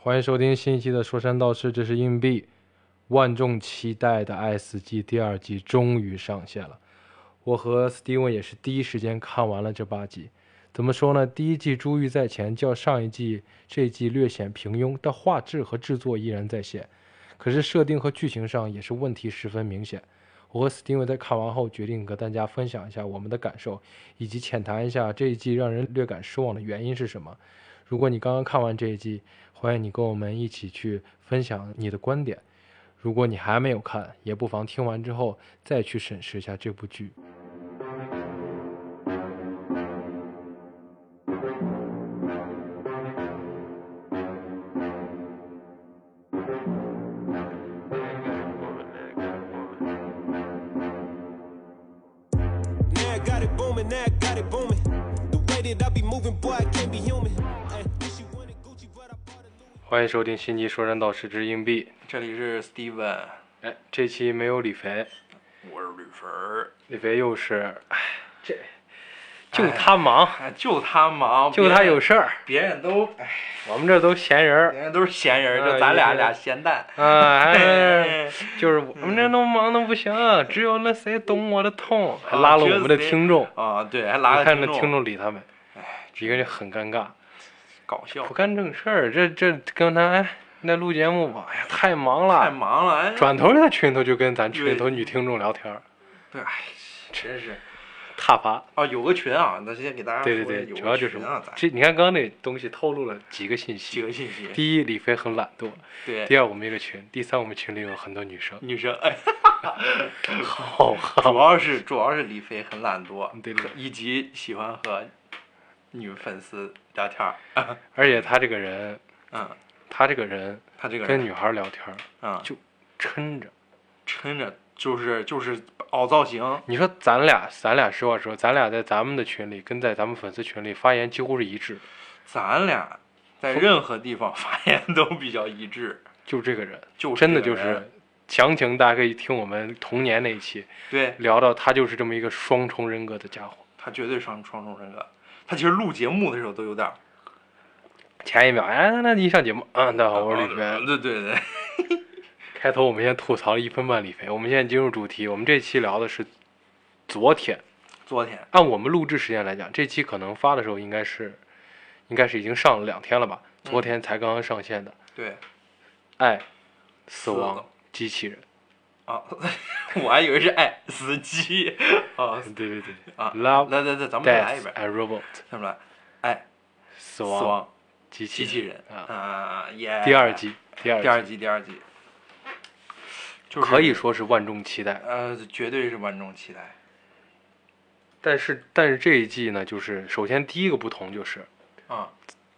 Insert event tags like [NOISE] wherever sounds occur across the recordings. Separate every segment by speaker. Speaker 1: 欢迎收听新一期的《说山道事》，这是硬币。万众期待的《爱死机》第二季终于上线了，我和 Steven 也是第一时间看完了这八集。怎么说呢？第一季珠玉在前，较上一季这一季略显平庸，但画质和制作依然在线。可是设定和剧情上也是问题十分明显。我和 Steven 在看完后决定和大家分享一下我们的感受，以及浅谈一下这一季让人略感失望的原因是什么。如果你刚刚看完这一季，欢迎你跟我们一起去分享你的观点。如果你还没有看，也不妨听完之后再去审视一下这部剧。
Speaker 2: Now I got it booming, now I got it booming. The way that I be moving, boy, I can't be human. Ay, she wanted Gucci, but I bought a Louis.
Speaker 1: 欢迎收听新期《说山道是之硬币》。
Speaker 3: 这里是 Steven，
Speaker 1: 哎，这期没有李肥，
Speaker 3: 我是吕晨儿。
Speaker 1: 李肥又是，哎，这就他忙，
Speaker 3: 哎，就他忙，
Speaker 1: 就
Speaker 3: 别
Speaker 1: 他有事儿，
Speaker 3: 别人都，哎，
Speaker 1: 我们这都闲人
Speaker 3: 别
Speaker 1: 儿。
Speaker 3: 人都是闲人，
Speaker 1: 哎
Speaker 3: 就咱俩
Speaker 1: 一个
Speaker 3: 俩闲蛋。
Speaker 1: 哎，就是我们
Speaker 3: 嗯
Speaker 1: 这都忙的不行，啊只有那谁懂我的痛，还拉了我们的听众，
Speaker 3: 啊，对，还
Speaker 1: 你
Speaker 3: 拉了
Speaker 1: 看这
Speaker 3: 众，哎
Speaker 1: 听众理他们，一个人很尴尬。
Speaker 3: 搞笑
Speaker 1: 不，干正事儿，这这跟他哎，那录节目吧，哎呀太忙
Speaker 3: 太
Speaker 1: 了，
Speaker 3: 忙了，哎，
Speaker 1: 转头在群里头就跟咱群里头
Speaker 3: 对
Speaker 1: 女听众聊天儿，
Speaker 3: 对，哎，真是
Speaker 1: 踏伐。
Speaker 3: 啊，有个群啊，那先给大家说
Speaker 1: 对
Speaker 3: 一下，
Speaker 1: 对对，
Speaker 3: 有
Speaker 1: 主
Speaker 3: 个
Speaker 1: 要就是
Speaker 3: 群啊，咱
Speaker 1: 这，你看刚刚那东西透露了几个信
Speaker 3: 几
Speaker 1: 息：
Speaker 3: 个信息，
Speaker 1: 第一，李飞很懒惰；第
Speaker 3: 对，
Speaker 1: 二，我们一个群；第三，我们群里有很多女生。
Speaker 3: 女生，哎，
Speaker 1: 好
Speaker 3: 主
Speaker 1: [LAUGHS] 好，
Speaker 3: 要是主要是李飞很懒惰，
Speaker 1: 对对对
Speaker 3: 以及喜欢和女粉丝聊天儿，
Speaker 1: 而且他这个人，
Speaker 3: 嗯，
Speaker 1: 他这个人
Speaker 3: 他这个
Speaker 1: 跟
Speaker 3: 人，
Speaker 1: 女孩聊天儿
Speaker 3: 嗯，
Speaker 1: 就抻着。
Speaker 3: 撑着就是就是凹造型，
Speaker 1: 你说咱俩，咱俩实话说，咱俩在咱们的群里跟在咱们粉丝群里发言几乎是一致，
Speaker 3: 咱俩在任何地方 [LAUGHS] 发言都比较一致，
Speaker 1: 就是这个人。
Speaker 3: 就是
Speaker 1: 真的
Speaker 3: 这
Speaker 1: 就
Speaker 3: 个人
Speaker 1: 是，详情大家可以听我们童年那一期
Speaker 3: 对
Speaker 1: 聊到，他就是这么一个双重人格的家伙。
Speaker 3: 他绝对双双重人格。他其实录节目的时候都有点儿，
Speaker 1: 前一秒，哎，那一上节目，嗯，大家好，我是李
Speaker 3: 呃
Speaker 1: 飞。
Speaker 3: 对对对，
Speaker 1: 开头我们先吐槽了一分半李飞，我们现在进入主题，我们这期聊的是昨天，
Speaker 3: 昨天
Speaker 1: 按我们录制时间来讲，这期可能发的时候应该是，应该是已经上了两天了吧，昨天才刚刚上线的《
Speaker 3: 对
Speaker 1: 爱、死
Speaker 3: 死
Speaker 1: 亡
Speaker 3: 亡、
Speaker 1: 机器人
Speaker 3: 啊， [LAUGHS] 我还以为是爱司机啊》。
Speaker 1: 对对对
Speaker 3: 啊，
Speaker 1: ，Love
Speaker 3: 来来来，咱们再来一
Speaker 1: Death
Speaker 3: 遍，
Speaker 1: and Robot，
Speaker 3: 咱们来，爱
Speaker 1: 死
Speaker 3: 死
Speaker 1: 亡
Speaker 3: 亡
Speaker 1: 机器
Speaker 3: 机器人
Speaker 1: 啊，
Speaker 3: 啊，耶，
Speaker 1: 第二，季，第二
Speaker 3: 第二季，第二季，就是
Speaker 1: 可以说是万众期待。
Speaker 3: 呃，绝对是万众期待。
Speaker 1: 但是但是这一季呢，就是首先第一个不同就是
Speaker 3: 啊，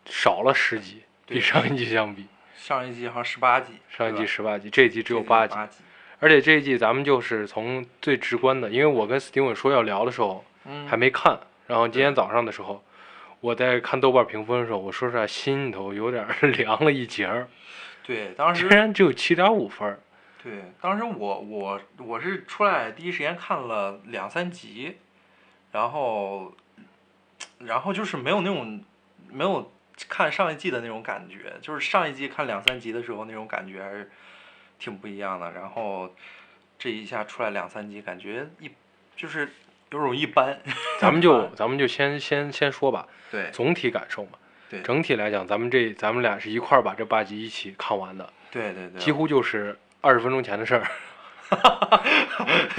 Speaker 1: 少了十集，
Speaker 3: 对
Speaker 1: 比上一季相比，
Speaker 3: 上一季好像十八集，
Speaker 1: 上一季
Speaker 3: 是吧
Speaker 1: 十八集，这一季只有
Speaker 3: 这一季
Speaker 1: 八集。
Speaker 3: 八集，
Speaker 1: 而且这一季咱们就是从最直观的，因为我跟 Steven 说要聊的时候
Speaker 3: 嗯，
Speaker 1: 还没看，然后今天早上的时候。我在看豆瓣评分的时候，我说实话，心里头有点儿凉了一截儿。
Speaker 3: 对，
Speaker 1: [LAUGHS]
Speaker 3: 当
Speaker 1: 虽
Speaker 3: 时
Speaker 1: 然只有七点五分儿，
Speaker 3: 对，当时我我我是出来第一时间看了两三集，然后然后就是没有那种没有看上一季的那种感觉，就是上一季看两三集的时候那种感觉还是挺不一样的。然后这一下出来两三集，感觉一就是有种一般。
Speaker 1: 咱们就咱们就先先先说吧，
Speaker 3: 对
Speaker 1: 总体感受嘛。
Speaker 3: 对
Speaker 1: 整体来讲，咱们这咱们俩是一块儿把这八集一起看完的，
Speaker 3: 对对啊对，
Speaker 1: 几
Speaker 3: [LAUGHS]
Speaker 1: 乎就是二十分钟前的事儿，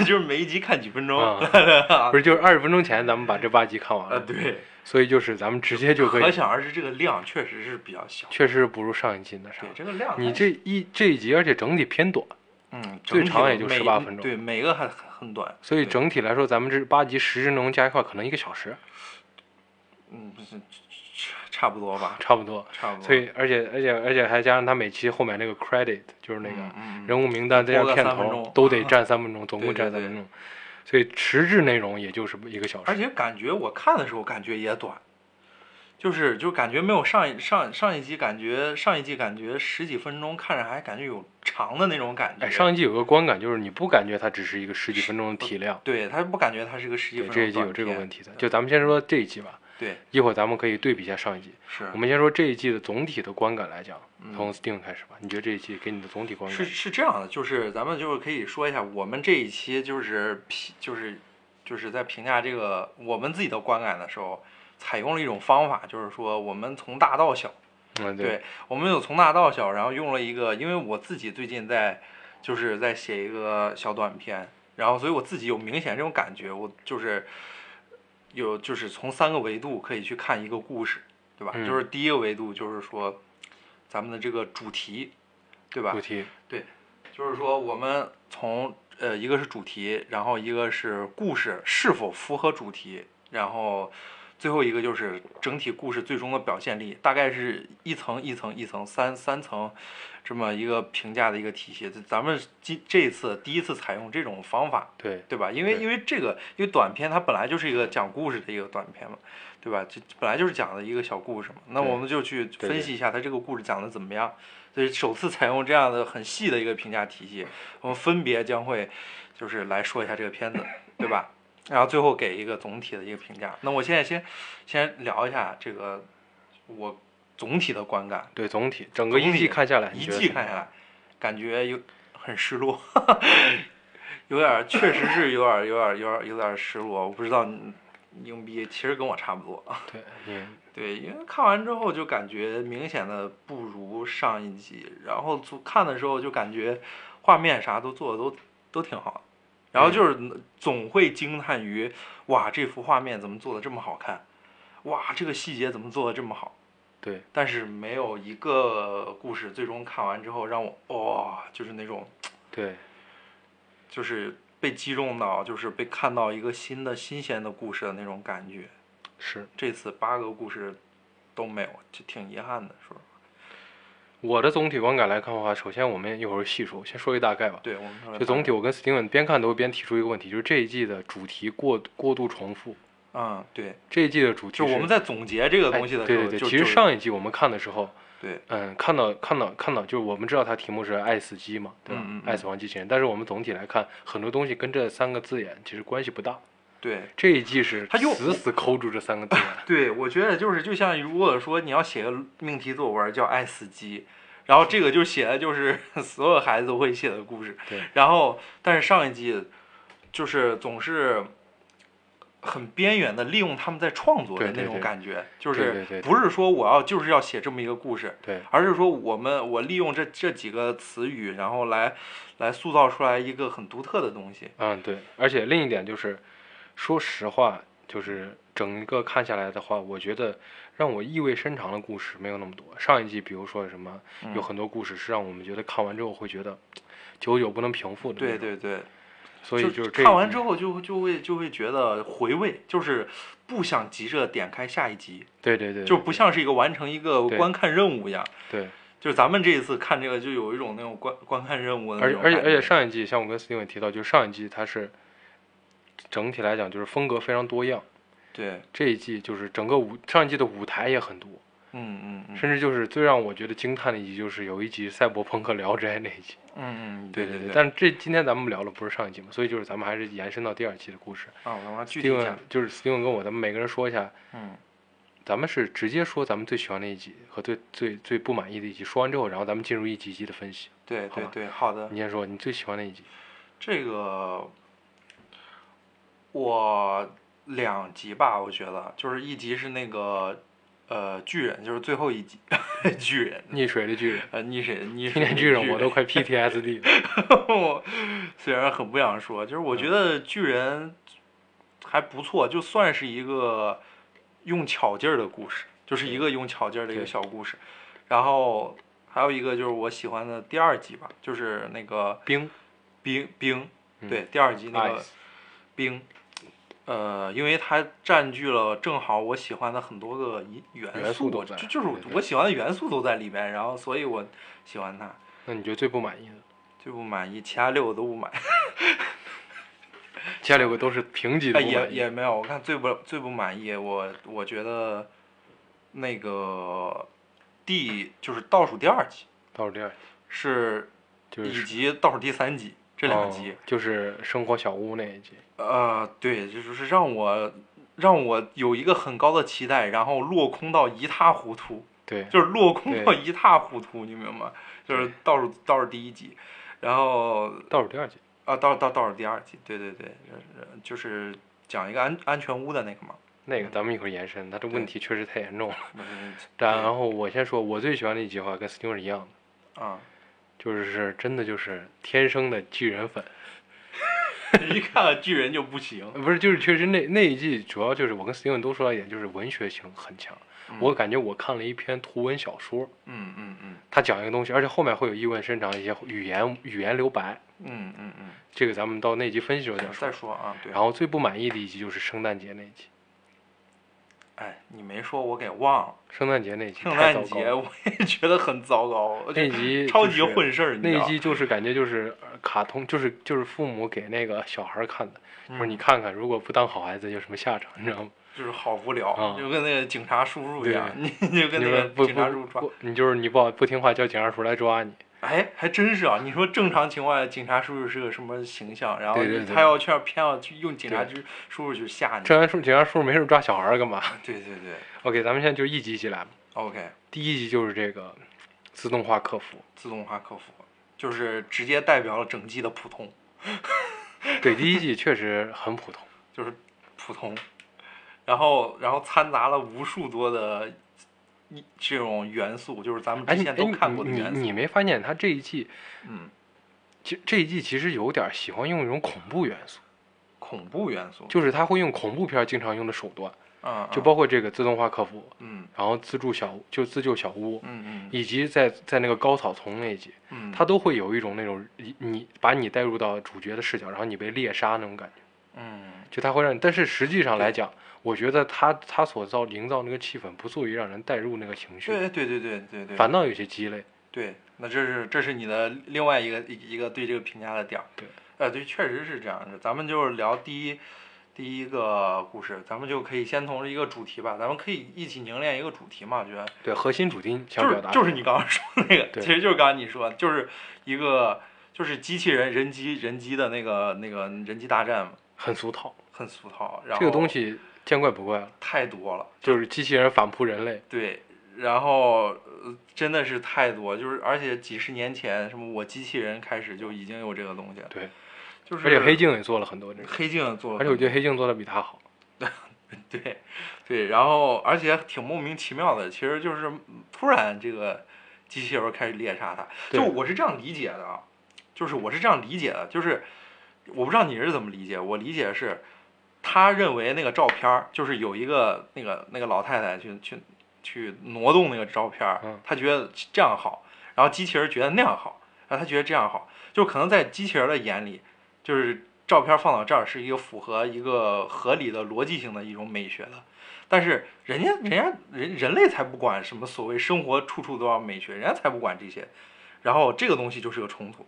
Speaker 3: 就是每一集看几分钟。 [LAUGHS]
Speaker 1: 啊不是就是二十分钟前咱们把这八集看完
Speaker 3: 啊，
Speaker 1: 了，
Speaker 3: 对，
Speaker 1: 所以就是咱们直接就可
Speaker 3: 可
Speaker 1: 以，
Speaker 3: 想而知，这个量确实是比较小。
Speaker 1: 确实不如上一季那啥
Speaker 3: 对，。这个量太
Speaker 1: 你这一这一集，而且整体偏短，
Speaker 3: 嗯，
Speaker 1: 最
Speaker 3: 整体
Speaker 1: 长
Speaker 3: 的
Speaker 1: 也就
Speaker 3: 每
Speaker 1: 18分钟
Speaker 3: 对，每个还很很短。
Speaker 1: 所以
Speaker 3: 对
Speaker 1: 整体来说，咱们这八集实质内容加一块可能一个小时，
Speaker 3: 嗯，不是差差不多吧，
Speaker 1: 差不多。
Speaker 3: 差不多。
Speaker 1: 所以而且而且而且还加上他每期后面那个 credit，就是那个
Speaker 3: 嗯嗯嗯
Speaker 1: 人物名单再加上
Speaker 3: 多
Speaker 1: 片
Speaker 3: 个三分
Speaker 1: 头
Speaker 3: 钟，
Speaker 1: 都
Speaker 3: [LAUGHS]
Speaker 1: 得占三分钟，总共
Speaker 3: 对对
Speaker 1: 占三
Speaker 3: 对
Speaker 1: 分钟。所以实质内容也就是一个小
Speaker 3: 而
Speaker 1: 时。
Speaker 3: 且感觉我看的时候感觉也短，就是就感觉没有上一上上一集感觉上一集感觉十几分钟看着还感觉有长的那种感觉。
Speaker 1: 哎，上一季有个观感就是你不感觉它只是一个十几分钟的体量，
Speaker 3: 对他不感觉它是个十几
Speaker 1: 对
Speaker 3: 分钟。
Speaker 1: 这一季有这个问
Speaker 3: 题。
Speaker 1: 题的。就咱们先说这一季吧，
Speaker 3: 对，
Speaker 1: 一会儿咱们可以对比一下上一季。
Speaker 3: 是
Speaker 1: 我们先说这一季的总体的观感来讲，
Speaker 3: 嗯
Speaker 1: 从 Steam 开始吧。你觉得这一季给你的总体观
Speaker 3: 是
Speaker 1: 感？
Speaker 3: 是这样的，就是咱们就是可以说一下，我们这一期就是评就是就是在评价这个我们自己的观感的时候，采用了一种方法，就是说我们从大到小，
Speaker 1: 嗯，
Speaker 3: 对，我们有从大到小，然后用了一个，因为我自己最近在就是在写一个小短片，然后所以我自己有明显这种感觉，我就是有就是从三个维度可以去看一个故事，对吧？
Speaker 1: 嗯
Speaker 3: 就是第一个维度就是说咱们的这个主题，对吧
Speaker 1: 主？题，
Speaker 3: 就是说我们从呃一个是主题，然后一个是故事是否符合主题，然后最后一个就是整体故事最终的表现力，大概是一层一层一层三三层这么一个评价的一个体系。咱们今这一次第一次采用这种方法，
Speaker 1: 对，
Speaker 3: 对吧？因为
Speaker 1: 对
Speaker 3: 因为这个，因为短片它本来就是一个讲故事的一个短片嘛，对吧？这本来就是讲的一个小故事嘛。那
Speaker 1: 对
Speaker 3: 我们就去
Speaker 1: 对
Speaker 3: 分析一下它这个故事讲的怎么样。所以首次采用这样的很细的一个评价体系，我们分别将会就是来说一下这个片子，对吧？然后最后给一个总体的一个评价。那我现在先先聊一下这个我总体的观感，
Speaker 1: 对，总体整个一
Speaker 3: 总体
Speaker 1: 季看下来，你
Speaker 3: 一
Speaker 1: 觉得
Speaker 3: 季
Speaker 1: 怎么
Speaker 3: 看
Speaker 1: 样
Speaker 3: 下来，感觉有很失落， [LAUGHS] 有点儿确实是有点儿有点儿有点儿有点儿失落。我不知道你硬币其实跟我差不多， [LAUGHS]
Speaker 1: 对，你
Speaker 3: 对，因为看完之后就感觉明显的不如上一集，然后从看的时候就感觉画面啥都做的都都挺好的，然后就是总会惊叹于哇这幅画面怎么做的这么好看，哇这个细节怎么做的这么好。
Speaker 1: 对
Speaker 3: 但是没有一个故事最终看完之后让我哇、就是那种
Speaker 1: 对
Speaker 3: 就是被击中到，就是被看到一个新的新鲜的故事的那种感觉。
Speaker 1: 是。
Speaker 3: 这次八个故事都没有，就挺遗憾的，是吧？
Speaker 1: 我的总体观感来看的话，首先我们一会儿细说，先说一大概吧。
Speaker 3: 对我们
Speaker 1: 就总体，我跟 Steven 边看都会边提出一个问题，就是这一季的主题过过度重复。
Speaker 3: 嗯，对，
Speaker 1: 这一季的主题
Speaker 3: 就是我们在总结这个
Speaker 1: 哎
Speaker 3: 东西的时
Speaker 1: 对
Speaker 3: 候，
Speaker 1: 对对，
Speaker 3: 就
Speaker 1: 其
Speaker 3: 就
Speaker 1: 实上一季我们看的时候，
Speaker 3: 对
Speaker 1: 嗯，看到看到看到，就是我们知道它题目是爱死机嘛，对吧？
Speaker 3: 嗯嗯嗯
Speaker 1: 爱死亡机器人，但是我们总体来看，很多东西跟这三个字眼其实关系不大。
Speaker 3: 对
Speaker 1: 这一季是
Speaker 3: 它又
Speaker 1: 死死抠住这三个字眼，
Speaker 3: [LAUGHS] 对，我觉得就是就像如果说你要写个命题作文叫《爱死机》，然后这个就写的就是 [LAUGHS] 所有孩子都会写的故事。
Speaker 1: 对。
Speaker 3: 然后，但是上一季就是总是很边缘的利用他们在创作的
Speaker 1: 对对
Speaker 3: 那种
Speaker 1: 对
Speaker 3: 感觉，就
Speaker 1: 对
Speaker 3: 是
Speaker 1: 对对对
Speaker 3: 不是说我要就是要写这么一个故事，
Speaker 1: 对
Speaker 3: 而是说我们我利用这这几个词语，然后来来塑造出来一个很独特的东西。
Speaker 1: 嗯，对，而且另一点就是，说实话，就是整个看下来的话，我觉得让我意味深长的故事没有那么多。上一季，比如说什么，
Speaker 3: 嗯
Speaker 1: 有很多故事是让我们觉得看完之后会觉得久久不能平复的。
Speaker 3: 对，对对。
Speaker 1: 所以
Speaker 3: 就是
Speaker 1: 这
Speaker 3: 看完之
Speaker 1: 后，
Speaker 3: 后就就会就会觉得回味，就是不想急着点开下一集，
Speaker 1: 对对对，
Speaker 3: 就
Speaker 1: 对
Speaker 3: 不像是一个完成一个
Speaker 1: 对
Speaker 3: 观看任务一样。
Speaker 1: 对，
Speaker 3: 就是咱们这一次看这个，就有一种那种观观看任务的那
Speaker 1: 而且
Speaker 3: 种
Speaker 1: 而且
Speaker 3: 嗯感
Speaker 1: 而且
Speaker 3: 觉
Speaker 1: 上一季，像我跟 Steven 提到，就是上一季它是整体来讲就是风格非常多样，
Speaker 3: 对，
Speaker 1: 这一季就是整个舞上一季的舞台也很多，
Speaker 3: 嗯嗯嗯，
Speaker 1: 甚至就是最让我觉得惊叹的一集，就是有一集赛博朋克聊斋那一集。
Speaker 3: 嗯嗯，
Speaker 1: 对
Speaker 3: 对
Speaker 1: 对
Speaker 3: 对，
Speaker 1: 但是这今天咱们聊了不是上一季嘛，所以就是咱们还是延伸到第二期的故事。
Speaker 3: 啊，我们具体
Speaker 1: Steven
Speaker 3: 讲，
Speaker 1: 就是 Steven 跟我，咱们每个人说一下，
Speaker 3: 嗯
Speaker 1: 咱们是直接说咱们最喜欢的一集和最最最不满意的一集，说完之后，然后咱们进入一集一集的分析。
Speaker 3: 对
Speaker 1: 好
Speaker 3: 对
Speaker 1: 吧嗯
Speaker 3: 对，好的
Speaker 1: 你，先说你最喜欢的一集，
Speaker 3: 这个我两集吧，我觉得就是一集是那个呃巨人，就是最后一集 [LAUGHS] 巨人，
Speaker 1: 溺水的巨人，
Speaker 3: 呃溺水
Speaker 1: [LAUGHS] 听
Speaker 3: 溺水
Speaker 1: 见巨人我都快 PTSD
Speaker 3: [LAUGHS]
Speaker 1: 了。
Speaker 3: 我虽然很不想说，就是我觉
Speaker 1: 嗯
Speaker 3: 得巨人还不错，就算是一个用巧劲儿的故事，就是一个用巧劲儿的一个
Speaker 1: 对
Speaker 3: 小故事。然后还有一个就是我喜欢的第二集吧，就是那个
Speaker 1: 冰，
Speaker 3: 冰冰，
Speaker 1: 嗯
Speaker 3: 对，第二集那个
Speaker 1: Ice
Speaker 3: 冰，呃，因为它占据了正好我喜欢的很多个一元
Speaker 1: 元素都在
Speaker 3: 就就是
Speaker 1: 对对
Speaker 3: 我喜欢的元素都在里面，然后所以我喜欢它。
Speaker 1: 那你觉得最不满意的？
Speaker 3: 最不满意，其他六个都不满意。
Speaker 1: 家里有个都是平级的
Speaker 3: 哎，
Speaker 1: 不
Speaker 3: 也
Speaker 1: 满意，
Speaker 3: 也没有，我看最不最不满意，我我觉得那个第就是倒数第二集
Speaker 1: 倒数第二集
Speaker 3: 是
Speaker 1: 就
Speaker 3: 以
Speaker 1: 是
Speaker 3: 及倒数第三集这两
Speaker 1: 哦
Speaker 3: 集，
Speaker 1: 就是生活小屋那一集。
Speaker 3: 呃，对，就是让我让我有一个很高的期待，然后落空到一塌糊涂，
Speaker 1: 对，
Speaker 3: 就是落空到
Speaker 1: 对
Speaker 3: 一塌糊涂，你明白吗？就是倒数倒数第一集，然后
Speaker 1: 倒数第二集。
Speaker 3: 啊，倒倒倒数第二集，对对对，呃就是讲一个安安全屋的那个
Speaker 1: [LAUGHS]
Speaker 3: 嘛。
Speaker 1: 那个咱们一会儿延伸，他这问题确实太严重了。
Speaker 3: 不是
Speaker 1: 然后我先说，我最喜欢的一集话跟 s t e v e n 一样的，
Speaker 3: 啊，
Speaker 1: 就是真的就是天生的巨人粉， [LAUGHS]
Speaker 3: 一看巨人就不行。
Speaker 1: 呃不是就是确实那那一季主要就是我跟 s t e v e n 都说了一点，就是文学性很强。
Speaker 3: 嗯
Speaker 1: 我感觉我看了一篇图文小说，
Speaker 3: 嗯嗯嗯
Speaker 1: 他讲一个东西，而且后面会有意味深长一些语言语言留白，
Speaker 3: 嗯嗯嗯
Speaker 1: 这个咱们到那集分析时候再
Speaker 3: 嗯，再
Speaker 1: 说。
Speaker 3: 说啊，对
Speaker 1: 然，后最不满意的一集就是圣诞节那一集，
Speaker 3: 哎，你没说我给忘了。
Speaker 1: 圣诞节那一集
Speaker 3: 圣
Speaker 1: 太糟
Speaker 3: 诞
Speaker 1: 糕
Speaker 3: 节
Speaker 1: 了，
Speaker 3: 我也觉得很糟糕，而
Speaker 1: 那
Speaker 3: 且
Speaker 1: 一集
Speaker 3: [LAUGHS] 超
Speaker 1: 就
Speaker 3: 级
Speaker 1: 是
Speaker 3: 混事儿，你
Speaker 1: 那
Speaker 3: 知
Speaker 1: 一
Speaker 3: 道
Speaker 1: 集就是感觉就是呃卡通，就是就是父母给那个小孩儿看的，说
Speaker 3: 嗯
Speaker 1: 你看看，如果不当好孩子有什么下场，你知道吗？
Speaker 3: 就是好无聊，
Speaker 1: 啊
Speaker 3: 就跟那个警察叔叔一样， [LAUGHS] 你你就跟
Speaker 1: 你
Speaker 3: 那
Speaker 1: 说
Speaker 3: 个
Speaker 1: 不
Speaker 3: 警察叔
Speaker 1: 不
Speaker 3: 叔抓，
Speaker 1: 不，你就是你不好不听话，叫警察叔叔来抓你。
Speaker 3: 哎，还真是啊！你说正常情况下，警察叔叔是个什么形象？然后
Speaker 1: 对对对
Speaker 3: 他要去偏要去用警察
Speaker 1: 对
Speaker 3: 局叔叔去吓你，
Speaker 1: 正然叔警察叔叔没事抓小孩儿干嘛
Speaker 3: 对对对
Speaker 1: ？OK，咱们现在就一集一集来吧。
Speaker 3: ，OK，
Speaker 1: 第一集就是这个自动化客服，
Speaker 3: 自动化客服就是直接代表了整季的普通，
Speaker 1: 对，第一季确实很普通。
Speaker 3: 就是普通，然后然后掺杂了无数多的一这种元素，就是咱们
Speaker 1: 哎，
Speaker 3: 之
Speaker 1: 你
Speaker 3: 前
Speaker 1: 哎
Speaker 3: 都看过的
Speaker 1: 你
Speaker 3: 元
Speaker 1: 你
Speaker 3: 素，
Speaker 1: 你没发现他这一季，
Speaker 3: 嗯，
Speaker 1: 其这一季其实有点喜欢用一种恐怖元素，
Speaker 3: 恐怖元素，
Speaker 1: 就是他会用恐怖片儿经常用的手段，
Speaker 3: 嗯，
Speaker 1: 就
Speaker 3: 嗯
Speaker 1: 包括这个自动化客服，
Speaker 3: 嗯
Speaker 1: 然后自助小就自救小屋，
Speaker 3: 嗯嗯
Speaker 1: 以及在在那个高草丛那一集，
Speaker 3: 嗯，
Speaker 1: 它都会有一种那种你你把你带入到主角的视角，然后你被猎杀那种感觉，
Speaker 3: 嗯
Speaker 1: 就它会让你。但是实际上来讲，我觉得它它所造营造那个气氛，不足以让人带入那个情绪，
Speaker 3: 对对对对对对，
Speaker 1: 反倒有些鸡肋。
Speaker 3: 对，那这是这是你的另外一个一一个对这个评价的点儿。
Speaker 1: 对，
Speaker 3: 呃，对，确实是这样的。咱们就是聊第一第一个故事，咱们就可以先从一个主题吧，咱们可以一起凝练一个主题嘛，我觉得
Speaker 1: 对，核心主题想
Speaker 3: 就
Speaker 1: 表
Speaker 3: 是
Speaker 1: 达
Speaker 3: 就
Speaker 1: 什
Speaker 3: 是
Speaker 1: 么
Speaker 3: 你刚刚说的那个，
Speaker 1: 对
Speaker 3: 其实就是刚刚你说的，就是一个就是机器人人机人机的那个那个人机大战嘛，
Speaker 1: 很俗套，
Speaker 3: 很俗套，然后
Speaker 1: 这个东西见怪不怪了，
Speaker 3: 太多了。
Speaker 1: 就是机器人反扑人类。
Speaker 3: 对，然后呃真的是太多，就是而且几十年前什么我机器人开始就已经有这个东西了，
Speaker 1: 对，
Speaker 3: 就是
Speaker 1: 而且黑镜也做了很多这个，
Speaker 3: 黑镜做了
Speaker 1: 而
Speaker 3: 很多，
Speaker 1: 且我觉得黑镜做的比它好。
Speaker 3: 对对，然后而且挺莫名其妙的，其实就是嗯突然这个机器人开始猎杀它，
Speaker 1: 对
Speaker 3: 就我是这样理解的，啊，就是我是这样理解的，就是我不知道你是怎么理解，我理解是他认为那个照片儿就是有一个那个那个老太太去去去挪动那个照片儿
Speaker 1: 嗯，
Speaker 3: 他觉得这样好，然后机器人觉得那样好，然后他觉得这样好，就可能在机器人的眼里，就是照片放到这儿是一个符合一个合理的逻辑性的一种美学的。但是人家人家人人类才不管什么所谓生活处处都要美学，人家才不管这些。然后这个东西就是个冲突，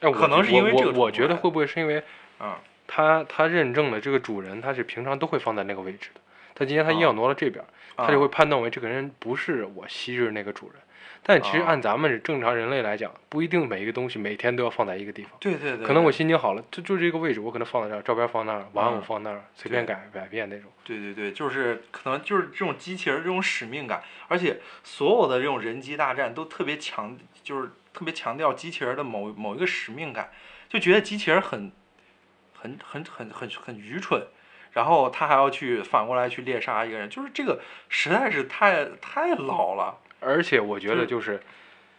Speaker 1: 哎，我
Speaker 3: 可能
Speaker 1: 觉
Speaker 3: 是因为
Speaker 1: 我
Speaker 3: 这个
Speaker 1: 我我
Speaker 3: 冲突
Speaker 1: 觉得
Speaker 3: 来
Speaker 1: 会不会是因为
Speaker 3: 啊、
Speaker 1: 他他认证了这个主人，他是平常都会放在那个位置的。他今天他硬要挪到这边儿，
Speaker 3: 啊
Speaker 1: 他就会判断为这个人不是我昔日那个主人。但其实
Speaker 3: 啊
Speaker 1: 按咱们正常人类来讲，不一定每一个东西每天都要放在一个地方。
Speaker 3: 对对对，
Speaker 1: 可能我
Speaker 3: 对
Speaker 1: 心情好了，就就这个位置，我可能放在这儿，照片放那儿，玩偶
Speaker 3: 嗯
Speaker 1: 放那儿，随便
Speaker 3: 对
Speaker 1: 改改变那种。
Speaker 3: 对对对，就是可能就是这种机器人这种使命感，而且所有的这种人机大战都特别强，就是特别强调机器人的某某一个使命感，就觉得机器人很很很很很很愚蠢，然后他还要去反过来去猎杀一个人，就是这个实在是太太老了，
Speaker 1: 而且我觉得就是，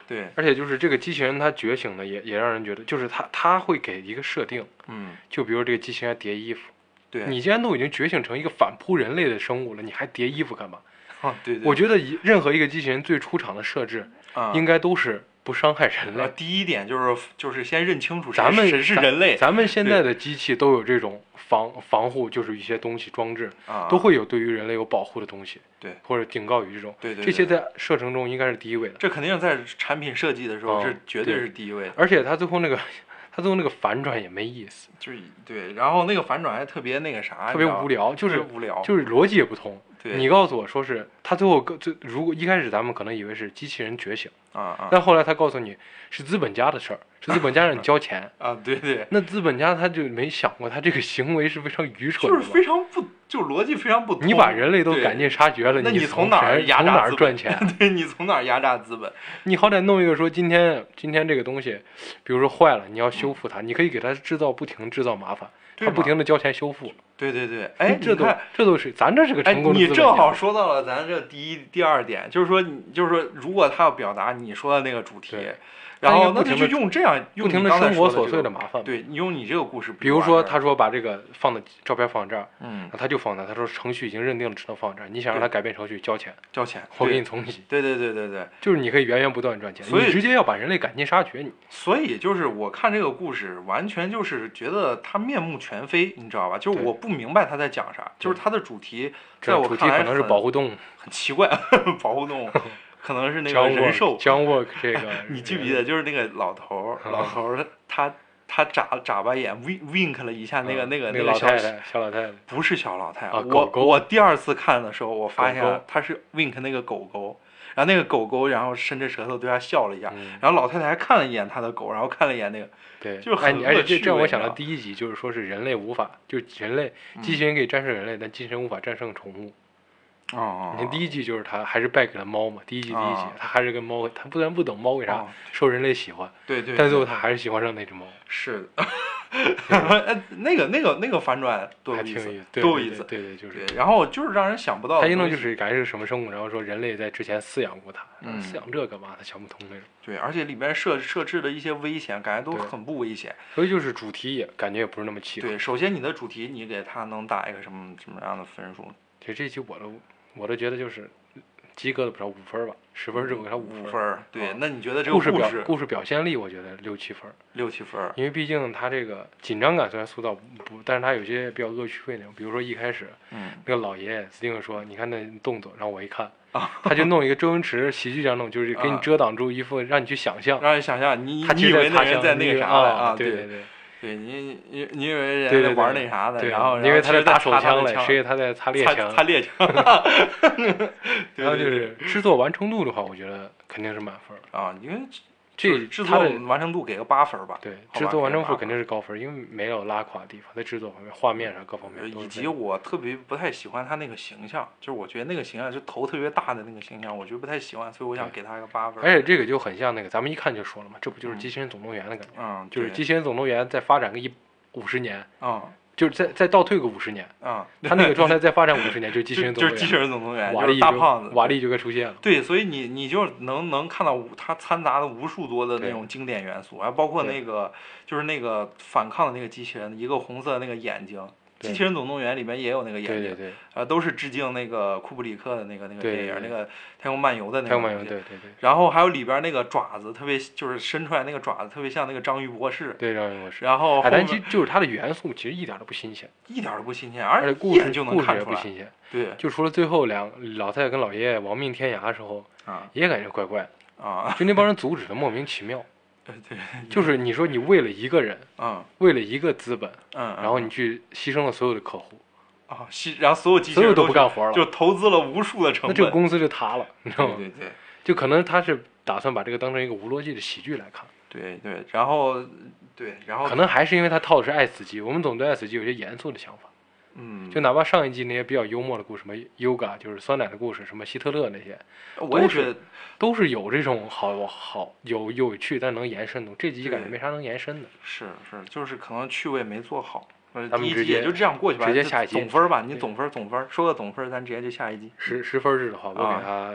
Speaker 3: 对，
Speaker 1: 而且就是这个机器人它觉醒了也，也让人觉得，就是它它会给一个设定，
Speaker 3: 嗯，
Speaker 1: 就比如这个机器人叠衣服，
Speaker 3: 对，
Speaker 1: 你既然都已经觉醒成一个反扑人类的生物了，你还叠衣服干嘛？
Speaker 3: 啊， [LAUGHS] 对对，
Speaker 1: 我觉得一任何一个机器人最出场的设置，
Speaker 3: 得啊，
Speaker 1: 应该都是不伤害人
Speaker 3: 呃
Speaker 1: 类。
Speaker 3: 第一点就是就是先认清楚谁
Speaker 1: 咱们
Speaker 3: 谁是
Speaker 1: 咱
Speaker 3: 人类，
Speaker 1: 咱们现在的机器都有这种防防护，就是一些东西装置，
Speaker 3: 啊
Speaker 1: 都会有对于人类有保护的东西，
Speaker 3: 对
Speaker 1: 或者警告语这种。
Speaker 3: 对对
Speaker 1: 这些
Speaker 3: 对
Speaker 1: 在射程中应该是第一位的。
Speaker 3: 这肯定在产品设计的时候
Speaker 1: 嗯
Speaker 3: 是绝对
Speaker 1: 对
Speaker 3: 是第一位的，
Speaker 1: 而且他最后那个，他最后那个反转也没意思，
Speaker 3: 就是对，然后那个反转还特别那个啥，
Speaker 1: 特别
Speaker 3: 你知道
Speaker 1: 无聊，就是
Speaker 3: 特别无聊
Speaker 1: 就是逻辑也不通。
Speaker 3: 对，
Speaker 1: 你告诉我说是他最后告最如果一开始咱们可能以为是机器人觉醒，
Speaker 3: 啊啊。
Speaker 1: 但后来他告诉你是资本家的事儿，是资本家让你交钱
Speaker 3: [LAUGHS] 啊，
Speaker 1: [LAUGHS]
Speaker 3: 对对，
Speaker 1: 那资本家他就没想过他这个行为是非常愚蠢
Speaker 3: 就
Speaker 1: 的
Speaker 3: 是
Speaker 1: 嘛，
Speaker 3: 非常不，就是逻辑非常不通。
Speaker 1: 你把人类都
Speaker 3: 对
Speaker 1: 赶尽杀绝了，
Speaker 3: 那
Speaker 1: 你
Speaker 3: 你
Speaker 1: 从
Speaker 3: 哪儿
Speaker 1: 谁
Speaker 3: 压
Speaker 1: 从
Speaker 3: 榨
Speaker 1: 哪儿
Speaker 3: 资本
Speaker 1: 赚钱？？
Speaker 3: [LAUGHS] 对你从哪儿压榨资本？
Speaker 1: 你好歹弄一个说今天今天这个东西，比如说坏了，你要修复它，你可以给它制造不停制造麻烦，
Speaker 3: 对
Speaker 1: 它不
Speaker 3: 嘛
Speaker 1: 停的交钱修复。
Speaker 3: 对对对，哎，
Speaker 1: 这
Speaker 3: 你
Speaker 1: 都
Speaker 3: 看，
Speaker 1: 这都是咱这是个
Speaker 3: 哎，
Speaker 1: 成功的
Speaker 3: 你
Speaker 1: 资本
Speaker 3: 正
Speaker 1: 家
Speaker 3: 好说到了咱这第一、第二点，就是说你，就是说，如果他要表达你说的那个主题
Speaker 1: 对，
Speaker 3: 然
Speaker 1: 他
Speaker 3: 后
Speaker 1: 应该
Speaker 3: 那
Speaker 1: 不
Speaker 3: 就
Speaker 1: 停
Speaker 3: 去
Speaker 1: 地
Speaker 3: 用这样
Speaker 1: 不
Speaker 3: 用
Speaker 1: 停
Speaker 3: 你
Speaker 1: 的
Speaker 3: 刚才
Speaker 1: 生活
Speaker 3: 说的
Speaker 1: 琐
Speaker 3: 这
Speaker 1: 碎
Speaker 3: 个
Speaker 1: 的麻烦。，
Speaker 3: 对你用你这个故事比，
Speaker 1: 比如说他说把这个放的照片放这儿，
Speaker 3: 嗯
Speaker 1: 那他就放那儿，他说程序已经认定了只能放这儿，你想让他改变程序交钱，
Speaker 3: 交钱，
Speaker 1: 我给
Speaker 3: 对
Speaker 1: 你重启，
Speaker 3: 对对对对对，
Speaker 1: 就是你可以源源不断地赚钱，
Speaker 3: 所以
Speaker 1: 你直接要把人类赶尽杀绝你。
Speaker 3: 所以就是我看这个故事，完全就是觉得他面目全非，你知道吧？就是
Speaker 1: 对
Speaker 3: 我不明白他在讲啥，就是他的主题，在
Speaker 1: 这
Speaker 3: 我
Speaker 1: 主题
Speaker 3: 看来
Speaker 1: 可能是
Speaker 3: 很
Speaker 1: 保护动物，
Speaker 3: 很奇怪， [LAUGHS] 保护
Speaker 1: [LAUGHS]
Speaker 3: 动物，可能是那个
Speaker 1: 僵
Speaker 3: 人兽
Speaker 1: 卧，僵卧这个人，
Speaker 3: [LAUGHS] 你记不记得，就是那个老头儿，
Speaker 1: 啊
Speaker 3: 老头儿他他眨眨巴眼，wink wink 了一下，那个
Speaker 1: 嗯
Speaker 3: 那个
Speaker 1: 那
Speaker 3: 个
Speaker 1: 老
Speaker 3: 小
Speaker 1: 太太，小老太太，
Speaker 3: 不是小老太，
Speaker 1: 啊狗
Speaker 3: 我
Speaker 1: 狗
Speaker 3: 我第二次看的时候，我发现
Speaker 1: 狗
Speaker 3: 啊
Speaker 1: 狗
Speaker 3: 他是 wink 那个狗狗，然后那个狗狗然后伸着舌头对他笑了一下，
Speaker 1: 嗯，
Speaker 3: 然后老太太还看了一眼他的狗，然后看了一眼那个，
Speaker 1: 对，
Speaker 3: 就是
Speaker 1: 哎
Speaker 3: 很
Speaker 1: 你而且
Speaker 3: 恶趣
Speaker 1: 这这让
Speaker 3: 味
Speaker 1: 我
Speaker 3: 你
Speaker 1: 想
Speaker 3: 知
Speaker 1: 到
Speaker 3: 道
Speaker 1: 第一集，就是说是人类无法，就人类机
Speaker 3: 嗯
Speaker 1: 器人可以战胜人类，但机器人无法战胜宠物。
Speaker 3: 哦
Speaker 1: 你看第一季就是他还是败给了猫嘛，第一季第一季
Speaker 3: 啊
Speaker 1: 他还是跟猫，他不然不懂猫为啥
Speaker 3: 哦
Speaker 1: 受人类喜欢，
Speaker 3: 对对，
Speaker 1: 但最后他还是喜欢上那只猫，
Speaker 3: 是
Speaker 1: [LAUGHS]
Speaker 3: 的，哎那个那个那个反转多
Speaker 1: 还
Speaker 3: 有
Speaker 1: 挺
Speaker 3: 意
Speaker 1: 有
Speaker 3: 思
Speaker 1: 意思，，对
Speaker 3: 多有
Speaker 1: 对
Speaker 3: 意
Speaker 1: 对
Speaker 3: 思。
Speaker 1: 对对，就是
Speaker 3: 对，。然后就是让人想不到的
Speaker 1: 他
Speaker 3: 东
Speaker 1: 一
Speaker 3: 西，
Speaker 1: 弄就是感觉是什么生物，然后说人类在之前饲养过它，
Speaker 3: 嗯
Speaker 1: 饲养这干嘛？他想不通那种。
Speaker 3: 对，而且里边设设置的一些危险，感觉都
Speaker 1: 对
Speaker 3: 很不危险。
Speaker 1: 所以就是主题也感觉也不是那么契合。
Speaker 3: 对，首先你的主题你给它能打一个什么什么样的分数？
Speaker 1: 其实这期我都我都觉得就是及格的不少，五分儿吧，十分儿之后给他
Speaker 3: 五
Speaker 1: 五
Speaker 3: 分。儿。对
Speaker 1: 啊，
Speaker 3: 那你觉得这个
Speaker 1: 故事表
Speaker 3: 事
Speaker 1: 故事表现力，我觉得六七分儿，
Speaker 3: 六七分儿？
Speaker 1: 因为毕竟他这个紧张感虽然塑造不，但是他有些比较恶趣味那种，比如说一开始
Speaker 3: 嗯，
Speaker 1: 那个老爷爷斯汀说：“你看那动作。”然后我一看，
Speaker 3: 啊
Speaker 1: 他就弄一个周星驰喜剧这样弄，就是给你
Speaker 3: 啊
Speaker 1: 遮挡住一副让你去想象，
Speaker 3: 让人想象你
Speaker 1: 他
Speaker 3: 你
Speaker 1: 其
Speaker 3: 以
Speaker 1: 实
Speaker 3: 为那
Speaker 1: 他
Speaker 3: 人
Speaker 1: 想
Speaker 3: 在
Speaker 1: 你
Speaker 3: 那
Speaker 1: 以
Speaker 3: 个
Speaker 1: 为
Speaker 3: 啥
Speaker 1: 啊
Speaker 3: 了啊？
Speaker 1: 对
Speaker 3: 对
Speaker 1: 对，
Speaker 3: 对，你你你以为
Speaker 1: 对
Speaker 3: 人
Speaker 1: 对
Speaker 3: 家玩
Speaker 1: 对
Speaker 3: 那啥的，
Speaker 1: 对
Speaker 3: 然后
Speaker 1: 因为他
Speaker 3: 在
Speaker 1: 打手枪
Speaker 3: 枪
Speaker 1: 嘞，谁也他在擦猎
Speaker 3: 擦
Speaker 1: 枪
Speaker 3: 擦，
Speaker 1: [LAUGHS]
Speaker 3: 猎枪？对
Speaker 1: 然后就
Speaker 3: 对对
Speaker 1: 是制作完成度的话，我觉得肯定是满分儿。
Speaker 3: 啊，因为就
Speaker 1: 这
Speaker 3: 是制
Speaker 1: 他
Speaker 3: 作
Speaker 1: 的
Speaker 3: 完成度给个八分儿吧。
Speaker 1: 对，
Speaker 3: 好
Speaker 1: 制
Speaker 3: 吧
Speaker 1: 作完
Speaker 3: 给
Speaker 1: 成
Speaker 3: 个八
Speaker 1: 度
Speaker 3: 分
Speaker 1: 肯定是高分儿，因为没有拉垮的地方，在制作方面、画面上各方
Speaker 3: 呃
Speaker 1: 面都
Speaker 3: 以
Speaker 1: 是
Speaker 3: 及我特别不太喜欢他那个形象，就是我觉得那个形象就头特别大的那个形象，我觉得不太喜欢，所以我想
Speaker 1: 对
Speaker 3: 给他一个八分儿。
Speaker 1: 而且这个就很像那个，咱们一看就说了嘛，这不就是《
Speaker 3: 嗯
Speaker 1: 机器人总动员》的感觉？
Speaker 3: 嗯，
Speaker 1: 就是《
Speaker 3: 对
Speaker 1: 机器人总动员》再发展个一五十年，
Speaker 3: 嗯
Speaker 1: 就是再再倒退个五十年，
Speaker 3: 嗯，
Speaker 1: 他那个状态再发展五十
Speaker 3: [LAUGHS]
Speaker 1: 年，就是《机
Speaker 3: 就
Speaker 1: 器人总动
Speaker 3: 就是
Speaker 1: 员
Speaker 3: 机》器人总动员，
Speaker 1: 瓦
Speaker 3: 就
Speaker 1: 力
Speaker 3: 是大
Speaker 1: 就
Speaker 3: 胖子，
Speaker 1: 瓦力就该出现了。
Speaker 3: 对，所以你你就能能看到无他掺杂的无数多的
Speaker 1: 对
Speaker 3: 那种经典元素，还包括那个就是那个反抗的那个机器人，一个红色的那个眼睛，《
Speaker 1: 对
Speaker 3: 机器人总动员》里面也有那个眼睛，
Speaker 1: 对对对，
Speaker 3: 呃，都是致敬那个库布里克的那个那个
Speaker 1: 对
Speaker 3: 电影
Speaker 1: 对
Speaker 3: 儿那
Speaker 1: 对
Speaker 3: 个《太空漫游》的那
Speaker 1: 太
Speaker 3: 个
Speaker 1: 空漫游，
Speaker 3: 东西
Speaker 1: 对对对
Speaker 3: 然后还有里边那个爪子，特别就是伸出来那个爪子，特别像那个章鱼博士。
Speaker 1: 对，让人模式。
Speaker 3: 然后后
Speaker 1: 哎，但
Speaker 3: 面
Speaker 1: 其实就是它的元素其实一点都不新鲜，
Speaker 3: 一点儿都不新鲜，
Speaker 1: 而且
Speaker 3: 而
Speaker 1: 故
Speaker 3: 一眼
Speaker 1: 事
Speaker 3: 就
Speaker 1: 故
Speaker 3: 能
Speaker 1: 事
Speaker 3: 看
Speaker 1: 也
Speaker 3: 出
Speaker 1: 不
Speaker 3: 来。
Speaker 1: 新鲜，
Speaker 3: 对
Speaker 1: 就除了最后两老太太跟老爷爷亡命天涯的时候，
Speaker 3: 啊
Speaker 1: 也感觉怪怪的，
Speaker 3: 啊， [LAUGHS]
Speaker 1: 就那帮人阻止的莫名其妙。
Speaker 3: 对对，
Speaker 1: 就是你说你为了一个人，
Speaker 3: 嗯
Speaker 1: 为了一个资本，
Speaker 3: 嗯，
Speaker 1: 然后
Speaker 3: 嗯
Speaker 1: 你去牺牲了所有的客户，
Speaker 3: 啊，西然后所有机器
Speaker 1: 所有
Speaker 3: 人
Speaker 1: 都不
Speaker 3: 去
Speaker 1: 干活
Speaker 3: 就
Speaker 1: 了，
Speaker 3: 投资了无数的成
Speaker 1: 那
Speaker 3: 本。
Speaker 1: 这个公司就塌了，你知道
Speaker 3: 对
Speaker 1: 吗？
Speaker 3: 对对
Speaker 1: 就可能他是打算把这个当成一个无逻辑的喜剧来看，
Speaker 3: 对对，然后对，然后
Speaker 1: 可能还是因为他套的是爱死机，我们总对爱死机有些严肃的想法，
Speaker 3: 嗯，
Speaker 1: 就哪怕上一季那些比较幽默的故事，什么 Yoga 就是酸奶的故事，什么希特勒那些，
Speaker 3: 我
Speaker 1: 都
Speaker 3: 也觉
Speaker 1: 是
Speaker 3: 得
Speaker 1: 都是有这种好好有有趣但能延伸的，这集感觉没啥能延伸的，
Speaker 3: 是是，就是可能趣味没做好。呃
Speaker 1: 咱们
Speaker 3: 第一
Speaker 1: 直
Speaker 3: 集也
Speaker 1: 接
Speaker 3: 就这样过去吧，
Speaker 1: 直接
Speaker 3: 就
Speaker 1: 下一集
Speaker 3: 总分儿吧，你
Speaker 1: 对
Speaker 3: 总分儿总分儿说个总分儿，咱直接就下一集。
Speaker 1: 十十分制的话，我
Speaker 3: 啊
Speaker 1: 给他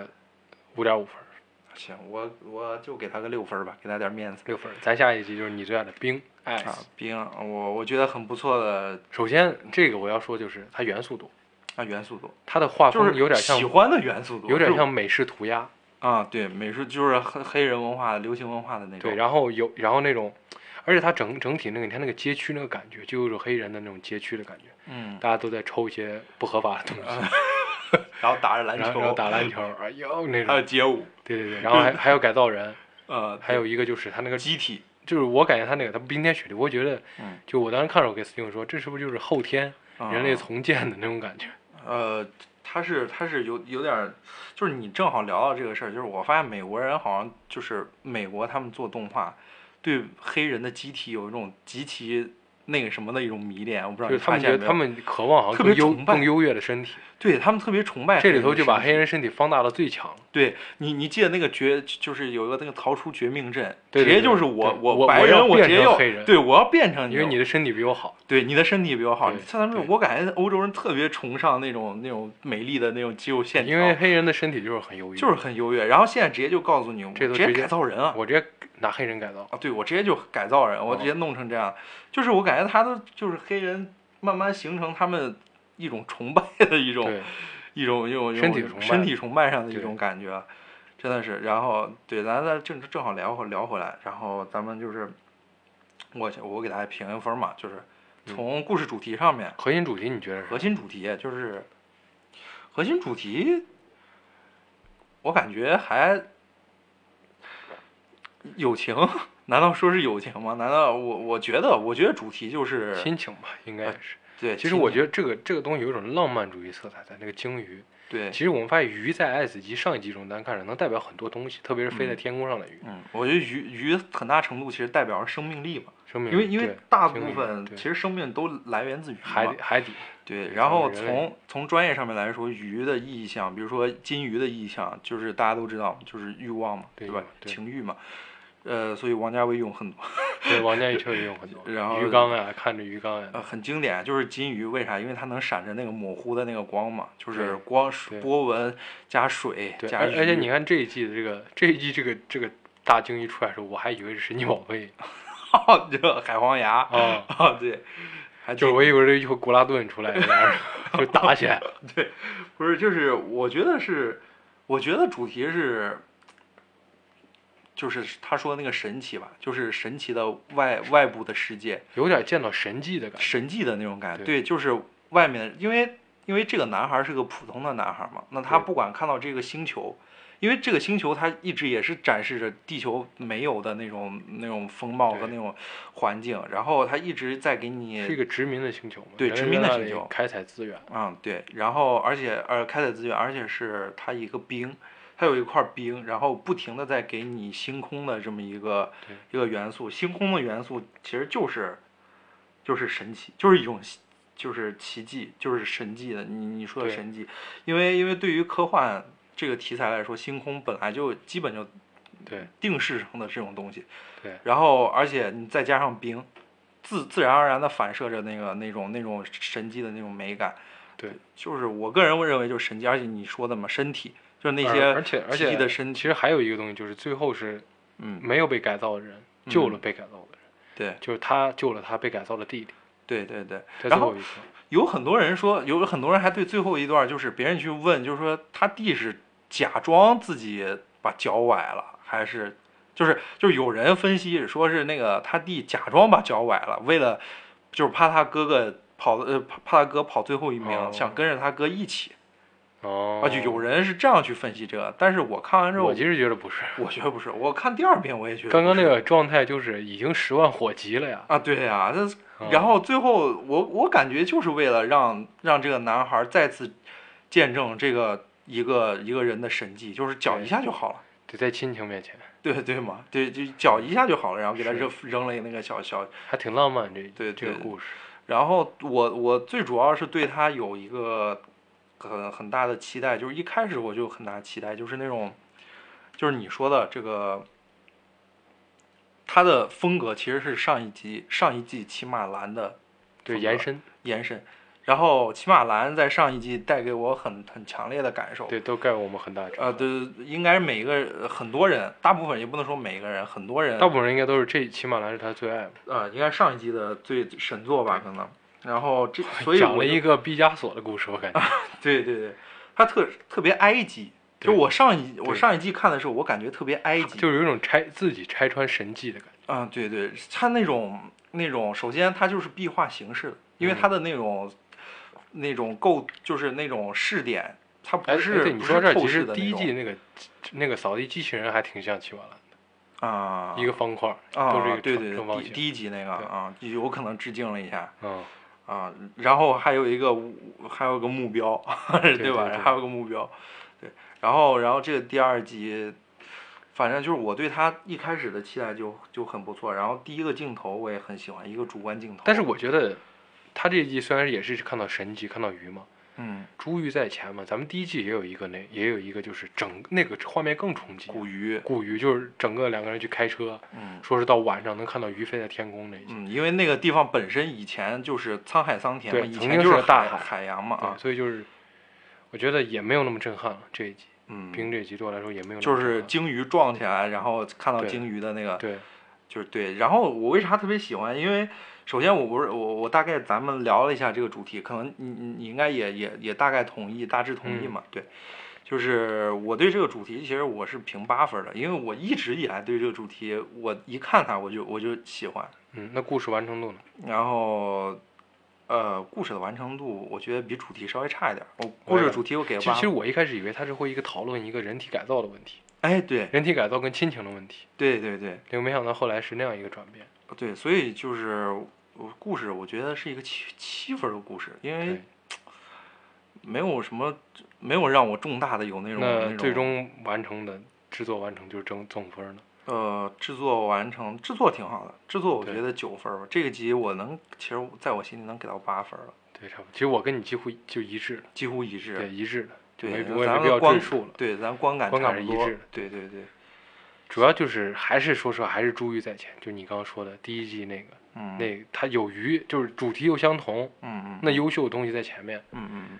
Speaker 1: 五点五分儿，
Speaker 3: 行，我我就给他个六分儿吧，给他点儿面子。
Speaker 1: 六分儿。咱下一集就是你最爱的冰 ice。
Speaker 3: 啊，冰，我我觉得很不错的
Speaker 1: 首先，这个我要说就是它元素多，
Speaker 3: 啊元素多，
Speaker 1: 它的画
Speaker 3: 就
Speaker 1: 风
Speaker 3: 是
Speaker 1: 啊有点像
Speaker 3: 喜欢的元素多，
Speaker 1: 有点
Speaker 3: 就
Speaker 1: 像美式涂鸦，
Speaker 3: 啊，对，美术就是黑黑人文化、流行文化的那种。
Speaker 1: 对，然后有然后那种，而且它整整体那个你看那个街区那个感觉，就有种黑人的那种街区的感觉，
Speaker 3: 嗯，啊
Speaker 1: 大家都在抽一些不合法的东西，
Speaker 3: 然后打着篮
Speaker 1: 然
Speaker 3: 球，
Speaker 1: 后然后打篮
Speaker 3: [LAUGHS]
Speaker 1: 球，哎呦那
Speaker 3: 还有
Speaker 1: 种，
Speaker 3: 街舞，
Speaker 1: 对对对，然后还还有改造人，
Speaker 3: 呃，
Speaker 1: 还有一个就是他那个
Speaker 3: 集体，
Speaker 1: 就是我感觉他那个他冰天雪地，我觉得
Speaker 3: 嗯，
Speaker 1: 就我当时看着我给斯汀说，这是不是就是后天
Speaker 3: 啊
Speaker 1: 人类重建的那种感觉？
Speaker 3: 呃，他是他是有有点儿，就是你正好聊到这个事儿，就是我发现美国人好像就是美国他们做动画，对黑人的机体有一种极其那个什么的一种迷恋，我不知道
Speaker 1: 就是
Speaker 3: 你
Speaker 1: 他
Speaker 3: 发
Speaker 1: 们觉得
Speaker 3: 现
Speaker 1: 他
Speaker 3: 没有？
Speaker 1: 们渴望好像
Speaker 3: 特别
Speaker 1: 更优
Speaker 3: 崇拜
Speaker 1: 更优越的身体，
Speaker 3: 对他们特别崇拜
Speaker 1: 这里
Speaker 3: 人
Speaker 1: 头
Speaker 3: 的
Speaker 1: 就把
Speaker 3: 身
Speaker 1: 黑
Speaker 3: 体
Speaker 1: 人身体放大到最强。
Speaker 3: 对你，你记得那个绝，就是有一个那个逃出绝命镇，
Speaker 1: 对对
Speaker 3: 直接就
Speaker 1: 对
Speaker 3: 是我
Speaker 1: 对我
Speaker 3: 白
Speaker 1: 我要
Speaker 3: 人，我
Speaker 1: 变
Speaker 3: 直接
Speaker 1: 成
Speaker 3: 要
Speaker 1: 黑人
Speaker 3: 对我要变成
Speaker 1: 因为你
Speaker 3: 的
Speaker 1: 的身体比我好，
Speaker 3: 对你的身体比我好
Speaker 1: 对。
Speaker 3: 像咱们
Speaker 1: 对
Speaker 3: 我感觉欧洲人特别崇尚那种那种美丽的那种肌肉线条，
Speaker 1: 因为黑人的身体就是很优越，
Speaker 3: 就是很优越。然后现在直接就告诉你，我
Speaker 1: 这都
Speaker 3: 直接
Speaker 1: 直接
Speaker 3: 改造人啊！
Speaker 1: 我哦直接拿黑人改造。
Speaker 3: 啊，对我直接就改造人，我直接弄成这样，就是我感觉他都就是黑人慢慢形成他们一种崇拜的一种
Speaker 1: 对，
Speaker 3: 一种一种一
Speaker 1: 身
Speaker 3: 种
Speaker 1: 体崇拜
Speaker 3: 身体崇拜上的一
Speaker 1: 对
Speaker 3: 种感觉，真的是。然后对，咱咱正正好聊回聊回来，然后咱们就是我我给大家评一分嘛，就是
Speaker 1: 嗯
Speaker 3: 从故事主题上面，
Speaker 1: 核心主题你觉得是
Speaker 3: 核？心主题就是核心主题，我感觉还友情，难道说是友情吗？难道我我觉得我觉得主题就是啊
Speaker 1: 心情吧，应该也是。
Speaker 3: 对，
Speaker 1: 其实我觉
Speaker 3: 得
Speaker 1: 得这个这个东西有一种浪漫主义色彩在那个鲸鱼。
Speaker 3: 对
Speaker 1: 其，实我们发现鱼在《爱死机》上一集中，咱看着能代表很多东西，特别是飞在
Speaker 3: 嗯
Speaker 1: 天空上的鱼，
Speaker 3: 嗯，我觉得鱼鱼很大程度其实代表着生命力嘛。
Speaker 1: 生命
Speaker 3: 因为
Speaker 1: 力
Speaker 3: 因为
Speaker 1: 嗯对
Speaker 3: 大
Speaker 1: 生
Speaker 3: 部
Speaker 1: 命
Speaker 3: 分
Speaker 1: 力对
Speaker 3: 其实生命都来源自于
Speaker 1: 海
Speaker 3: 嘛
Speaker 1: 底海底
Speaker 3: 对，
Speaker 1: 对
Speaker 3: 然
Speaker 1: 咱们
Speaker 3: 后
Speaker 1: 人类
Speaker 3: 从从专业上面来说，鱼的意象，比如说金鱼的意象，就是大家都知道，就是欲望嘛，
Speaker 1: 对
Speaker 3: 对吧
Speaker 1: 欲望？对
Speaker 3: 情欲嘛，呃，所以王家卫用很多， [LAUGHS]
Speaker 1: 对王家一车也有很多
Speaker 3: 然后
Speaker 1: 鱼缸呀，看着鱼缸呀，
Speaker 3: 呃，很经典，就是金鱼，为啥？因为它能闪着那个模糊的那个光嘛，就是
Speaker 1: 对
Speaker 3: 光
Speaker 1: 对
Speaker 3: 波纹加水
Speaker 1: 对，
Speaker 3: 加
Speaker 1: 而而且
Speaker 3: 鱼
Speaker 1: 你看这一季的这个这一季这个这个大鲸一出来的时候，我还以为是神奇宝
Speaker 3: [LAUGHS]
Speaker 1: 贝
Speaker 3: 哦 [LAUGHS] 这个海黄牙
Speaker 1: 啊，
Speaker 3: 啊， [LAUGHS] 对，还
Speaker 1: 就是
Speaker 3: 挺
Speaker 1: 我以为是一会古拉顿出来，俩人 [LAUGHS] 就打起来了。
Speaker 3: 不是，就是我觉得是，我觉得主题是，就是他说的那个神奇吧，就是神奇的外外部的世界，
Speaker 1: 有点见到神迹的感觉。
Speaker 3: 神迹的那种感觉。
Speaker 1: 对
Speaker 3: 对，就是外面，因为因为这个男孩是个普通的男孩嘛，那他
Speaker 1: 对
Speaker 3: 不管看到这个星球，因为这个星球它一直也是展示着地球没有的那种那种风貌和
Speaker 1: 对
Speaker 3: 那种环境，然后他一直在给你
Speaker 1: 是一个殖民的星球嘛？
Speaker 3: 对
Speaker 1: 人类
Speaker 3: 殖民的
Speaker 1: 在那里
Speaker 3: 星球
Speaker 1: 开采资源，
Speaker 3: 嗯，对，然后而且呃，开采资源，而且是它一个冰，它有一块冰，然后不停的在给你星空的这么一个
Speaker 1: 对
Speaker 3: 一个元素，星空的元素其实就是就是神奇，就是一种奇就是奇迹，就是神迹的。你你说的
Speaker 1: 对
Speaker 3: 神迹，因为因为对于科幻这个题材来说，星空本来就基本就
Speaker 1: 对
Speaker 3: 定式成的这种东西，
Speaker 1: 对
Speaker 3: 然后而且你再加上冰，自自然而然的反射着那个那种那种神迹的那种美感。
Speaker 1: 对，
Speaker 3: 就是我个人会认为就是神迹，而且你说的嘛，身体就是那
Speaker 1: 而而
Speaker 3: 些
Speaker 1: 且而
Speaker 3: 奇迹的
Speaker 1: 且
Speaker 3: 身
Speaker 1: 其
Speaker 3: 体，
Speaker 1: 实还有一个东西，就是最后是
Speaker 3: 嗯，
Speaker 1: 没有被改造的人
Speaker 3: 嗯
Speaker 1: 救了被改造的人，
Speaker 3: 对
Speaker 1: 就是他救了他被改造的弟弟，
Speaker 3: 对对对，
Speaker 1: 在最
Speaker 3: 然后
Speaker 1: 后一刻，
Speaker 3: 有很多人说，有很多人还对最后一段就是别人去问，就是说他弟是假装自己把脚崴了，还是就是就是有人分析说是那个他弟假装把脚崴了，为了就是怕他哥哥跑呃怕怕他哥跑最后一名，
Speaker 1: 哦
Speaker 3: 想跟着他哥一起
Speaker 1: 哦，
Speaker 3: 啊，就有人是这样去分析这个，但是我看完之后，
Speaker 1: 我其实觉得不是，
Speaker 3: 我觉得不是，我看第二遍我也觉得
Speaker 1: 刚刚
Speaker 3: 不
Speaker 1: 那
Speaker 3: 是
Speaker 1: 个状态就是已经十万火急了呀，
Speaker 3: 啊，对呀、这
Speaker 1: 嗯
Speaker 3: 然后最后我我感觉就是为了让让这个男孩再次见证这个一个一个人的神迹，就是脚一下就好了，
Speaker 1: 得在亲情面前，
Speaker 3: 对对嘛，对就脚一下就好了，然后给他
Speaker 1: 是
Speaker 3: 扔扔了那个小小，
Speaker 1: 还挺浪漫这
Speaker 3: 对
Speaker 1: 这个
Speaker 3: 对
Speaker 1: 故事，
Speaker 3: 然后我我最主要是对他有一个很很大的期待，就是一开始我就有很大期待，就是那种就是你说的这个。他的风格其实是上一集上一季骑马兰的
Speaker 1: 对
Speaker 3: 风
Speaker 1: 延
Speaker 3: 格
Speaker 1: 伸，
Speaker 3: 延伸。然后骑马兰在上一季带给我很很强烈的感受，
Speaker 1: 对，都盖我们很大折
Speaker 3: 呃，对，应该是每一个呃很多人，大部分也不能说每一个人，很多人，
Speaker 1: 大部分人应该都是这骑马兰是他最爱的，
Speaker 3: 呃，应该上一季的最神作吧，可能。然后这，所以
Speaker 1: 讲
Speaker 3: 我
Speaker 1: 了
Speaker 3: 就
Speaker 1: 一个毕加索的故事，我感觉，
Speaker 3: 对对对，他特特别埃及，就
Speaker 1: 对
Speaker 3: 我上一我
Speaker 1: 对
Speaker 3: 上一季看的时候，我感觉特别埃及，
Speaker 1: 就是有一种拆自己拆穿神迹的感觉，
Speaker 3: 啊，对对，他那种那种，首先它就是壁画形式的，因为
Speaker 1: 嗯
Speaker 3: 它的那种、那种构就是那种试点，它
Speaker 1: 哎，
Speaker 3: 不是、
Speaker 1: 对，你
Speaker 3: 不
Speaker 1: 说
Speaker 3: 是
Speaker 1: 这儿
Speaker 3: 透
Speaker 1: 其
Speaker 3: 视
Speaker 1: 实
Speaker 3: 的
Speaker 1: 第
Speaker 3: 那
Speaker 1: 一季
Speaker 3: 种
Speaker 1: 那个那个扫地机器人还挺像骑马兰的，
Speaker 3: 啊
Speaker 1: 一个方块儿，
Speaker 3: 啊
Speaker 1: 都是一个
Speaker 3: 对
Speaker 1: 长
Speaker 3: 对
Speaker 1: 正
Speaker 3: 对
Speaker 1: 方
Speaker 3: 第
Speaker 1: 形，
Speaker 3: 第一集那个
Speaker 1: 对
Speaker 3: 啊，有可能致敬了一下
Speaker 1: 嗯，
Speaker 3: 啊，然后还有一个还有个目标， [LAUGHS]
Speaker 1: 对对
Speaker 3: 吧？
Speaker 1: 对
Speaker 3: 还有个目标，对。然后然后这个第二集，反正就是我对他一开始的期待就就很不错。然后第一个镜头我也很喜欢，一个主观镜头。
Speaker 1: 但是我觉得他这一季虽然也是看到神级，看到鱼嘛，
Speaker 3: 嗯，
Speaker 1: 珠玉在前嘛，咱们第一季也有一个那也有一个就是整那个画面更冲击，
Speaker 3: 古鱼，
Speaker 1: 古鱼就是整个两个人去开车，
Speaker 3: 嗯
Speaker 1: 说是到晚上能看到鱼飞在天空那一集，
Speaker 3: 嗯，因为那个地方本身以前就是沧海桑田嘛，
Speaker 1: 对
Speaker 3: 以
Speaker 1: 曾
Speaker 3: 前
Speaker 1: 经
Speaker 3: 就是
Speaker 1: 是大
Speaker 3: 海
Speaker 1: 海
Speaker 3: 海洋嘛啊
Speaker 1: 对，，所以就是我觉得也没有那么震撼了这一集，
Speaker 3: 嗯，
Speaker 1: 冰这一集对我来说也没有那
Speaker 3: 就
Speaker 1: 么震撼，
Speaker 3: 是鲸鱼撞起来，然后看到
Speaker 1: 对
Speaker 3: 鲸鱼的那个，
Speaker 1: 对
Speaker 3: 就是对。然后我为啥特别喜欢？因为首先我不是我我大概咱们聊了一下这个主题，可能你你你应该也也也大概同意，大致同意
Speaker 1: 嗯
Speaker 3: 嘛？对，就是我对这个主题其实我是评八分的，因为我一直以来对这个主题，我一看它我就我就喜欢。
Speaker 1: 嗯，那故事完成度呢？
Speaker 3: 然后，呃，故事的完成度我觉得比主题稍微差一点儿。我
Speaker 1: 我
Speaker 3: 故
Speaker 1: 也
Speaker 3: 事
Speaker 1: 感
Speaker 3: 主题我给了
Speaker 1: 其实
Speaker 3: 八
Speaker 1: 其实
Speaker 3: 分。
Speaker 1: 我一开始以为他是会一个讨论一个人体改造的问题，
Speaker 3: 哎，对
Speaker 1: 人体改造跟亲情的问题，
Speaker 3: 对对对
Speaker 1: 结果没想到后来是那样一个转变，
Speaker 3: 对，所以就是我故事，我觉得是一个七七分儿的故事，因为
Speaker 1: 对，
Speaker 3: 没有什么，没有让我重大的有那种
Speaker 1: 那
Speaker 3: 种
Speaker 1: 最终完成的制作完成就是整总分呢，
Speaker 3: 呃制作完成，制作挺好的，制作我
Speaker 1: 对
Speaker 3: 觉得九分儿吧，这个集我能，其实在我心里能给到八分儿了，
Speaker 1: 对，差不多，其实我跟你几乎就一致了，
Speaker 3: 几乎一致。
Speaker 1: 对，一致的，就没
Speaker 3: 对，
Speaker 1: 我也
Speaker 3: 咱
Speaker 1: 没
Speaker 3: 们
Speaker 1: 必要
Speaker 3: 观
Speaker 1: 赘述了。
Speaker 3: 对，咱观感
Speaker 1: 观
Speaker 3: 差
Speaker 1: 感
Speaker 3: 不
Speaker 1: 是一
Speaker 3: 多
Speaker 1: 致的。
Speaker 3: 对对对，
Speaker 1: 主要就是还是说实话，还是珠玉在前。就你刚刚说的第一季那个，
Speaker 3: 嗯，
Speaker 1: 那它有鱼，就是主题又相同，
Speaker 3: 嗯嗯，
Speaker 1: 那优秀的东西在前面。
Speaker 3: 嗯嗯嗯，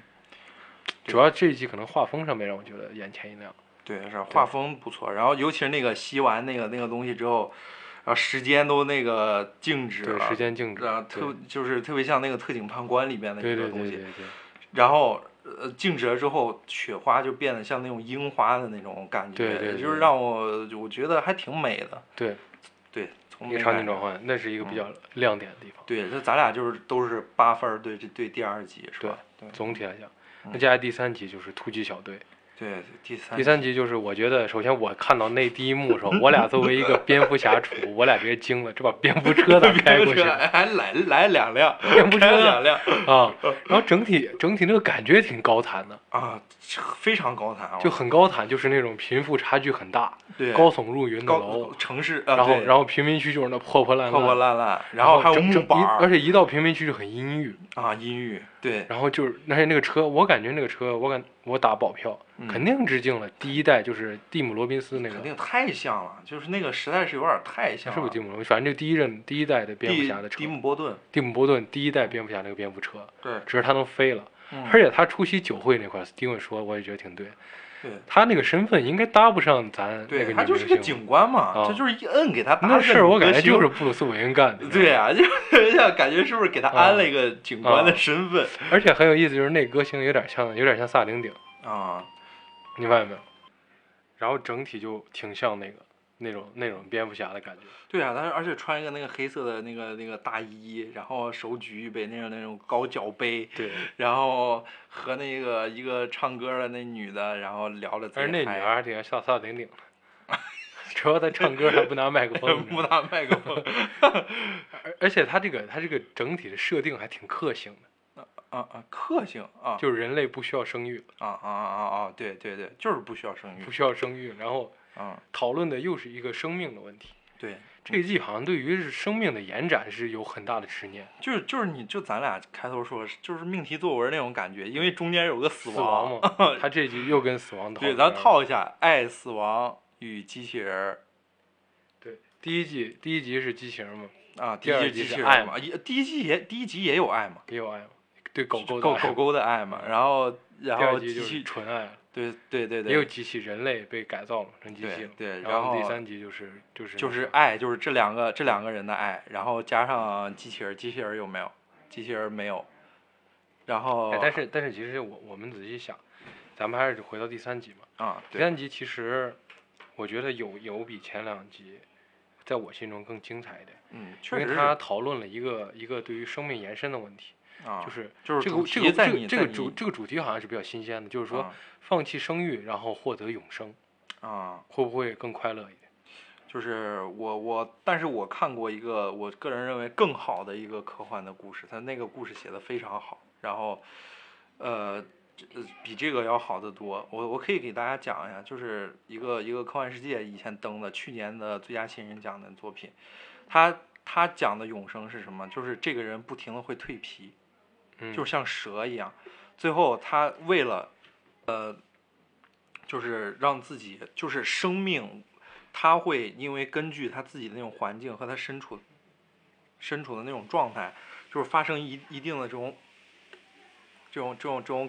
Speaker 3: 对
Speaker 1: 主要这一季可能画风上面让我觉得眼前一亮。
Speaker 3: 对，是画风不错，然后尤其是那个吸完那个那个东西之后，然后时间都那个静止
Speaker 1: 对，
Speaker 3: 了，
Speaker 1: 时间静止
Speaker 3: 然后，
Speaker 1: 对
Speaker 3: 特啊就是特别像那个特警判官里边的一
Speaker 1: 对
Speaker 3: 个
Speaker 1: 对
Speaker 3: 东
Speaker 1: 对
Speaker 3: 西，
Speaker 1: 对对，
Speaker 3: 然后呃静止了之后，雪花就变得像那种樱花的那种感觉，
Speaker 1: 对对对
Speaker 3: 就是让我我觉得还挺美的，
Speaker 1: 对
Speaker 3: 对，从
Speaker 1: 一个
Speaker 3: 美
Speaker 1: 场景
Speaker 3: 感
Speaker 1: 转
Speaker 3: 上。
Speaker 1: 换，那是一个比
Speaker 3: 嗯
Speaker 1: 较亮点的地方。
Speaker 3: 对，这咱俩就是都是八分儿，对这对第二集是吧？对
Speaker 1: 总体来讲，
Speaker 3: 嗯哎
Speaker 1: 那接下来第三集就是突击小队。
Speaker 3: 对，第三 [LAUGHS]
Speaker 1: 第三集就是我觉得，首先我看到那第一幕的时候，我俩作为一个蝙蝠侠主，我俩直接惊了，这把蝙蝠车咋开过去
Speaker 3: 车
Speaker 1: 了？
Speaker 3: 还来来两辆，
Speaker 1: 蝙蝠车
Speaker 3: 开了两辆
Speaker 1: 啊，然后整体整体那个感觉挺高谈的，
Speaker 3: 啊，这非常高谈啊，
Speaker 1: 就很高谈，就是那种贫富差距很大、
Speaker 3: 对
Speaker 1: 高耸入云的
Speaker 3: 高
Speaker 1: 楼，
Speaker 3: 城市，
Speaker 1: 然后然
Speaker 3: 后
Speaker 1: 后贫民区就是那破破烂
Speaker 3: 破破
Speaker 1: 烂，
Speaker 3: 烂烂，
Speaker 1: 然
Speaker 3: 然后还有
Speaker 1: 整
Speaker 3: 木
Speaker 1: 整
Speaker 3: 板
Speaker 1: 一而
Speaker 3: 儿
Speaker 1: 且一到贫民区就很阴郁，
Speaker 3: 啊，音域，对，
Speaker 1: 然后就是而且那个车，我感觉那个车，我感我打保票
Speaker 3: 嗯，
Speaker 1: 肯定致敬了第一代，就是蒂姆·罗宾斯那
Speaker 3: 肯
Speaker 1: 个，
Speaker 3: 定太像了，就是那个实在是有点太像了，
Speaker 1: 是不是蒂姆·罗宾斯？反正就第一任第一代的蝙蝠侠的
Speaker 3: 蒂
Speaker 1: 车
Speaker 3: 蒂，姆波顿，
Speaker 1: 蒂姆·波顿第一代蝙蝠侠那个蝙蝠车，
Speaker 3: 对，
Speaker 1: 只是他能飞了，
Speaker 3: 嗯
Speaker 1: 而且他出席酒会那块儿，斯蒂文说我也觉得挺对。
Speaker 3: 对
Speaker 1: 他那个身份应该搭不上咱那
Speaker 3: 对，
Speaker 1: 个
Speaker 3: 他
Speaker 1: 女
Speaker 3: 就是
Speaker 1: 明
Speaker 3: 个
Speaker 1: 星
Speaker 3: 警官嘛，
Speaker 1: 啊
Speaker 3: 这就是一摁给他打
Speaker 1: 那
Speaker 3: 个
Speaker 1: 事儿，我感觉
Speaker 3: 革新
Speaker 1: 就是布鲁斯韦恩干的。
Speaker 3: [LAUGHS] 对啊，就是 [LAUGHS] 像感觉是不是给他安
Speaker 1: 哦
Speaker 3: 了一个警官的
Speaker 1: 啊
Speaker 3: 身份
Speaker 1: 而且很有意思，就是那歌星有点像，有点像萨顶顶，
Speaker 3: 啊？
Speaker 1: 你发现没有？然后整体就挺像那个那种那种蝙蝠侠的感觉。
Speaker 3: 对啊，但是而且穿一个那个黑色的那个那个大衣，然后手举一杯那种那种高脚杯，
Speaker 1: 对，
Speaker 3: 然后和那个一个唱歌的那女的，然后聊的。
Speaker 1: 但是那女孩
Speaker 3: 孩
Speaker 1: 儿还挺像萨萨顶顶的， [LAUGHS] 主要她唱歌还不拿麦克风，
Speaker 3: [LAUGHS] 不拿麦克风
Speaker 1: 而而且她这个她这个整体的设定还挺克星的，
Speaker 3: 啊啊，克星啊，
Speaker 1: 就是人类不需要生育了，
Speaker 3: 啊啊啊啊啊，对对对，就是不需要生育
Speaker 1: 不需要生育，然后
Speaker 3: 啊，
Speaker 1: 讨论的又是一个生命的问题。
Speaker 3: 对，
Speaker 1: 这一季好像对于是生命的延展是有很大的执念，
Speaker 3: 就是就是你就咱俩开头说，就是命题作文那种感觉，因为中间有个死
Speaker 1: 死亡嘛，
Speaker 3: [LAUGHS]
Speaker 1: 他这一集又跟死亡套。
Speaker 3: 对，咱。套一下《爱、死亡与机器人儿
Speaker 1: 对，第一季第一集是机器人嘛，》
Speaker 3: 啊，第
Speaker 1: 第二
Speaker 3: 一
Speaker 1: 集
Speaker 3: 季机
Speaker 1: 是
Speaker 3: 器人
Speaker 1: 爱
Speaker 3: 儿嘛，也第一季也第一集也有爱嘛，
Speaker 1: 也有爱嘛，对狗狗的
Speaker 3: 狗
Speaker 1: 爱嗯
Speaker 3: 狗。狗的爱嘛，然后然
Speaker 1: 第
Speaker 3: 后
Speaker 1: 二集
Speaker 3: 机
Speaker 1: 就是
Speaker 3: 器，
Speaker 1: 纯爱了，
Speaker 3: 对对对
Speaker 1: 也有
Speaker 3: 对，
Speaker 1: 机器人类被改造了成机器了。
Speaker 3: 对对
Speaker 1: 然
Speaker 3: 然后
Speaker 1: 第三集就是就是
Speaker 3: 就是爱，就是这两个这两个人的爱，然后加上机器人儿，机器人儿有没有？机器人儿没有，然后
Speaker 1: 哎，但是但是其实我我们仔细想，咱们还是回到第三集嘛。
Speaker 3: 啊，
Speaker 1: 第
Speaker 3: 对
Speaker 1: 三集其实我觉得有有比前两集在我心中更精彩一点，
Speaker 3: 嗯，
Speaker 1: 因
Speaker 3: 确
Speaker 1: 为
Speaker 3: 实是
Speaker 1: 它讨论了一个一个对于生命延伸的问题。
Speaker 3: 啊，
Speaker 1: 就是
Speaker 3: 就是
Speaker 1: 这
Speaker 3: 主
Speaker 1: 个这
Speaker 3: 题
Speaker 1: 个
Speaker 3: 在
Speaker 1: 这
Speaker 3: 你
Speaker 1: 个这
Speaker 3: 在
Speaker 1: 个
Speaker 3: 你
Speaker 1: 主这个主题好像是比较新鲜的，就是说
Speaker 3: 啊
Speaker 1: 放弃生育，然后获得永生，
Speaker 3: 啊，
Speaker 1: 会不会更快乐一点？
Speaker 3: 就是我我，但是我看过一个我个人认为更好的一个科幻的故事，它那个故事写的非常好，然后，呃，这呃比这个要好得多。我我可以给大家讲一下，就是一个一个科幻世界以前登的去年的最佳新人奖的作品，他他讲的永生是什么？就是这个人不停的会蜕皮，
Speaker 1: 嗯
Speaker 3: 就像蛇一样，最后他为了，呃，就是让自己就是生命，他会因为根据他自己的那种环境和他身处身处的那种状态，就是发生一一定的这种这种这种这种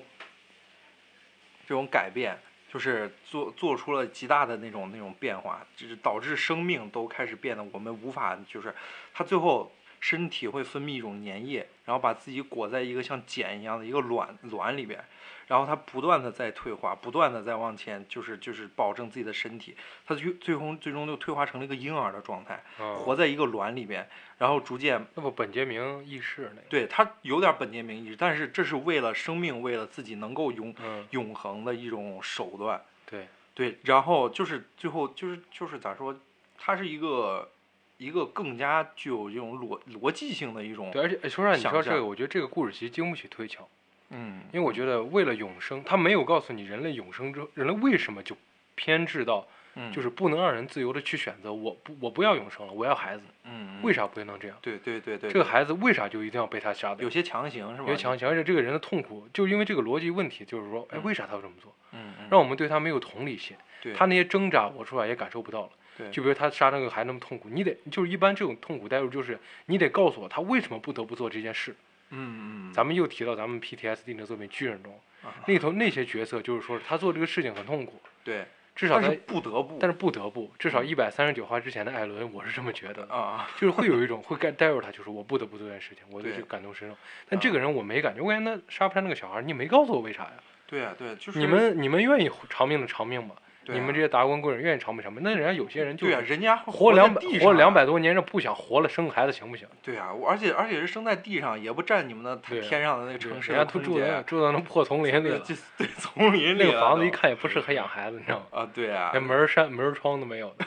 Speaker 3: 这种改变，就是做做出了极大的那种那种变化，就是导致生命都开始变得我们无法就是他最后身体会分泌一种粘液，然后把自己裹在一个像茧一样的一个卵卵里边，然后他不断的在退化，不断的在往前，就是就是保证自己的身体，他最最终最终就退化成了一个婴儿的状态，
Speaker 1: 啊
Speaker 3: 活在一个卵里边，然后逐渐
Speaker 1: 那不本杰明轶事那个，
Speaker 3: 对他有点本杰明意识，但是这是为了生命，为了自己能够永
Speaker 1: 嗯，
Speaker 3: 永恒的一种手段。
Speaker 1: 对，
Speaker 3: 对，然后就是最后就是就是咋说，它是一个一个更加具有这种逻逻辑性的一种
Speaker 1: 对，，而且哎说实话，你
Speaker 3: 想
Speaker 1: 说这
Speaker 3: 象
Speaker 1: 个，我觉得这个故事其实经不起推敲，
Speaker 3: 嗯，
Speaker 1: 因为我觉得为了永生，他没有告诉你人类永生之后，人类为什么就偏执到
Speaker 3: 嗯
Speaker 1: 就是不能让人自由的去选择，我不我不要永生了，我要孩子，
Speaker 3: 嗯，
Speaker 1: 为
Speaker 3: 啥？
Speaker 1: 啥不能这样？
Speaker 3: 对对对对，
Speaker 1: 这个孩子为啥就一定要被他杀掉
Speaker 3: 有？些强行是吧？
Speaker 1: 因为强行，而且这个人的痛苦，就因为这个逻辑问题，就是说，哎，
Speaker 3: 嗯
Speaker 1: 为啥他要这么做？
Speaker 3: 嗯，嗯，
Speaker 1: 让我们对他没有同理心，
Speaker 3: 对
Speaker 1: 他那些挣扎，我说实话也感受不到了。
Speaker 3: 对
Speaker 1: 就比如他杀那个孩子那么痛苦，你得就是一般这种痛苦代入，就是你得告诉我他为什么不得不做这件事。
Speaker 3: 嗯嗯，
Speaker 1: 咱们又提到咱们 PTSD 的作品《巨人》中，
Speaker 3: 啊
Speaker 1: 那头那些角色就是说他做这个事情很痛苦，
Speaker 3: 对，
Speaker 1: 至少
Speaker 3: 但
Speaker 1: 他
Speaker 3: 是不嗯得不，
Speaker 1: 但是不得不，至少一百三十九话之前的艾伦，我是这么觉得的。
Speaker 3: 啊，
Speaker 1: 就是会有一种会带带入他，就是我不得不做这件事情，我对
Speaker 3: 对啊
Speaker 1: 这个感同身受。但这个人我没感觉，我感觉那杀不杀那个小孩，你没告诉我为啥呀？
Speaker 3: 对啊对，就是
Speaker 1: 你们你们愿意偿命的偿命吗？
Speaker 3: 对
Speaker 1: 你
Speaker 3: 啊
Speaker 1: 们这些达官贵人愿意偿不偿命？那人家有些人就
Speaker 3: 对啊，
Speaker 1: 是
Speaker 3: 人家
Speaker 1: 活两百活两
Speaker 3: 百。
Speaker 1: 百多年，这不想活了，生个孩子行不行？
Speaker 3: 对啊，我而且而且是生在地上，也不占你们的
Speaker 1: 对
Speaker 3: 太天上的那个城市
Speaker 1: 人家
Speaker 3: 的
Speaker 1: 都
Speaker 3: 空
Speaker 1: 住在
Speaker 3: 间，
Speaker 1: 住到那破丛林里
Speaker 3: 对
Speaker 1: 了，
Speaker 3: 就对 [LAUGHS] 丛林里
Speaker 1: 那个
Speaker 3: 了
Speaker 1: 房子
Speaker 3: 都
Speaker 1: 一看也不适合养孩子，你知道吗？
Speaker 3: 啊，对啊，
Speaker 1: 连门儿扇门儿窗都没有的。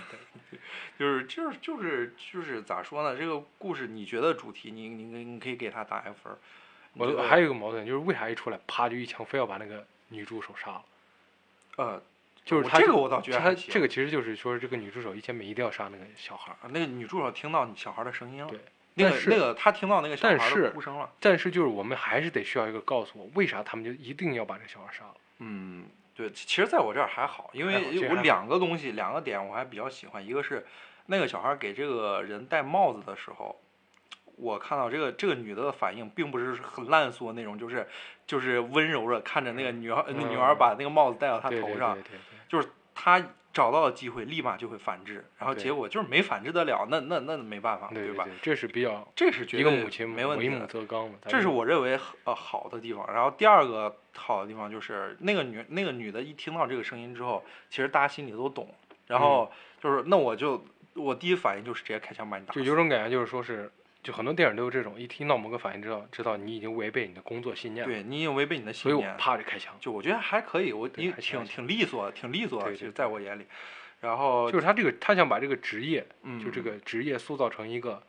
Speaker 3: 就是就是就是就是咋说呢？这个故事你觉得主题，你你你可以给他打 F 分儿。你觉
Speaker 1: 我
Speaker 3: 得
Speaker 1: 还有一个矛盾，就是为啥一出来啪就一枪，非要把那个女助手杀了？
Speaker 3: 呃，
Speaker 1: 就是
Speaker 3: 我
Speaker 1: 他
Speaker 3: 这个我倒觉得
Speaker 1: 他
Speaker 3: 还行
Speaker 1: 这个其实就是说，这个女助手一前面一定要杀那个小孩儿。
Speaker 3: 啊那个女助手听到你小孩的声音了
Speaker 1: 对，
Speaker 3: 那
Speaker 1: 但
Speaker 3: 个
Speaker 1: 是
Speaker 3: 那个她听到那个小
Speaker 1: 但
Speaker 3: 孩
Speaker 1: 是
Speaker 3: 的哭声了。
Speaker 1: 但是就是我们还是得需要一个告诉我，为啥他们就一定要把这个小孩杀了？
Speaker 3: 嗯，对，其其实在我这儿还好，因
Speaker 1: 还好其实
Speaker 3: 为
Speaker 1: 还
Speaker 3: 我
Speaker 1: 好
Speaker 3: 两个东西两个点我还比较喜欢，一个是那个小孩给这个人戴帽子的时候。我看到这个这个女的反应，并不是很烂俗的那种，就是就是温柔的看着那个女儿，那女儿
Speaker 1: 嗯
Speaker 3: 把那个帽子戴到她
Speaker 1: 对
Speaker 3: 头
Speaker 1: 对
Speaker 3: 上
Speaker 1: 对，对对，
Speaker 3: 就是他找到了机会，立马就会反制，然后
Speaker 1: 对
Speaker 3: 结果就是没反制得了，那那那没办法，
Speaker 1: 对
Speaker 3: 啊吧？
Speaker 1: 这是比较
Speaker 3: 这是绝
Speaker 1: 一个
Speaker 3: 对
Speaker 1: 母亲
Speaker 3: 没问
Speaker 1: 为
Speaker 3: 题
Speaker 1: 母
Speaker 3: 的，
Speaker 1: 则刚嘛。咱
Speaker 3: 这是
Speaker 1: 们
Speaker 3: 我认为呃好的地方。然后第二个好的地方就是那个女那个女的一听到这个声音之后，其实大家心里都懂，然后
Speaker 1: 嗯
Speaker 3: 就是那我就我第一反应就是直接开枪把你打死，
Speaker 1: 就有种感觉，就是说是就很多电影都有这种，一听到某个反应，知道知道你已经违背你的工作信念了，
Speaker 3: 对你已经违背你的
Speaker 1: 所以
Speaker 3: 信
Speaker 1: 我
Speaker 3: 念，
Speaker 1: 啪就开枪。
Speaker 3: 就我觉得还可以，我
Speaker 1: 对
Speaker 3: 你
Speaker 1: 还行
Speaker 3: 挺
Speaker 1: 还行
Speaker 3: 挺利索的，挺利索的，
Speaker 1: 对
Speaker 3: 其
Speaker 1: 对
Speaker 3: 实在我眼里，然后
Speaker 1: 就是他这个，他想把这个职业，就这
Speaker 3: 嗯
Speaker 1: 个职业塑造成一个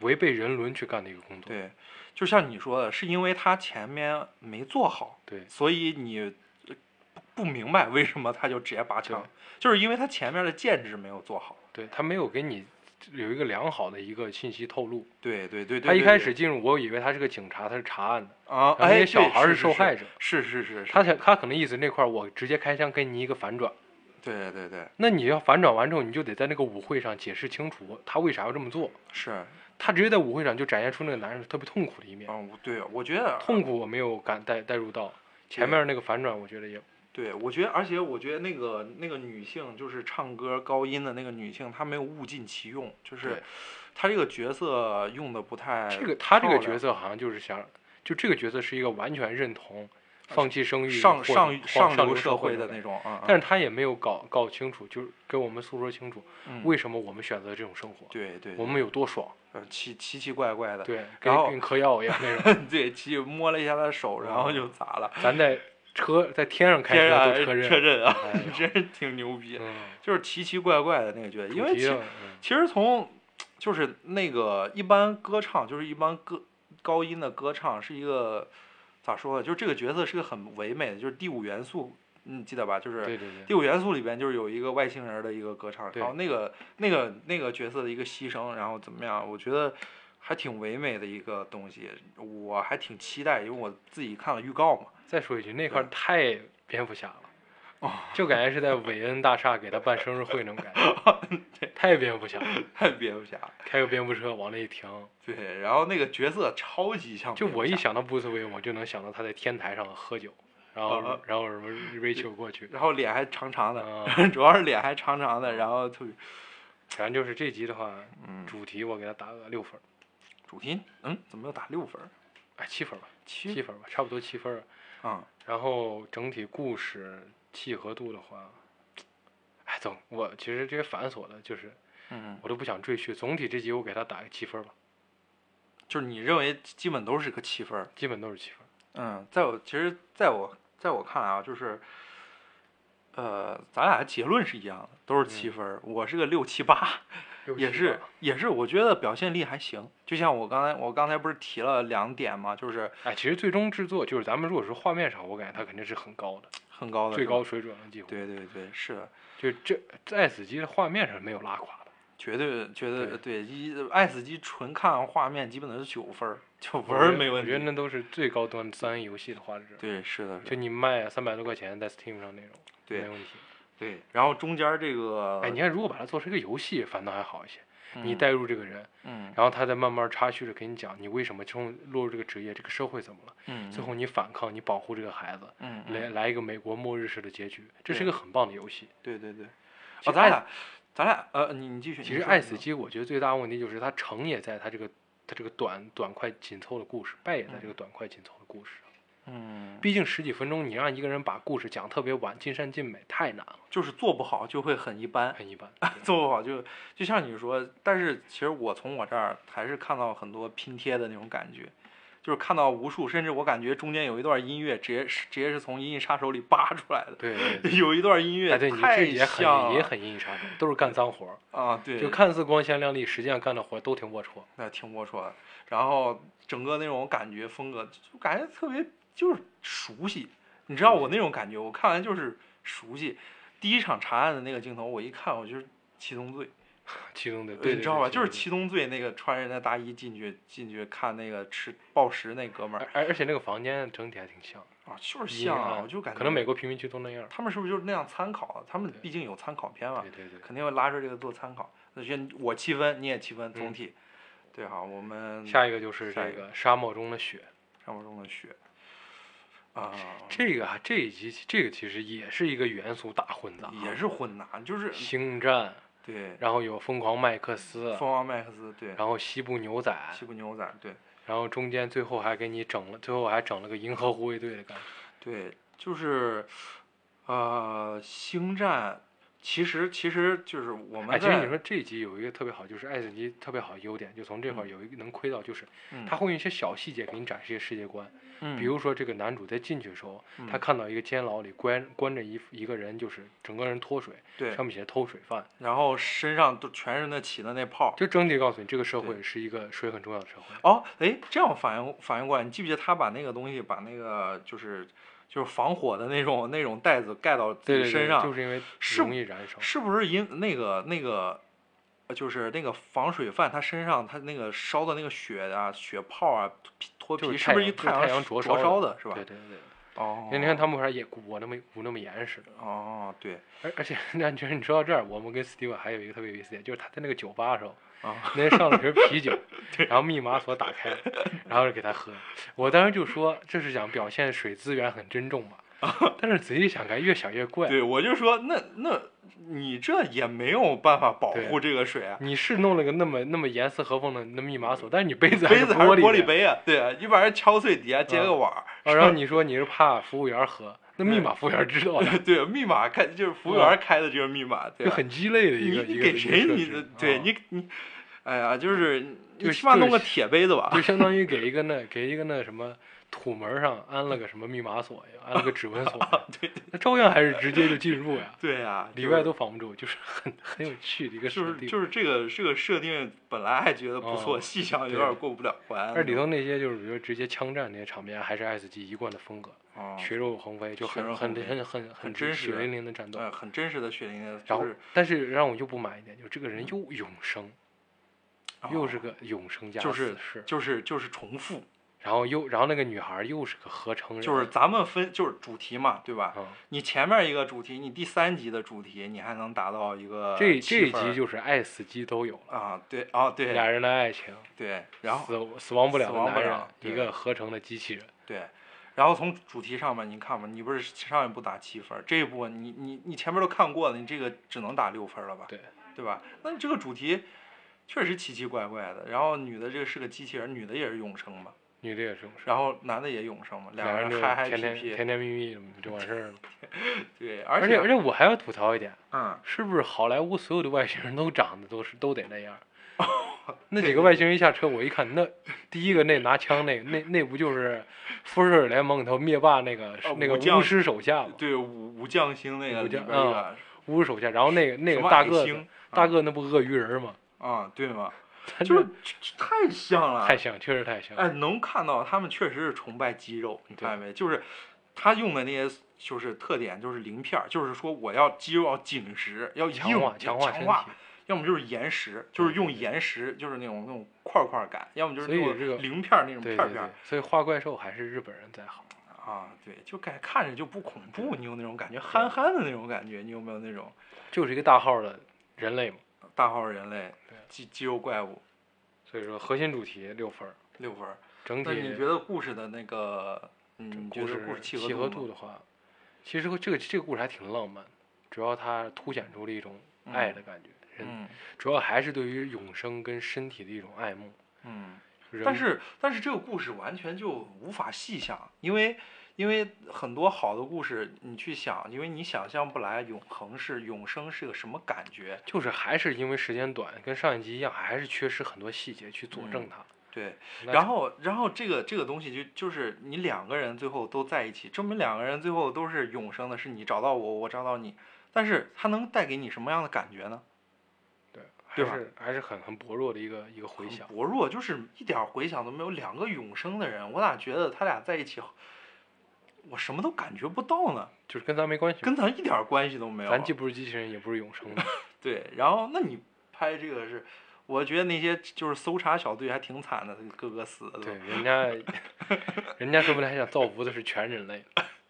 Speaker 1: 违背人伦去干的一个工作。
Speaker 3: 对，就像你说的，是因为他前面没做好，
Speaker 1: 对
Speaker 3: 所以你呃不不明白为什么他就直接拔枪，就是因为他前面的建制没有做好。
Speaker 1: 对，他没有给你有一个良好的一个信息透露。
Speaker 3: 对对对对，
Speaker 1: 他一
Speaker 3: 对
Speaker 1: 开
Speaker 3: 对
Speaker 1: 始进入，我以为他是个警察，他是查案的，
Speaker 3: 啊，
Speaker 1: 然后那
Speaker 3: 哎，
Speaker 1: 些小
Speaker 3: 对
Speaker 1: 孩儿
Speaker 3: 是
Speaker 1: 受害者，
Speaker 3: 是是是，是
Speaker 1: 他想他可能意思那块儿我直接开枪给你一个反转。
Speaker 3: 对对对，
Speaker 1: 那你要反转完之后，你就得在那个舞会上解释清楚他为啥要这么做。
Speaker 3: 是，
Speaker 1: 他直接在舞会上就展现出那个男人特别痛苦的一面，
Speaker 3: 嗯，我对，我觉得
Speaker 1: 痛苦我没有感带带入到，前面那个反转我觉得也
Speaker 3: 对，我觉得，而且我觉得那个那个女性，就是唱歌高音的那个女性，她没有物尽其用，就是
Speaker 1: 对
Speaker 3: 她这个角色用的不太
Speaker 1: 这个他这个
Speaker 3: 漂亮
Speaker 1: 角色好像就是想，就这个角色是一个完全认同放弃生育
Speaker 3: 啊上
Speaker 1: 或者
Speaker 3: 上
Speaker 1: 上
Speaker 3: 上流
Speaker 1: 社
Speaker 3: 社会的
Speaker 1: 种
Speaker 3: 那种啊，
Speaker 1: 但是他也没有搞搞清楚，就是给我们诉说清楚
Speaker 3: 嗯
Speaker 1: 为什么我们选择这种生活，
Speaker 3: 对对，
Speaker 1: 我们有多爽，
Speaker 3: 呃奇奇奇怪怪的， [LAUGHS]
Speaker 1: 对，
Speaker 3: 然后 [LAUGHS]
Speaker 1: 跟跟嗑药一样那种。
Speaker 3: 对，奇摸了一下他的手，然后就砸了，
Speaker 1: 咱在车在天上哦开
Speaker 3: 天然
Speaker 1: 车做车震，
Speaker 3: 车震啊
Speaker 1: 哎呦，
Speaker 3: [LAUGHS] 真是挺牛 [LAUGHS] 逼，
Speaker 1: 嗯，
Speaker 3: 就是奇奇怪怪的那个角色，因为
Speaker 1: 主题
Speaker 3: 其
Speaker 1: 啊嗯
Speaker 3: 其实从就是那个一般歌唱，就是一般歌高音的歌唱是一个咋说呢？就是这个角色是个很唯美的，就是第五元素，你记得吧？就是
Speaker 1: 对对
Speaker 3: 第
Speaker 1: 对，
Speaker 3: 五元素里边就是有一个外星人的一个歌唱，
Speaker 1: 对
Speaker 3: 然后那个那个那个角色的一个牺牲，然后怎么样？我觉得。还挺唯美的一个东西，我还挺期待，因为我自己看了预告嘛。
Speaker 1: 再说一句，那块儿太蝙蝠侠了。
Speaker 3: 嗯哦
Speaker 1: 就感觉是在韦恩大厦给他办生日会那种感觉，
Speaker 3: [LAUGHS]
Speaker 1: 太蝙蝠侠了，
Speaker 3: 太蝙蝠侠了，
Speaker 1: 开个蝙蝠车往那一停，
Speaker 3: 对，然后那个角色超级像
Speaker 1: 就
Speaker 3: 蝙蝠侠，
Speaker 1: 我一想到布鲁斯韦恩，我就能想到他在天台上喝酒，然后、
Speaker 3: 啊
Speaker 1: 然后什么 Rachel 过
Speaker 3: [LAUGHS]
Speaker 1: 去，
Speaker 3: 然后脸还长长的，
Speaker 1: 啊
Speaker 3: [LAUGHS] 主要是脸还长长的，然后特别，
Speaker 1: 反正就是这集的话，
Speaker 3: 嗯，主
Speaker 1: 主题我给他打个六分儿，
Speaker 3: 主题，嗯，怎么又打六分儿？
Speaker 1: 哎七分儿吧，
Speaker 3: 七
Speaker 1: 七分儿吧，差不多七分儿。
Speaker 3: 啊，
Speaker 1: 然后整体故事契合度的话，哎总我其实这些繁琐的，就是
Speaker 3: 嗯，
Speaker 1: 我都不想赘叙。总体这集我给他打个七分儿吧，
Speaker 3: 就是你认为基本都是个七分儿，
Speaker 1: 基本都是七分儿。
Speaker 3: 嗯，在我其实，在我在我看来啊，就是，呃，咱俩结论是一样的，都是七分儿，我是个六七八，
Speaker 1: 嗯六
Speaker 3: 也
Speaker 1: 七
Speaker 3: 是
Speaker 1: 吧，
Speaker 3: 也是，我觉得表现力还行，就像我刚才我刚才不是提了两点嘛，就是
Speaker 1: 哎，其实最终制作就是咱们如果说画面上，我感觉它肯定是很高的，
Speaker 3: 很高的
Speaker 1: 最
Speaker 3: 是吧
Speaker 1: 高，水准了几乎。，
Speaker 3: 对对对，是的。
Speaker 1: 就这在爱死机的画面上没有拉垮的。
Speaker 3: 绝对绝
Speaker 1: 对
Speaker 3: 对对，一爱死机纯看画面基本都是九分儿，九
Speaker 1: 我
Speaker 3: 分儿
Speaker 1: 觉得
Speaker 3: 没问
Speaker 1: 我
Speaker 3: 题。
Speaker 1: 觉得那都是最高端三 A 游戏的画质。
Speaker 3: 对，是的，是
Speaker 1: 就
Speaker 3: 的
Speaker 1: 你卖三百多块钱在 Steam 上那种，
Speaker 3: 对呃
Speaker 1: 没问题。
Speaker 3: 对。然后中间这个，
Speaker 1: 哎，你看，如果把它做成一个游戏，反倒还好一些。你
Speaker 3: 嗯
Speaker 1: 带入这个人，
Speaker 3: 嗯
Speaker 1: 然后他再慢慢插叙着给你讲你为什么从落入这个职业，这个社会怎么了，
Speaker 3: 嗯，
Speaker 1: 最后你反抗，你保护这个孩子，
Speaker 3: 嗯嗯
Speaker 1: 来来一个美国末日式的结局，这是一
Speaker 3: 对
Speaker 1: 个很棒的游戏。
Speaker 3: 对对对。
Speaker 1: 其实
Speaker 3: 哦，咱
Speaker 1: 爱
Speaker 3: 俩咱俩呃，你你继续。
Speaker 1: 其
Speaker 3: 你
Speaker 1: 实《
Speaker 3: 说
Speaker 1: 爱
Speaker 3: 你
Speaker 1: 死
Speaker 3: 说
Speaker 1: 机》我觉得最大问题就是它成也在它这个它这个短短快紧凑的故事，败也在这个短快紧凑的故事上。
Speaker 3: 嗯，
Speaker 1: 毕竟十几分钟，你让一个人把故事讲特别完、尽善尽美，太难了，
Speaker 3: 就是做不好就会很一般，
Speaker 1: 很一般。
Speaker 3: 做不好就就像你说，但是其实我从我这儿还是看到很多拼贴的那种感觉。就是看到无数，甚至我感觉中间有一段音乐，直接是直接是从《银翼杀手》里扒出来的。
Speaker 1: 对对对。
Speaker 3: [LAUGHS] 有一段音乐
Speaker 1: 哎，对，你
Speaker 3: 太
Speaker 1: 这也
Speaker 3: 像
Speaker 1: 很也
Speaker 3: 了
Speaker 1: 很《阴影杀手》，都是干脏活儿，
Speaker 3: 啊，对，
Speaker 1: 就看似光鲜亮丽，实际上干的活儿都挺龌龊。
Speaker 3: 那挺龌龊的。然后整个那种感觉风格，就感觉特别就是熟悉，你知道我那种感觉，我看完就是熟悉。第一场查案的那个镜头，我一看我就是七宗罪，
Speaker 1: 七宗罪，
Speaker 3: 呃
Speaker 1: 对，
Speaker 3: 你知道吧？就是
Speaker 1: 七
Speaker 3: 七宗罪那个穿人家大衣进去进去看那个吃暴食那哥们
Speaker 1: 宗罪。
Speaker 3: 儿
Speaker 1: 而而且那个房间整体还挺像，
Speaker 3: 啊，就是
Speaker 1: 阴
Speaker 3: 像啊，
Speaker 1: 暗
Speaker 3: 我就感觉
Speaker 1: 可能美国贫民区都那样。
Speaker 3: 他们是不是就是那样参考的？他们
Speaker 1: 对
Speaker 3: 毕竟有参考片嘛
Speaker 1: 对，对对。
Speaker 3: 肯定会拉出这个做参考。那就我七分，你也七分，总
Speaker 1: 嗯
Speaker 3: 体。对，好，我们
Speaker 1: 下一个就是
Speaker 3: 下
Speaker 1: 这
Speaker 3: 一个嗯
Speaker 1: 个沙漠中的雪，
Speaker 3: 沙漠中的雪啊，
Speaker 1: 这个啊，这一集这个其实也是一个元素大混杂，啊
Speaker 3: 也是混杂，就是
Speaker 1: 星战，
Speaker 3: 对，
Speaker 1: 然后有疯狂麦克斯，
Speaker 3: 蜂王麦克斯对，
Speaker 1: 然后西部牛仔，
Speaker 3: 西部牛仔对
Speaker 1: 然后中间最后还给你整了，最后还整了个银河护卫队的感觉。
Speaker 3: 对，就是呃，星战其实其实就是我们
Speaker 1: 哎，其实
Speaker 3: 在
Speaker 1: 你说这一集有一个特别好，就是爱斯基特别好的优点，就从这块儿有一个能窥到，就是
Speaker 3: 嗯
Speaker 1: 他会用一些小细节给你展示一些世界观。
Speaker 3: 嗯
Speaker 1: 比如说这个男主在进去的时候，他
Speaker 3: 嗯
Speaker 1: 看到一个监牢里关关着一一个人，就是整个人脱水，
Speaker 3: 对哦
Speaker 1: 上，面写着偷水犯，
Speaker 3: 然后身上都全是那起的那泡。
Speaker 1: 就整体告诉你这个社会
Speaker 3: 对
Speaker 1: 是一个水很重要的社会。
Speaker 3: 哦，哎，这样反应反应过来，你记不记得他把那个东西，把那个就是就是防火的那种那种袋子盖到自
Speaker 1: 对
Speaker 3: 己
Speaker 1: 对
Speaker 3: 身
Speaker 1: 对，
Speaker 3: 上，
Speaker 1: 就是因为
Speaker 3: 是
Speaker 1: 容易燃烧。
Speaker 3: 是不是因那个那个，呃就是那个防水饭，它身上它那个烧的那个血啊、血泡啊、皮脱
Speaker 1: 就
Speaker 3: 皮，
Speaker 1: 是
Speaker 3: 是不是因为
Speaker 1: 太
Speaker 3: 阳
Speaker 1: 阳
Speaker 3: 灼
Speaker 1: 灼
Speaker 3: 烧
Speaker 1: 的
Speaker 3: 是吧
Speaker 1: 对？对对。
Speaker 3: 哦
Speaker 1: 因，为你看他们为啥也裹那么捂那么严实？
Speaker 3: 哦，对，
Speaker 1: 而而且， [LAUGHS] 那你觉得你说到这儿，我们跟 Steve 还有一个特别有意思点，就是他在那个酒吧的时候，
Speaker 3: 啊，
Speaker 1: 那天上了瓶啤
Speaker 3: [LAUGHS]
Speaker 1: 酒，然后密码锁打开，然后就给他喝。我当时就说这是想表现水资源很珍重吧， [LAUGHS] 但是仔细想开，越想越怪。
Speaker 3: 啊对，我就说那那你这也没有办法保
Speaker 1: 对
Speaker 3: 护这个水啊，
Speaker 1: 你是弄了个那么那么严丝合缝的那密码锁，但是你杯子还
Speaker 3: 杯
Speaker 1: 是
Speaker 3: 子还是玻
Speaker 1: 璃
Speaker 3: 璃
Speaker 1: 的，
Speaker 3: 杯啊，对啊，你把人敲碎底下接个
Speaker 1: 嗯
Speaker 3: 碗儿，
Speaker 1: 哦然后你说你是怕服务员喝，那密
Speaker 3: 嗯，
Speaker 1: 码服务员知道的
Speaker 3: [LAUGHS] 对，密码开就是服务
Speaker 1: 哦嗯
Speaker 3: 员开的这个密码，对
Speaker 1: 就
Speaker 3: 吧？
Speaker 1: 很鸡肋的一
Speaker 3: 你
Speaker 1: 个
Speaker 3: 你
Speaker 1: 一个啊
Speaker 3: 给谁你
Speaker 1: 的
Speaker 3: 的？对你你，哎呀，就是你
Speaker 1: 就
Speaker 3: 起码
Speaker 1: 就
Speaker 3: 弄个
Speaker 1: 是
Speaker 3: 铁杯子吧
Speaker 1: [LAUGHS] 就，相当于给一个那给一个那什么土门上安了个什么密码锁呀，安了个指纹锁呀，
Speaker 3: [LAUGHS] 对对，
Speaker 1: 那照样还是直接就进入呀
Speaker 3: [LAUGHS] 对呀，
Speaker 1: 里
Speaker 3: 就
Speaker 1: 外
Speaker 3: 是
Speaker 1: 都防不住，就是很很有趣的一个
Speaker 3: 就
Speaker 1: 设
Speaker 3: 是
Speaker 1: 定。
Speaker 3: 就是这个这个设定本来还觉得不错，
Speaker 1: 嗯
Speaker 3: 细想有
Speaker 1: 对
Speaker 3: 点过不了关。
Speaker 1: 而里头那些就是比如说直接枪战那些场面，还是 S G 一贯的风格，
Speaker 3: 嗯
Speaker 1: 血肉横飞，就
Speaker 3: 血肉
Speaker 1: 很很
Speaker 3: 横飞
Speaker 1: 很很
Speaker 3: 很
Speaker 1: 直
Speaker 3: 真
Speaker 1: 血
Speaker 3: 实
Speaker 1: 淋淋的战斗。
Speaker 3: 呃很真实的血淋淋，
Speaker 1: 然
Speaker 3: 就
Speaker 1: 后
Speaker 3: 是，嗯
Speaker 1: 但是让我又不满一点，就是这个人又永生，又是
Speaker 3: 哦
Speaker 1: 个永生加
Speaker 3: 就
Speaker 1: 死
Speaker 3: 是
Speaker 1: 士，
Speaker 3: 就是就是重复，
Speaker 1: 然后又然后那个女孩又是个合成人，
Speaker 3: 就是咱们分就是主题嘛，对吧？
Speaker 1: 嗯，
Speaker 3: 你前面一个主题，你第三集的主题，你还能达到一个
Speaker 1: 这这
Speaker 3: 七
Speaker 1: 一
Speaker 3: 分呃儿
Speaker 1: 集就是爱死机都有了，
Speaker 3: 啊，对啊
Speaker 1: 俩
Speaker 3: 对
Speaker 1: 人的爱情，
Speaker 3: 对，然后
Speaker 1: 死死亡不了
Speaker 3: 死
Speaker 1: 的
Speaker 3: 亡不
Speaker 1: 男人
Speaker 3: 了，
Speaker 1: 一
Speaker 3: 对
Speaker 1: 个合成的机器人，
Speaker 3: 对，然后从主题上面，你看吧，你不是上一部打七分儿，这一部你你你前面都看过了，你这个只能打六分儿了吧？
Speaker 1: 对
Speaker 3: 对吧？那你这个主题确实奇奇怪怪的。然后女的这个是个机器人，女的也是永生嘛，
Speaker 1: 女的也是永生，
Speaker 3: 然后男的也永生嘛，两
Speaker 1: 俩
Speaker 3: 个
Speaker 1: 人就
Speaker 3: 人嗨嗨皮
Speaker 1: 甜甜
Speaker 3: 皮，
Speaker 1: 甜甜蜜蜜的就完事儿了。
Speaker 3: 对，
Speaker 1: 而
Speaker 3: 而
Speaker 1: 且而且我还要吐槽一点，
Speaker 3: 嗯，
Speaker 1: 是不是好莱坞所有的外星人都长得都是都得那
Speaker 3: [LAUGHS]
Speaker 1: 样？那
Speaker 3: 对
Speaker 1: 几个外星人一下车，我一看，那第一个那拿枪那那那不就是复仇者联盟里头灭霸那个、
Speaker 3: 呃
Speaker 1: 那
Speaker 3: 武将
Speaker 1: 个巫师手下吗？
Speaker 3: 对武武将星那个
Speaker 1: 武
Speaker 3: 里边
Speaker 1: 将
Speaker 3: 儿那个
Speaker 1: 巫师手下，然后那个那
Speaker 3: 什
Speaker 1: 个
Speaker 3: 么
Speaker 1: 大
Speaker 3: 矮
Speaker 1: 个子
Speaker 3: 星
Speaker 1: 大个那不鳄鱼人吗？ [LAUGHS]
Speaker 3: 啊，对吗？
Speaker 1: 嗯他
Speaker 3: 就是这这太像了，
Speaker 1: 太像，确实太像。
Speaker 3: 哎，能看到他们确实是崇拜肌肉，你
Speaker 1: 对
Speaker 3: 看见没？就是他用的那些就是特点，就是鳞片儿，就是说我要肌肉要紧实，要硬，
Speaker 1: 强化
Speaker 3: 要
Speaker 1: 强
Speaker 3: 强
Speaker 1: 化身体，
Speaker 3: 要么就是岩石，就是用岩石，就是那种那种块儿块儿感，要么就是
Speaker 1: 所以
Speaker 3: 那
Speaker 1: 这个
Speaker 3: 种鳞片儿那种
Speaker 1: 对
Speaker 3: 片
Speaker 1: 对
Speaker 3: 儿片
Speaker 1: 对
Speaker 3: 儿，
Speaker 1: 所以画怪兽还是日本人在好。
Speaker 3: 啊，对，就感看着就不恐怖，
Speaker 1: 对
Speaker 3: 你有那种感觉，憨憨的那种感觉，你有没有那种
Speaker 1: 就是一个大号的人类嘛。
Speaker 3: 大号人类
Speaker 1: 对
Speaker 3: 肌肌肉怪物
Speaker 1: 所以说核心主题六分儿，
Speaker 3: 六分儿？
Speaker 1: 整体
Speaker 3: 那你觉得故事的那个，
Speaker 1: 这
Speaker 3: 嗯，你觉
Speaker 1: 故
Speaker 3: 得
Speaker 1: 事
Speaker 3: 故事契
Speaker 1: 契
Speaker 3: 合
Speaker 1: 合
Speaker 3: 度
Speaker 1: 度
Speaker 3: 吗
Speaker 1: 的话，其实这个这个故事还挺浪漫的，主要它凸显出了一种爱的感觉，人
Speaker 3: 嗯
Speaker 1: 主要还是对于永生跟身体的一种爱慕。
Speaker 3: 嗯。
Speaker 1: 人
Speaker 3: 但是但是这个故事完全就无法细想，因为因为很多好的故事你去想，因为你想象不来永恒是永生是个什么感觉。
Speaker 1: 就是还是因为时间短，跟上一集一样，还是缺失很多细节去佐证它。
Speaker 3: 对，
Speaker 1: 那
Speaker 3: 嗯然后然后这个这个东西就就是你两个人最后都在一起，证明两个人最后都是永生的，是你找到我，我找到你，但是它能带给你什么样的感觉呢？
Speaker 1: 对，还
Speaker 3: 对吧
Speaker 1: 是还是很很薄弱的一个一个回
Speaker 3: 很
Speaker 1: 响。
Speaker 3: 薄弱，就是一点儿回响都没有。两个永生的人，我咋觉得他俩在一起，我什么都感觉不到呢？
Speaker 1: 就是跟咱没关系，
Speaker 3: 跟咱一点儿关系都没有。啊
Speaker 1: 咱既不是机器人，也不是永生的。
Speaker 3: 对，然后那你拍这个是，我觉得那些就是搜查小队还挺惨的，个个死的都。 [LAUGHS]
Speaker 1: 对，人家人家说不定还想造福的是全人类，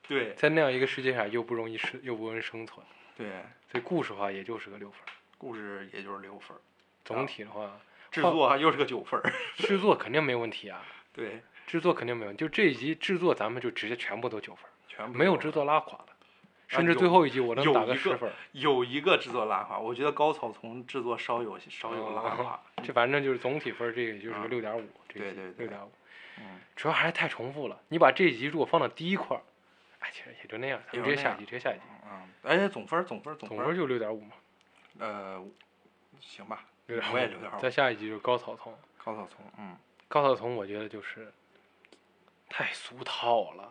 Speaker 3: 对
Speaker 1: 在那样一个世界下又不容易生又不容易生存，
Speaker 3: 对，
Speaker 1: 所以故事的话也就是个六分儿。
Speaker 3: 故事也就是六分儿，
Speaker 1: 总体的话，
Speaker 3: 制
Speaker 1: 画
Speaker 3: 作又是个九分儿。
Speaker 1: 制作肯定没问题啊，
Speaker 3: 对，
Speaker 1: 制作肯定没问题。就这一集制作，咱们就直接全部都九分儿，
Speaker 3: 全部
Speaker 1: 没有制
Speaker 3: 九分
Speaker 1: 作拉垮的，甚至
Speaker 3: 有
Speaker 1: 最后一集我能
Speaker 3: 啊有
Speaker 1: 打
Speaker 3: 一
Speaker 1: 十
Speaker 3: 个
Speaker 1: 分儿。
Speaker 3: 儿，有一个制作拉垮，我觉得高草丛制作稍有稍有拉
Speaker 1: [LAUGHS]
Speaker 3: 嗯垮。
Speaker 1: 哦这反正就是总体分儿，这个就是
Speaker 3: 啊
Speaker 1: 个六点五，这
Speaker 3: 对对对
Speaker 1: 六点五，
Speaker 3: 嗯，
Speaker 1: 主要还是太重复了。你把这一集如果放到第一块儿，哎，其实也就那样，咱
Speaker 3: 也
Speaker 1: 们
Speaker 3: 就
Speaker 1: 直接
Speaker 3: 那
Speaker 1: 下一
Speaker 3: 样
Speaker 1: 集，直接下一集，
Speaker 3: 嗯，而且总分儿总分儿总
Speaker 1: 总分
Speaker 3: 分
Speaker 1: 儿
Speaker 3: 儿，
Speaker 1: 就六点五嘛，
Speaker 3: 呃，行吧，
Speaker 1: 六点
Speaker 3: 我也6.5
Speaker 1: 再下一集就是高草丛，
Speaker 3: 高草丛，嗯，
Speaker 1: 高晓松，我觉得就是太俗套了，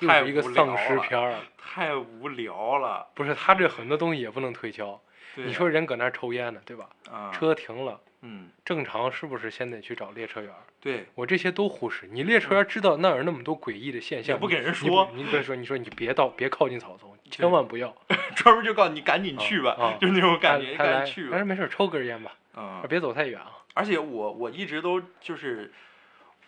Speaker 1: 又
Speaker 3: 太
Speaker 1: 是一个
Speaker 3: 无
Speaker 1: 丧
Speaker 3: 聊
Speaker 1: 尸
Speaker 3: 了
Speaker 1: 片儿。
Speaker 3: 太无聊了。
Speaker 1: 不是，他这很多东西也不能推敲。
Speaker 3: 对
Speaker 1: 你说人搁那儿抽烟呢，对吧？
Speaker 3: 啊，
Speaker 1: 车停了，
Speaker 3: 嗯，
Speaker 1: 正常是不是先得去找列车员？
Speaker 3: 对， [LAUGHS]
Speaker 1: 我这些都忽视。你列车员知道那儿有那么多诡异的现象，
Speaker 3: 嗯也不
Speaker 1: 你
Speaker 3: 给人
Speaker 1: 你不
Speaker 3: 说
Speaker 1: 你别说，你说你别到，别靠近草丛，千万不要。
Speaker 3: 专门就告诉你赶紧
Speaker 1: 啊
Speaker 3: 去吧，
Speaker 1: 啊
Speaker 3: 就是那种感
Speaker 1: 他
Speaker 3: 觉，
Speaker 1: 他
Speaker 3: 赶
Speaker 1: 来哎
Speaker 3: 紧去吧
Speaker 1: 他。说没事儿，抽根烟吧，
Speaker 3: 嗯，
Speaker 1: 别走太远啊。
Speaker 3: 而且我我一直都就是，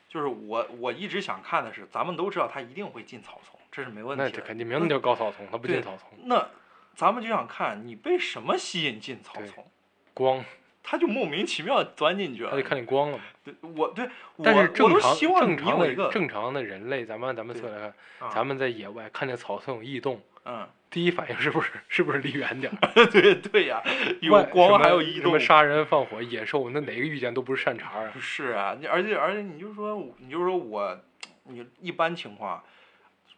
Speaker 3: 就是我我一直想看的是，咱们都知道他一定会进草丛，这是没问
Speaker 1: 那
Speaker 3: 题
Speaker 1: 这
Speaker 3: 的。
Speaker 1: 肯定名字叫高草丛，他不进
Speaker 3: 对
Speaker 1: 草丛，
Speaker 3: 那咱们就想看你被什么吸引进草
Speaker 1: 对
Speaker 3: 丛，
Speaker 1: 光
Speaker 3: 他就莫名其妙钻进去了。
Speaker 1: 他就看见光了嘛。
Speaker 3: 对我对我
Speaker 1: 但是正
Speaker 3: 我
Speaker 1: 常
Speaker 3: 都希望
Speaker 1: 正
Speaker 3: 你
Speaker 1: 常
Speaker 3: 有一个
Speaker 1: 的正常的人类，咱们按咱们
Speaker 3: 对
Speaker 1: 算来看，
Speaker 3: 啊
Speaker 1: 咱们在野外看见草丛有异动，
Speaker 3: 嗯 [LAUGHS]
Speaker 1: 第一反应是不是是不是离远点儿？
Speaker 3: 对对呀、有
Speaker 1: 外什
Speaker 3: 光还
Speaker 1: 么
Speaker 3: 有移
Speaker 1: 什
Speaker 3: 动
Speaker 1: 么。杀人放火、野兽，那哪个遇见都不是善茬儿啊
Speaker 3: 不！是啊，你而且而且你就说我你就说我，你一般情况，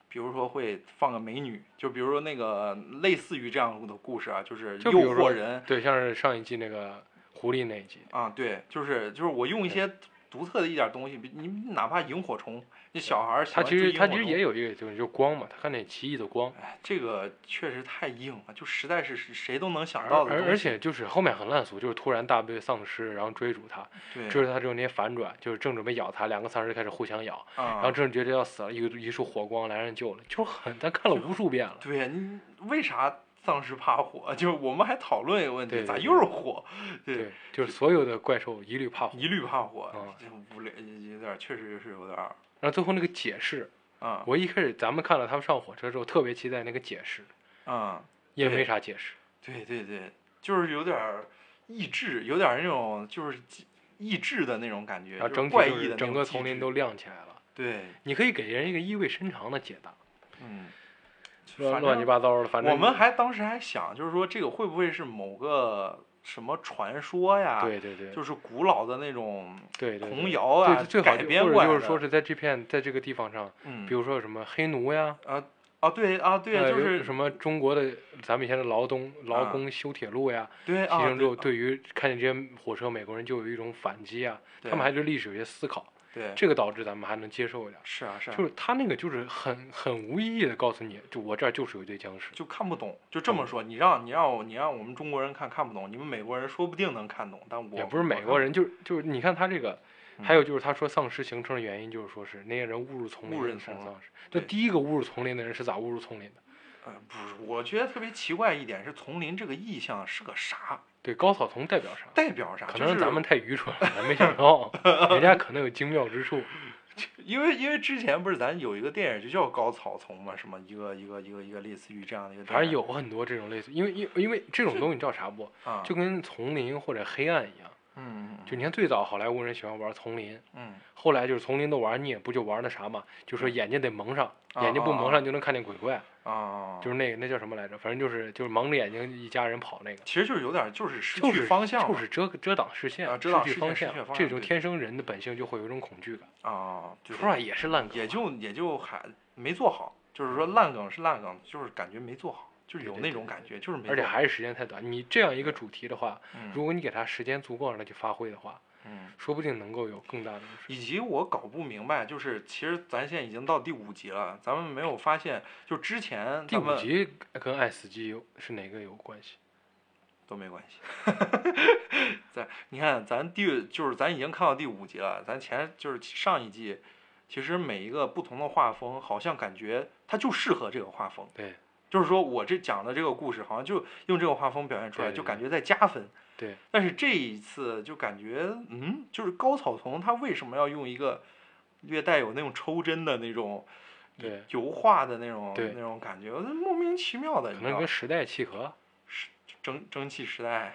Speaker 3: 比如说会放个美女，就比如说那个类似于这样的故事啊，就是
Speaker 1: 就
Speaker 3: [LAUGHS] 诱
Speaker 1: 比如
Speaker 3: 惑
Speaker 1: 说
Speaker 3: 人
Speaker 1: 对，像是上一季那个狐狸那一集，
Speaker 3: 啊，对，就是就是我用一些独特的一点东西，比你哪怕萤火虫，你小孩儿喜
Speaker 1: 他
Speaker 3: 欢
Speaker 1: 其
Speaker 3: 追
Speaker 1: 实
Speaker 3: 萤
Speaker 1: 他
Speaker 3: 火
Speaker 1: 其实
Speaker 3: 虫
Speaker 1: 也有一个就是就光嘛，他看见奇异的光，
Speaker 3: 哎，这个确实太硬了，就实在是谁都能想
Speaker 1: 而
Speaker 3: 到的
Speaker 1: 而
Speaker 3: 东
Speaker 1: 而
Speaker 3: 西
Speaker 1: 且就是后面很烂俗，就是突然大被丧尸然后追逐他，
Speaker 3: 对，
Speaker 1: 追逐他之后那些反转，就是正准备咬他，两个丧尸开始互相咬，然
Speaker 3: 然
Speaker 1: 后正觉得要死了，一个一束火光来人救了，就是很他看了无数遍了。
Speaker 3: 对你为啥丧尸怕火？ [LAUGHS] 就是我们还讨论一个问题，
Speaker 1: 对
Speaker 3: 咋
Speaker 1: 对
Speaker 3: 又是火？
Speaker 1: 对，就是所有的怪兽一律怕火。
Speaker 3: 一律怕火，
Speaker 1: 啊
Speaker 3: 这无聊，有点儿确实是有点儿
Speaker 1: 然后最后那个解释，
Speaker 3: 啊
Speaker 1: 我一开始咱们看了他们上火车之后，特别期待那个解释，
Speaker 3: 啊，
Speaker 1: 也
Speaker 3: 对
Speaker 1: 没啥解释。
Speaker 3: 对对对，就是有点儿益智，有点儿那种就是益智的那种感觉，
Speaker 1: 然后
Speaker 3: 就是
Speaker 1: 整体
Speaker 3: 怪
Speaker 1: 就
Speaker 3: 异
Speaker 1: 是
Speaker 3: 的那
Speaker 1: 整
Speaker 3: 种
Speaker 1: 个
Speaker 3: 机
Speaker 1: 丛林
Speaker 3: 制
Speaker 1: 都亮起来了，
Speaker 3: 对，
Speaker 1: 你可以给人一个意味深长的解答，
Speaker 3: 嗯，
Speaker 1: 乱
Speaker 3: 反
Speaker 1: 乱七
Speaker 3: 正
Speaker 1: 八糟的，反正
Speaker 3: 我们还当时还想，就是说这个会不会是某个什么传说呀？
Speaker 1: 对对对，
Speaker 3: 就是古老的那种
Speaker 1: 对对
Speaker 3: 童
Speaker 1: 对
Speaker 3: 谣啊，
Speaker 1: 对最好
Speaker 3: 改
Speaker 1: 就
Speaker 3: 编
Speaker 1: 或
Speaker 3: 过
Speaker 1: 者就
Speaker 3: 来的。
Speaker 1: 是说是在这片在这个地方上，
Speaker 3: 嗯，
Speaker 1: 比如说有什么黑奴呀，
Speaker 3: 啊啊，对啊，对，
Speaker 1: 呃
Speaker 3: 就
Speaker 1: 有
Speaker 3: 是
Speaker 1: 什么中国的咱们以前的劳动劳
Speaker 3: 啊
Speaker 1: 工修铁路呀，
Speaker 3: 对
Speaker 1: 提
Speaker 3: 啊，
Speaker 1: 升之后，
Speaker 3: 对
Speaker 1: 对于看见这些火车，美国人就有一种反击啊，他
Speaker 3: 对
Speaker 1: 们还对历史有些思考，
Speaker 3: 对，
Speaker 1: 这个导致咱们还能接受一点。
Speaker 3: 是啊是啊
Speaker 1: 就，是他那个就是很很无意义的告诉你，就我这儿就是有一堆僵尸，
Speaker 3: 就看不懂，就这
Speaker 1: 哦
Speaker 3: 么说，你让你让我你让我们中国人看看不懂，你们美国人说不定能看懂，但我嗯
Speaker 1: 也不是美国人，就是就是你看他这个，还有就是他说丧尸形成的原因，就是说是那些人误入丛林，
Speaker 3: 误入
Speaker 1: 产
Speaker 3: 丛
Speaker 1: 生
Speaker 3: 林
Speaker 1: 丧尸。那
Speaker 3: 对
Speaker 1: 第一个误入丛林的人是咋误入丛林的？
Speaker 3: 呃，不是，我觉得特别奇怪一点是丛林这个意象是个啥，
Speaker 1: 对，高草丛代表啥？
Speaker 3: 代表啥？
Speaker 1: 可
Speaker 3: 就
Speaker 1: 能
Speaker 3: 是
Speaker 1: 咱们太愚蠢了，咱没想到，人家可能有精妙
Speaker 3: [LAUGHS]
Speaker 1: 之处。
Speaker 3: 因为因为之前不是咱有一个电影就叫《高草丛》嘛，什么一个一个一个一个类似于这样的一个电影，
Speaker 1: 反正有很多这种类似，因为因为因为这种东西你知道啥不？
Speaker 3: 啊，
Speaker 1: 就跟丛林或者黑暗一样，
Speaker 3: 嗯嗯
Speaker 1: 就你看最早好莱坞人喜欢玩丛林，
Speaker 3: 嗯
Speaker 1: 后来就是丛林都玩腻，不就玩那啥嘛？就说眼睛得蒙上，眼睛不蒙
Speaker 3: 啊啊
Speaker 1: 上就能看见鬼怪，
Speaker 3: 啊，
Speaker 1: 就是那个那叫什么来着？反正就是就是蒙着眼睛一家人跑那个，
Speaker 3: 其实就是有点就是失
Speaker 1: 就
Speaker 3: 去
Speaker 1: 是
Speaker 3: 方向了，
Speaker 1: 就是遮遮挡视线，
Speaker 3: 啊遮挡
Speaker 1: 失去
Speaker 3: 视
Speaker 1: 方
Speaker 3: 线
Speaker 1: 向
Speaker 3: 失去方向
Speaker 1: 这种
Speaker 3: 对
Speaker 1: 天生人的本性就会有一种恐惧感。
Speaker 3: 啊，就是
Speaker 1: 说出来也是烂梗，
Speaker 3: 也就也就还没做好，就是说烂梗是烂梗，就是感觉没做好，就是有
Speaker 1: 对对
Speaker 3: 那
Speaker 1: 对
Speaker 3: 种感觉，就是没
Speaker 1: 而且
Speaker 3: 做好
Speaker 1: 还是时间太短。你这样一个主题的话，如
Speaker 3: 嗯
Speaker 1: 果你给它时间足够让它去发挥的话，
Speaker 3: 嗯。
Speaker 1: 说不定能够有更大的
Speaker 3: 以及我搞不明白，就是其实咱现在已经到第五集了，咱们没有发现，就之前
Speaker 1: 第
Speaker 3: 咱
Speaker 1: 五
Speaker 3: 们
Speaker 1: 集跟爱死机有是哪个有关系？
Speaker 3: 都没关系。 [LAUGHS] 咱你看，咱第就是咱已经看到第五集了，咱前就是上一季，其实每一个不同的画风，好像感觉它就适合这个画风，
Speaker 1: 对
Speaker 3: 就是说我这讲的这个故事，好像就用这个画风表现出来，
Speaker 1: 对对
Speaker 3: 就
Speaker 1: 对
Speaker 3: 感觉在加分。
Speaker 1: 对，
Speaker 3: 但是这一次就感觉，嗯，就是高草丛他为什么要用一个略带有那种抽针的那种
Speaker 1: 对
Speaker 3: 油画的那种
Speaker 1: 对
Speaker 3: 那种感觉，我就莫名其妙的，
Speaker 1: 可
Speaker 3: 你知
Speaker 1: 能
Speaker 3: 道
Speaker 1: 跟
Speaker 3: 吗
Speaker 1: 时代契合。
Speaker 3: 是蒸蒸汽时代，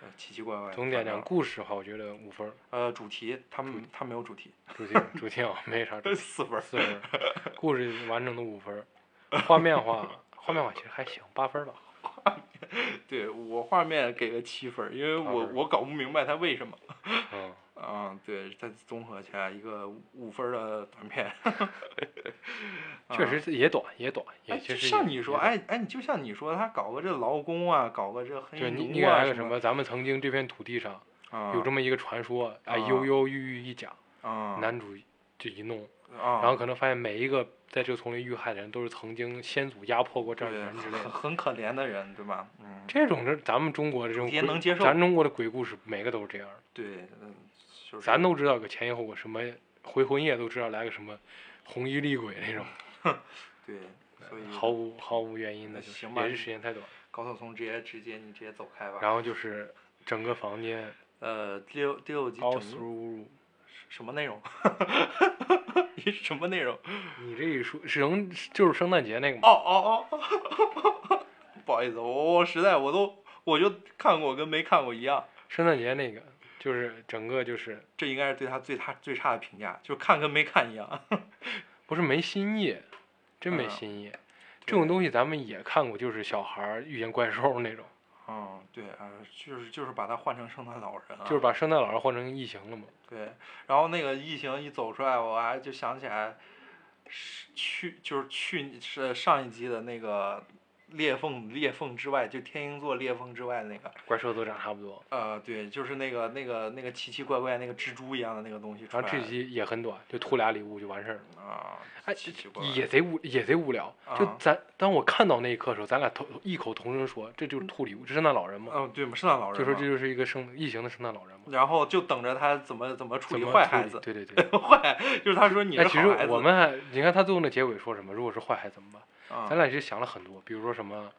Speaker 3: 呃奇奇怪怪
Speaker 1: 嗯
Speaker 3: 的。
Speaker 1: 总体来
Speaker 3: 反正
Speaker 1: 讲，故事的话，我觉得五分儿，
Speaker 3: 呃，主题他们他没有主题，
Speaker 1: 主题主题啊没啥主
Speaker 3: [LAUGHS]
Speaker 1: 题，
Speaker 3: 四分儿。
Speaker 1: 四分儿，故事完整的五分儿，画面话画面话其实还行，八分儿吧。
Speaker 3: 对我画面给个七分儿，因为我
Speaker 1: 八分儿
Speaker 3: 我搞不明白他为什么。
Speaker 1: 嗯，
Speaker 3: 啊，对，再综合起来一个五分儿的短片。
Speaker 1: [LAUGHS]
Speaker 3: 啊
Speaker 1: 确实是也短也短，
Speaker 3: 哎，
Speaker 1: 也
Speaker 3: 就
Speaker 1: 确实
Speaker 3: 像
Speaker 1: 也
Speaker 3: 你说，，哎哎，你就像你说，他搞个这劳工啊，搞个这黑
Speaker 1: 也短对你你
Speaker 3: 奴
Speaker 1: 感
Speaker 3: 啊
Speaker 1: 觉
Speaker 3: 什
Speaker 1: 什么？咱们曾经这片土地上
Speaker 3: 啊，
Speaker 1: 有这么一个传说，哎，
Speaker 3: 啊
Speaker 1: 犹犹豫豫一讲，
Speaker 3: 啊
Speaker 1: 男主就一弄，
Speaker 3: 啊，
Speaker 1: 然后可能发现每一个在这个丛林遇害的人都是曾经先祖压迫过这儿的
Speaker 3: 对
Speaker 1: 人之类
Speaker 3: 很 [LAUGHS]
Speaker 1: 的。
Speaker 3: 很可怜的人，对吧？嗯，
Speaker 1: 这种是咱们中国的这种
Speaker 3: 也
Speaker 1: 鬼
Speaker 3: 能接受
Speaker 1: 咱中国的鬼故事每个都是这样的。
Speaker 3: 对，嗯，就是
Speaker 1: 咱都知道个前因后果，什么回魂夜都知道来个什么红衣厉鬼那种，
Speaker 3: 对，所以
Speaker 1: 毫无毫无原因的，就是
Speaker 3: 嗯行吧
Speaker 1: 也是时间太短。
Speaker 3: 高晓松直接直接你直接走开吧。
Speaker 1: 然后就是整个房间
Speaker 3: 呃，第六第六集整
Speaker 1: all
Speaker 3: 个
Speaker 1: through，
Speaker 3: 什么内容？ [LAUGHS] 你什么内容？
Speaker 1: 你这一说是能就是圣诞节那个
Speaker 3: 哦
Speaker 1: 嘛？
Speaker 3: 哦哦， [LAUGHS] 不好意思，我我实在我都我就看过跟没看过一样，
Speaker 1: 圣诞节那个就是整个就是
Speaker 3: 这应该是对他最差最差的评价，就是看跟没看一样。
Speaker 1: 不是没新意，真没
Speaker 3: 嗯
Speaker 1: 新意。这种东西咱们也看过，就是小孩儿遇见怪兽那种，
Speaker 3: 嗯，对啊、就是就是把它换成圣诞老人啊，
Speaker 1: 就是把圣诞老人换成异形了嘛。
Speaker 3: 对，然后那个异形一走出来，我还就想起来，是去就是去是上一集的那个裂缝裂缝之外，就天鹰座裂缝之外那个，
Speaker 1: 怪兽都长差不多，
Speaker 3: 呃，对，就是那个那个那个奇奇怪怪那个蜘蛛一样的那个东西出
Speaker 1: 然
Speaker 3: 来
Speaker 1: 后
Speaker 3: 了。
Speaker 1: 啊这集也很短，就吐俩礼物就完事儿了。
Speaker 3: 啊，
Speaker 1: 哎
Speaker 3: 奇奇怪，怪
Speaker 1: 也贼无也贼无聊。就
Speaker 3: 啊
Speaker 1: 咱当我看到那一刻的时候，咱俩同异口同声说，这就是吐礼物，这圣诞老人嘛，
Speaker 3: 嗯，对嘛，圣诞老人
Speaker 1: 就说
Speaker 3: 嘛
Speaker 1: 这就是一个圣异形的圣诞老人嘛。
Speaker 3: 然后就等着他怎么怎么处
Speaker 1: 怎
Speaker 3: 理
Speaker 1: 么
Speaker 3: 坏
Speaker 1: 处
Speaker 3: 孩
Speaker 1: 理
Speaker 3: 子，
Speaker 1: 对对
Speaker 3: [LAUGHS]
Speaker 1: 对。
Speaker 3: 坏就是他说你
Speaker 1: 哎，
Speaker 3: 是
Speaker 1: 其实
Speaker 3: 好孩子，
Speaker 1: 我们还，你看他最后那结尾说什么？如果是坏孩子怎么办？
Speaker 3: 啊
Speaker 1: 咱俩其实想了很多，比如说什么，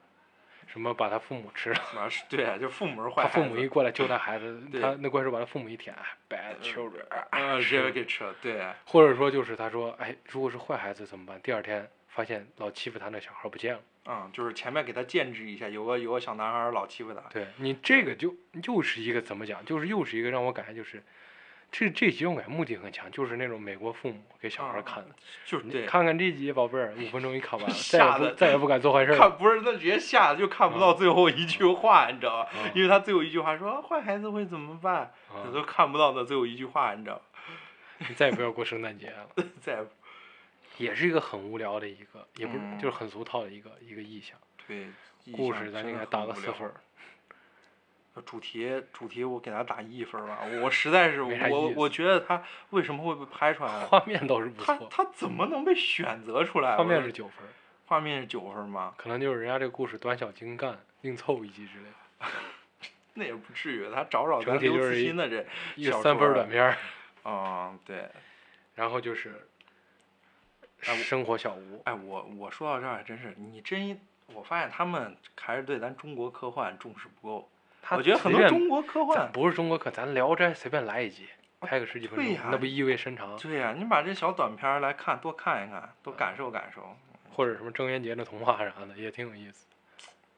Speaker 1: 什么把他父母吃了，
Speaker 3: 啊是对，就父母是坏
Speaker 1: 他
Speaker 3: 孩子，
Speaker 1: 父母一过来救他孩子，
Speaker 3: [LAUGHS] 对嗯
Speaker 1: 他那怪兽把他父母一舔哎，bad children，
Speaker 3: 呃直接
Speaker 1: 啊是
Speaker 3: 给吃了，对，
Speaker 1: 或者说就是他说，哎，如果是坏孩子怎么办？第二天发现老欺负他那小孩不见了。
Speaker 3: 嗯，就是前面给他建制一下，有个有个小男孩老欺负他，
Speaker 1: 对你这个就又是一个怎么讲，就是又是一个让我感觉就是，这这集我感觉目的很强，就是那种美国父母给小孩
Speaker 3: 啊
Speaker 1: 看的，
Speaker 3: 就是
Speaker 1: 你
Speaker 3: 对，
Speaker 1: 看看这集宝贝儿，五分钟一看完
Speaker 3: [LAUGHS]
Speaker 1: 了，再
Speaker 3: 吓
Speaker 1: 也
Speaker 3: 得
Speaker 1: 不再也不敢做坏事儿了。
Speaker 3: 看不是那直接吓得就看不到
Speaker 1: 嗯
Speaker 3: 最后一句话，你知道吧？因为他最后一句话说、啊坏孩子会怎么办，
Speaker 1: 啊
Speaker 3: 这都看不到的最后一句话，你知道吧？
Speaker 1: 你再也不要过圣诞节了，
Speaker 3: 再
Speaker 1: 也是一个很无聊的一个，也不是、
Speaker 3: 嗯
Speaker 1: 就是很俗套的一个一个意象。
Speaker 3: 对
Speaker 1: 故事咱应该打个四分。儿，
Speaker 3: 主题主题我给他打一分儿吧，我实在是
Speaker 1: 没啥
Speaker 3: 我
Speaker 1: 意思
Speaker 3: 我觉得他为什么会被拍出来？
Speaker 1: 画面倒是不
Speaker 3: 啊他
Speaker 1: 错，
Speaker 3: 他怎么能被选择出来？
Speaker 1: 画面
Speaker 3: 我
Speaker 1: 是九分儿，
Speaker 3: 画面是九分吗？
Speaker 1: 可能就是人家这个故事短小精干，硬凑一集之类的。
Speaker 3: 那也不至于，他找找
Speaker 1: 整
Speaker 3: 咱
Speaker 1: 体
Speaker 3: 刘
Speaker 1: 就是
Speaker 3: 慈
Speaker 1: 一
Speaker 3: 欣的这
Speaker 1: 一个
Speaker 3: 小
Speaker 1: 三
Speaker 3: 说
Speaker 1: 分儿
Speaker 3: 儿
Speaker 1: 短片儿，
Speaker 3: 嗯，对，
Speaker 1: 然后就是
Speaker 3: 哎我
Speaker 1: 生活小屋。
Speaker 3: 哎，我我说到这儿还真是，你真一我发现他们还是对咱中国科幻重视不够。
Speaker 1: 他
Speaker 3: 我觉得
Speaker 1: 随
Speaker 3: 很多
Speaker 1: 便
Speaker 3: 中国科
Speaker 1: 咱
Speaker 3: 幻，
Speaker 1: 不是中国客，咱《聊斋》随便来一集，拍个十几分
Speaker 3: 对
Speaker 1: 钟，
Speaker 3: 呀
Speaker 1: 那不意味深长？
Speaker 3: 对呀、你把这小短片儿来看，多看一看，多感受感受，
Speaker 1: 或者什么郑渊洁的童话啥的，也挺有意思。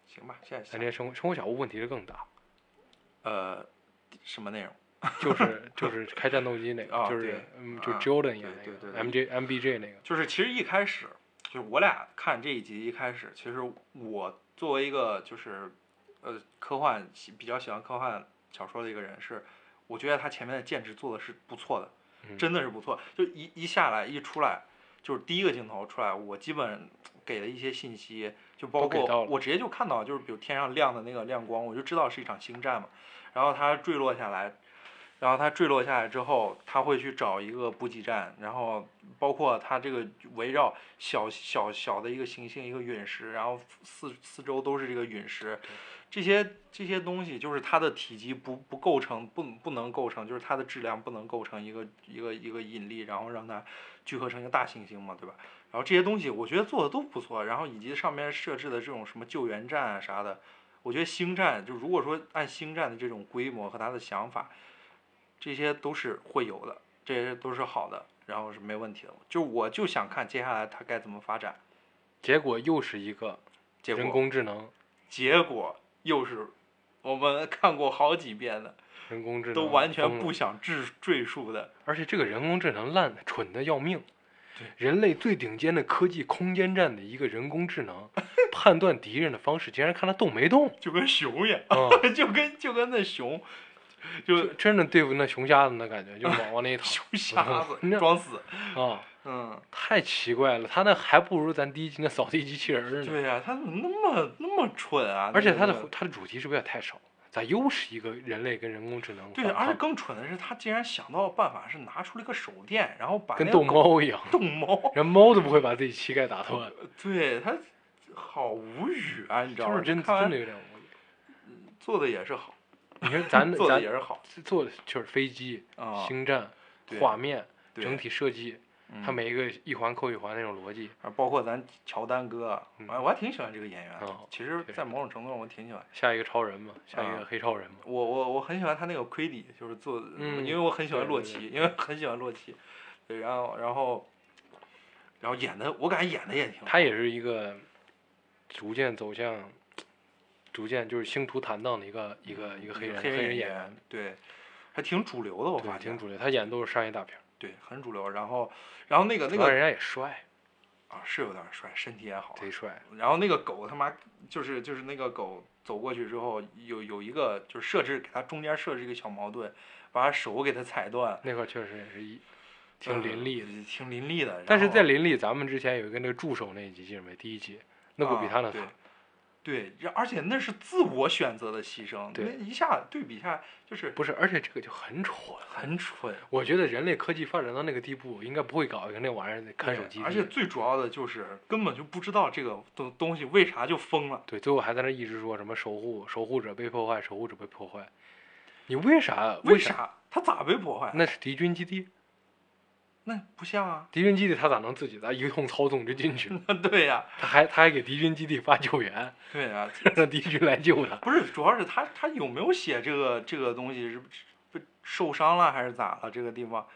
Speaker 3: 行吧？现在
Speaker 1: 咱
Speaker 3: 想
Speaker 1: 这生活生活小屋问题是更大，
Speaker 3: 呃，什么内容？
Speaker 1: 就是就是 [LAUGHS] 开战斗机那个，
Speaker 3: 啊
Speaker 1: 就
Speaker 3: 对
Speaker 1: 是嗯，就
Speaker 3: 啊
Speaker 1: Jordan 演
Speaker 3: 对对
Speaker 1: 那
Speaker 3: 对
Speaker 1: 个，MJ MBJ 那个，
Speaker 3: 就是其实一开始，就是我俩看这一集一开始，其实我作为一个就是呃科幻喜比较喜欢科幻小说的一个人，是我觉得他前面的建制做的是不错的，
Speaker 1: 嗯
Speaker 3: 真的是不错。就一一下来一出来，就是第一个镜头出来，我基本给了一些信息，就包
Speaker 1: 都给到
Speaker 3: 括
Speaker 1: 了
Speaker 3: 我直接就看到，就是比如天上亮的那个亮光，我就知道是一场星战嘛。然后它坠落下来，然后它坠落下来之后，它会去找一个补给站，然后包括它这个围绕小小小的一个行星一个陨石，然后四四周都是这个陨石，这些这些东西就是它的体积不不构成不不能构成，就是它的质量不能构成一个一个一个引力，然后让它聚合成一个大行星嘛，对吧？然后这些东西我觉得做的都不错，然后以及上面设置的这种什么救援站啊啥的，我觉得星战就如果说按星战的这种规模和他的想法，这些都是会有的，这些都是好的，然后是没问题的。就我就想看接下来它该怎么发展，
Speaker 1: 结果又是一个
Speaker 3: 结
Speaker 1: 人
Speaker 3: 果
Speaker 1: 工智能，
Speaker 3: 结果又是我们看过好几遍的，
Speaker 1: 人工智能
Speaker 3: 都完全
Speaker 1: 疯
Speaker 3: 不
Speaker 1: 了，
Speaker 3: 想赘赘述的。
Speaker 1: 而且这个人工智能烂的蠢的要命。人类最顶尖的科技空间站的一个人工智
Speaker 3: [LAUGHS]
Speaker 1: 能，判断敌人的方式竟然看他动没动
Speaker 3: 就跟熊一样， [LAUGHS]
Speaker 1: 啊！
Speaker 3: 就跟就跟那熊，
Speaker 1: 就
Speaker 3: 就
Speaker 1: 真的对付那熊瞎子那感觉，就往往那一躺
Speaker 3: 哎熊
Speaker 1: [LAUGHS]
Speaker 3: 瞎子
Speaker 1: 那
Speaker 3: 装死，
Speaker 1: 啊，
Speaker 3: 嗯，
Speaker 1: 太奇怪了，他那还不如咱第一集那扫地机器人儿呢。
Speaker 3: 对呀、他怎么那么那么蠢啊？
Speaker 1: 而且他
Speaker 3: 他
Speaker 1: 的他的主题是不是也太少？咋又是一个人类跟人工智能反
Speaker 3: 对，
Speaker 1: 抗？
Speaker 3: 而且更蠢的是，他竟然想到的办法是拿出了一个手电，然后把
Speaker 1: 跟
Speaker 3: 那
Speaker 1: 逗
Speaker 3: 个狗
Speaker 1: 猫一样，
Speaker 3: 逗猫，
Speaker 1: 人猫都不会把自己膝盖打断，
Speaker 3: 对他好无语啊，你知道
Speaker 1: 就
Speaker 3: 吗？
Speaker 1: 是真
Speaker 3: 看完
Speaker 1: 真的有点无语。
Speaker 3: 做的也是好，
Speaker 1: 你说咱
Speaker 3: [LAUGHS] 做的也
Speaker 1: 咱
Speaker 3: 是好
Speaker 1: 做的就是飞机、
Speaker 3: 啊，
Speaker 1: 星战、
Speaker 3: 对
Speaker 1: 画面、
Speaker 3: 对
Speaker 1: 整体设计，它
Speaker 3: 嗯
Speaker 1: 每一个一环扣一环那种逻辑，
Speaker 3: 啊包括咱乔丹哥，
Speaker 1: 嗯
Speaker 3: 哎，我还挺喜欢这个演员的
Speaker 1: 哦。
Speaker 3: 其实，
Speaker 1: 对
Speaker 3: 在某种程度上，我挺喜欢。
Speaker 1: 下一个超人嘛，下一
Speaker 3: 啊
Speaker 1: 个黑超人嘛，
Speaker 3: 我我我很喜欢他那个奎迪，就是做，
Speaker 1: 嗯
Speaker 3: 因为我很喜欢
Speaker 1: 对
Speaker 3: 洛
Speaker 1: 对
Speaker 3: 奇，因为很喜欢洛奇，对，然后然后然后演的，我感觉演的也挺好，
Speaker 1: 他也是一个逐渐走向。逐渐就是星途坦荡的一个一个一个黑人
Speaker 3: 黑
Speaker 1: 人
Speaker 3: 演
Speaker 1: 演
Speaker 3: 员，对，还挺主流的，我发
Speaker 1: 对，
Speaker 3: 现
Speaker 1: 挺，主流。他演的都是商业大片儿，
Speaker 3: 对，很主流。然后然后那个那
Speaker 1: 主要
Speaker 3: 个
Speaker 1: 人家也帅，
Speaker 3: 啊是有点帅，身体也好，
Speaker 1: 贼帅。
Speaker 3: 然后那个狗他妈就是就是那个狗走过去之后，有有一个就是设置给它中间设置一个小矛盾，把它手给它踩断，
Speaker 1: 那块儿确实也是一挺凌厉的。
Speaker 3: 的，挺凌厉的。
Speaker 1: 但是
Speaker 3: 嗯然后
Speaker 1: 在凌厉，咱们之前有一个那个助手那一集记着没？第一集，那不比
Speaker 3: 啊
Speaker 1: 他那
Speaker 3: 对
Speaker 1: 惨？
Speaker 3: 对，然而且那是自我选择的牺牲，
Speaker 1: 对
Speaker 3: 那一下对比一下就是
Speaker 1: 不是，而且这个就很蠢。
Speaker 3: 很蠢。
Speaker 1: 我觉得人类科技发展到那个地步，应该不会搞一个那玩意儿得看手
Speaker 3: 对
Speaker 1: 机的，
Speaker 3: 而且最主要的就是根本就不知道这个东东西为啥就疯了。
Speaker 1: 对，最后还在那一直说什么守护守护者被破坏，守护者被破坏。你为啥？
Speaker 3: 为
Speaker 1: 啥？
Speaker 3: 啥？它咋被破坏？
Speaker 1: 那是敌军基地，
Speaker 3: 那不像啊！ [LAUGHS]
Speaker 1: 敌军基地他咋能自己的一通操纵就进去？
Speaker 3: 对呀、
Speaker 1: 他还他还给敌军基地发救援，
Speaker 3: 对呀、
Speaker 1: 让敌军来救
Speaker 3: [LAUGHS]
Speaker 1: 他。
Speaker 3: 不是，主要是他他有没有写这个这个东西是不受伤了还是咋了？这个地方，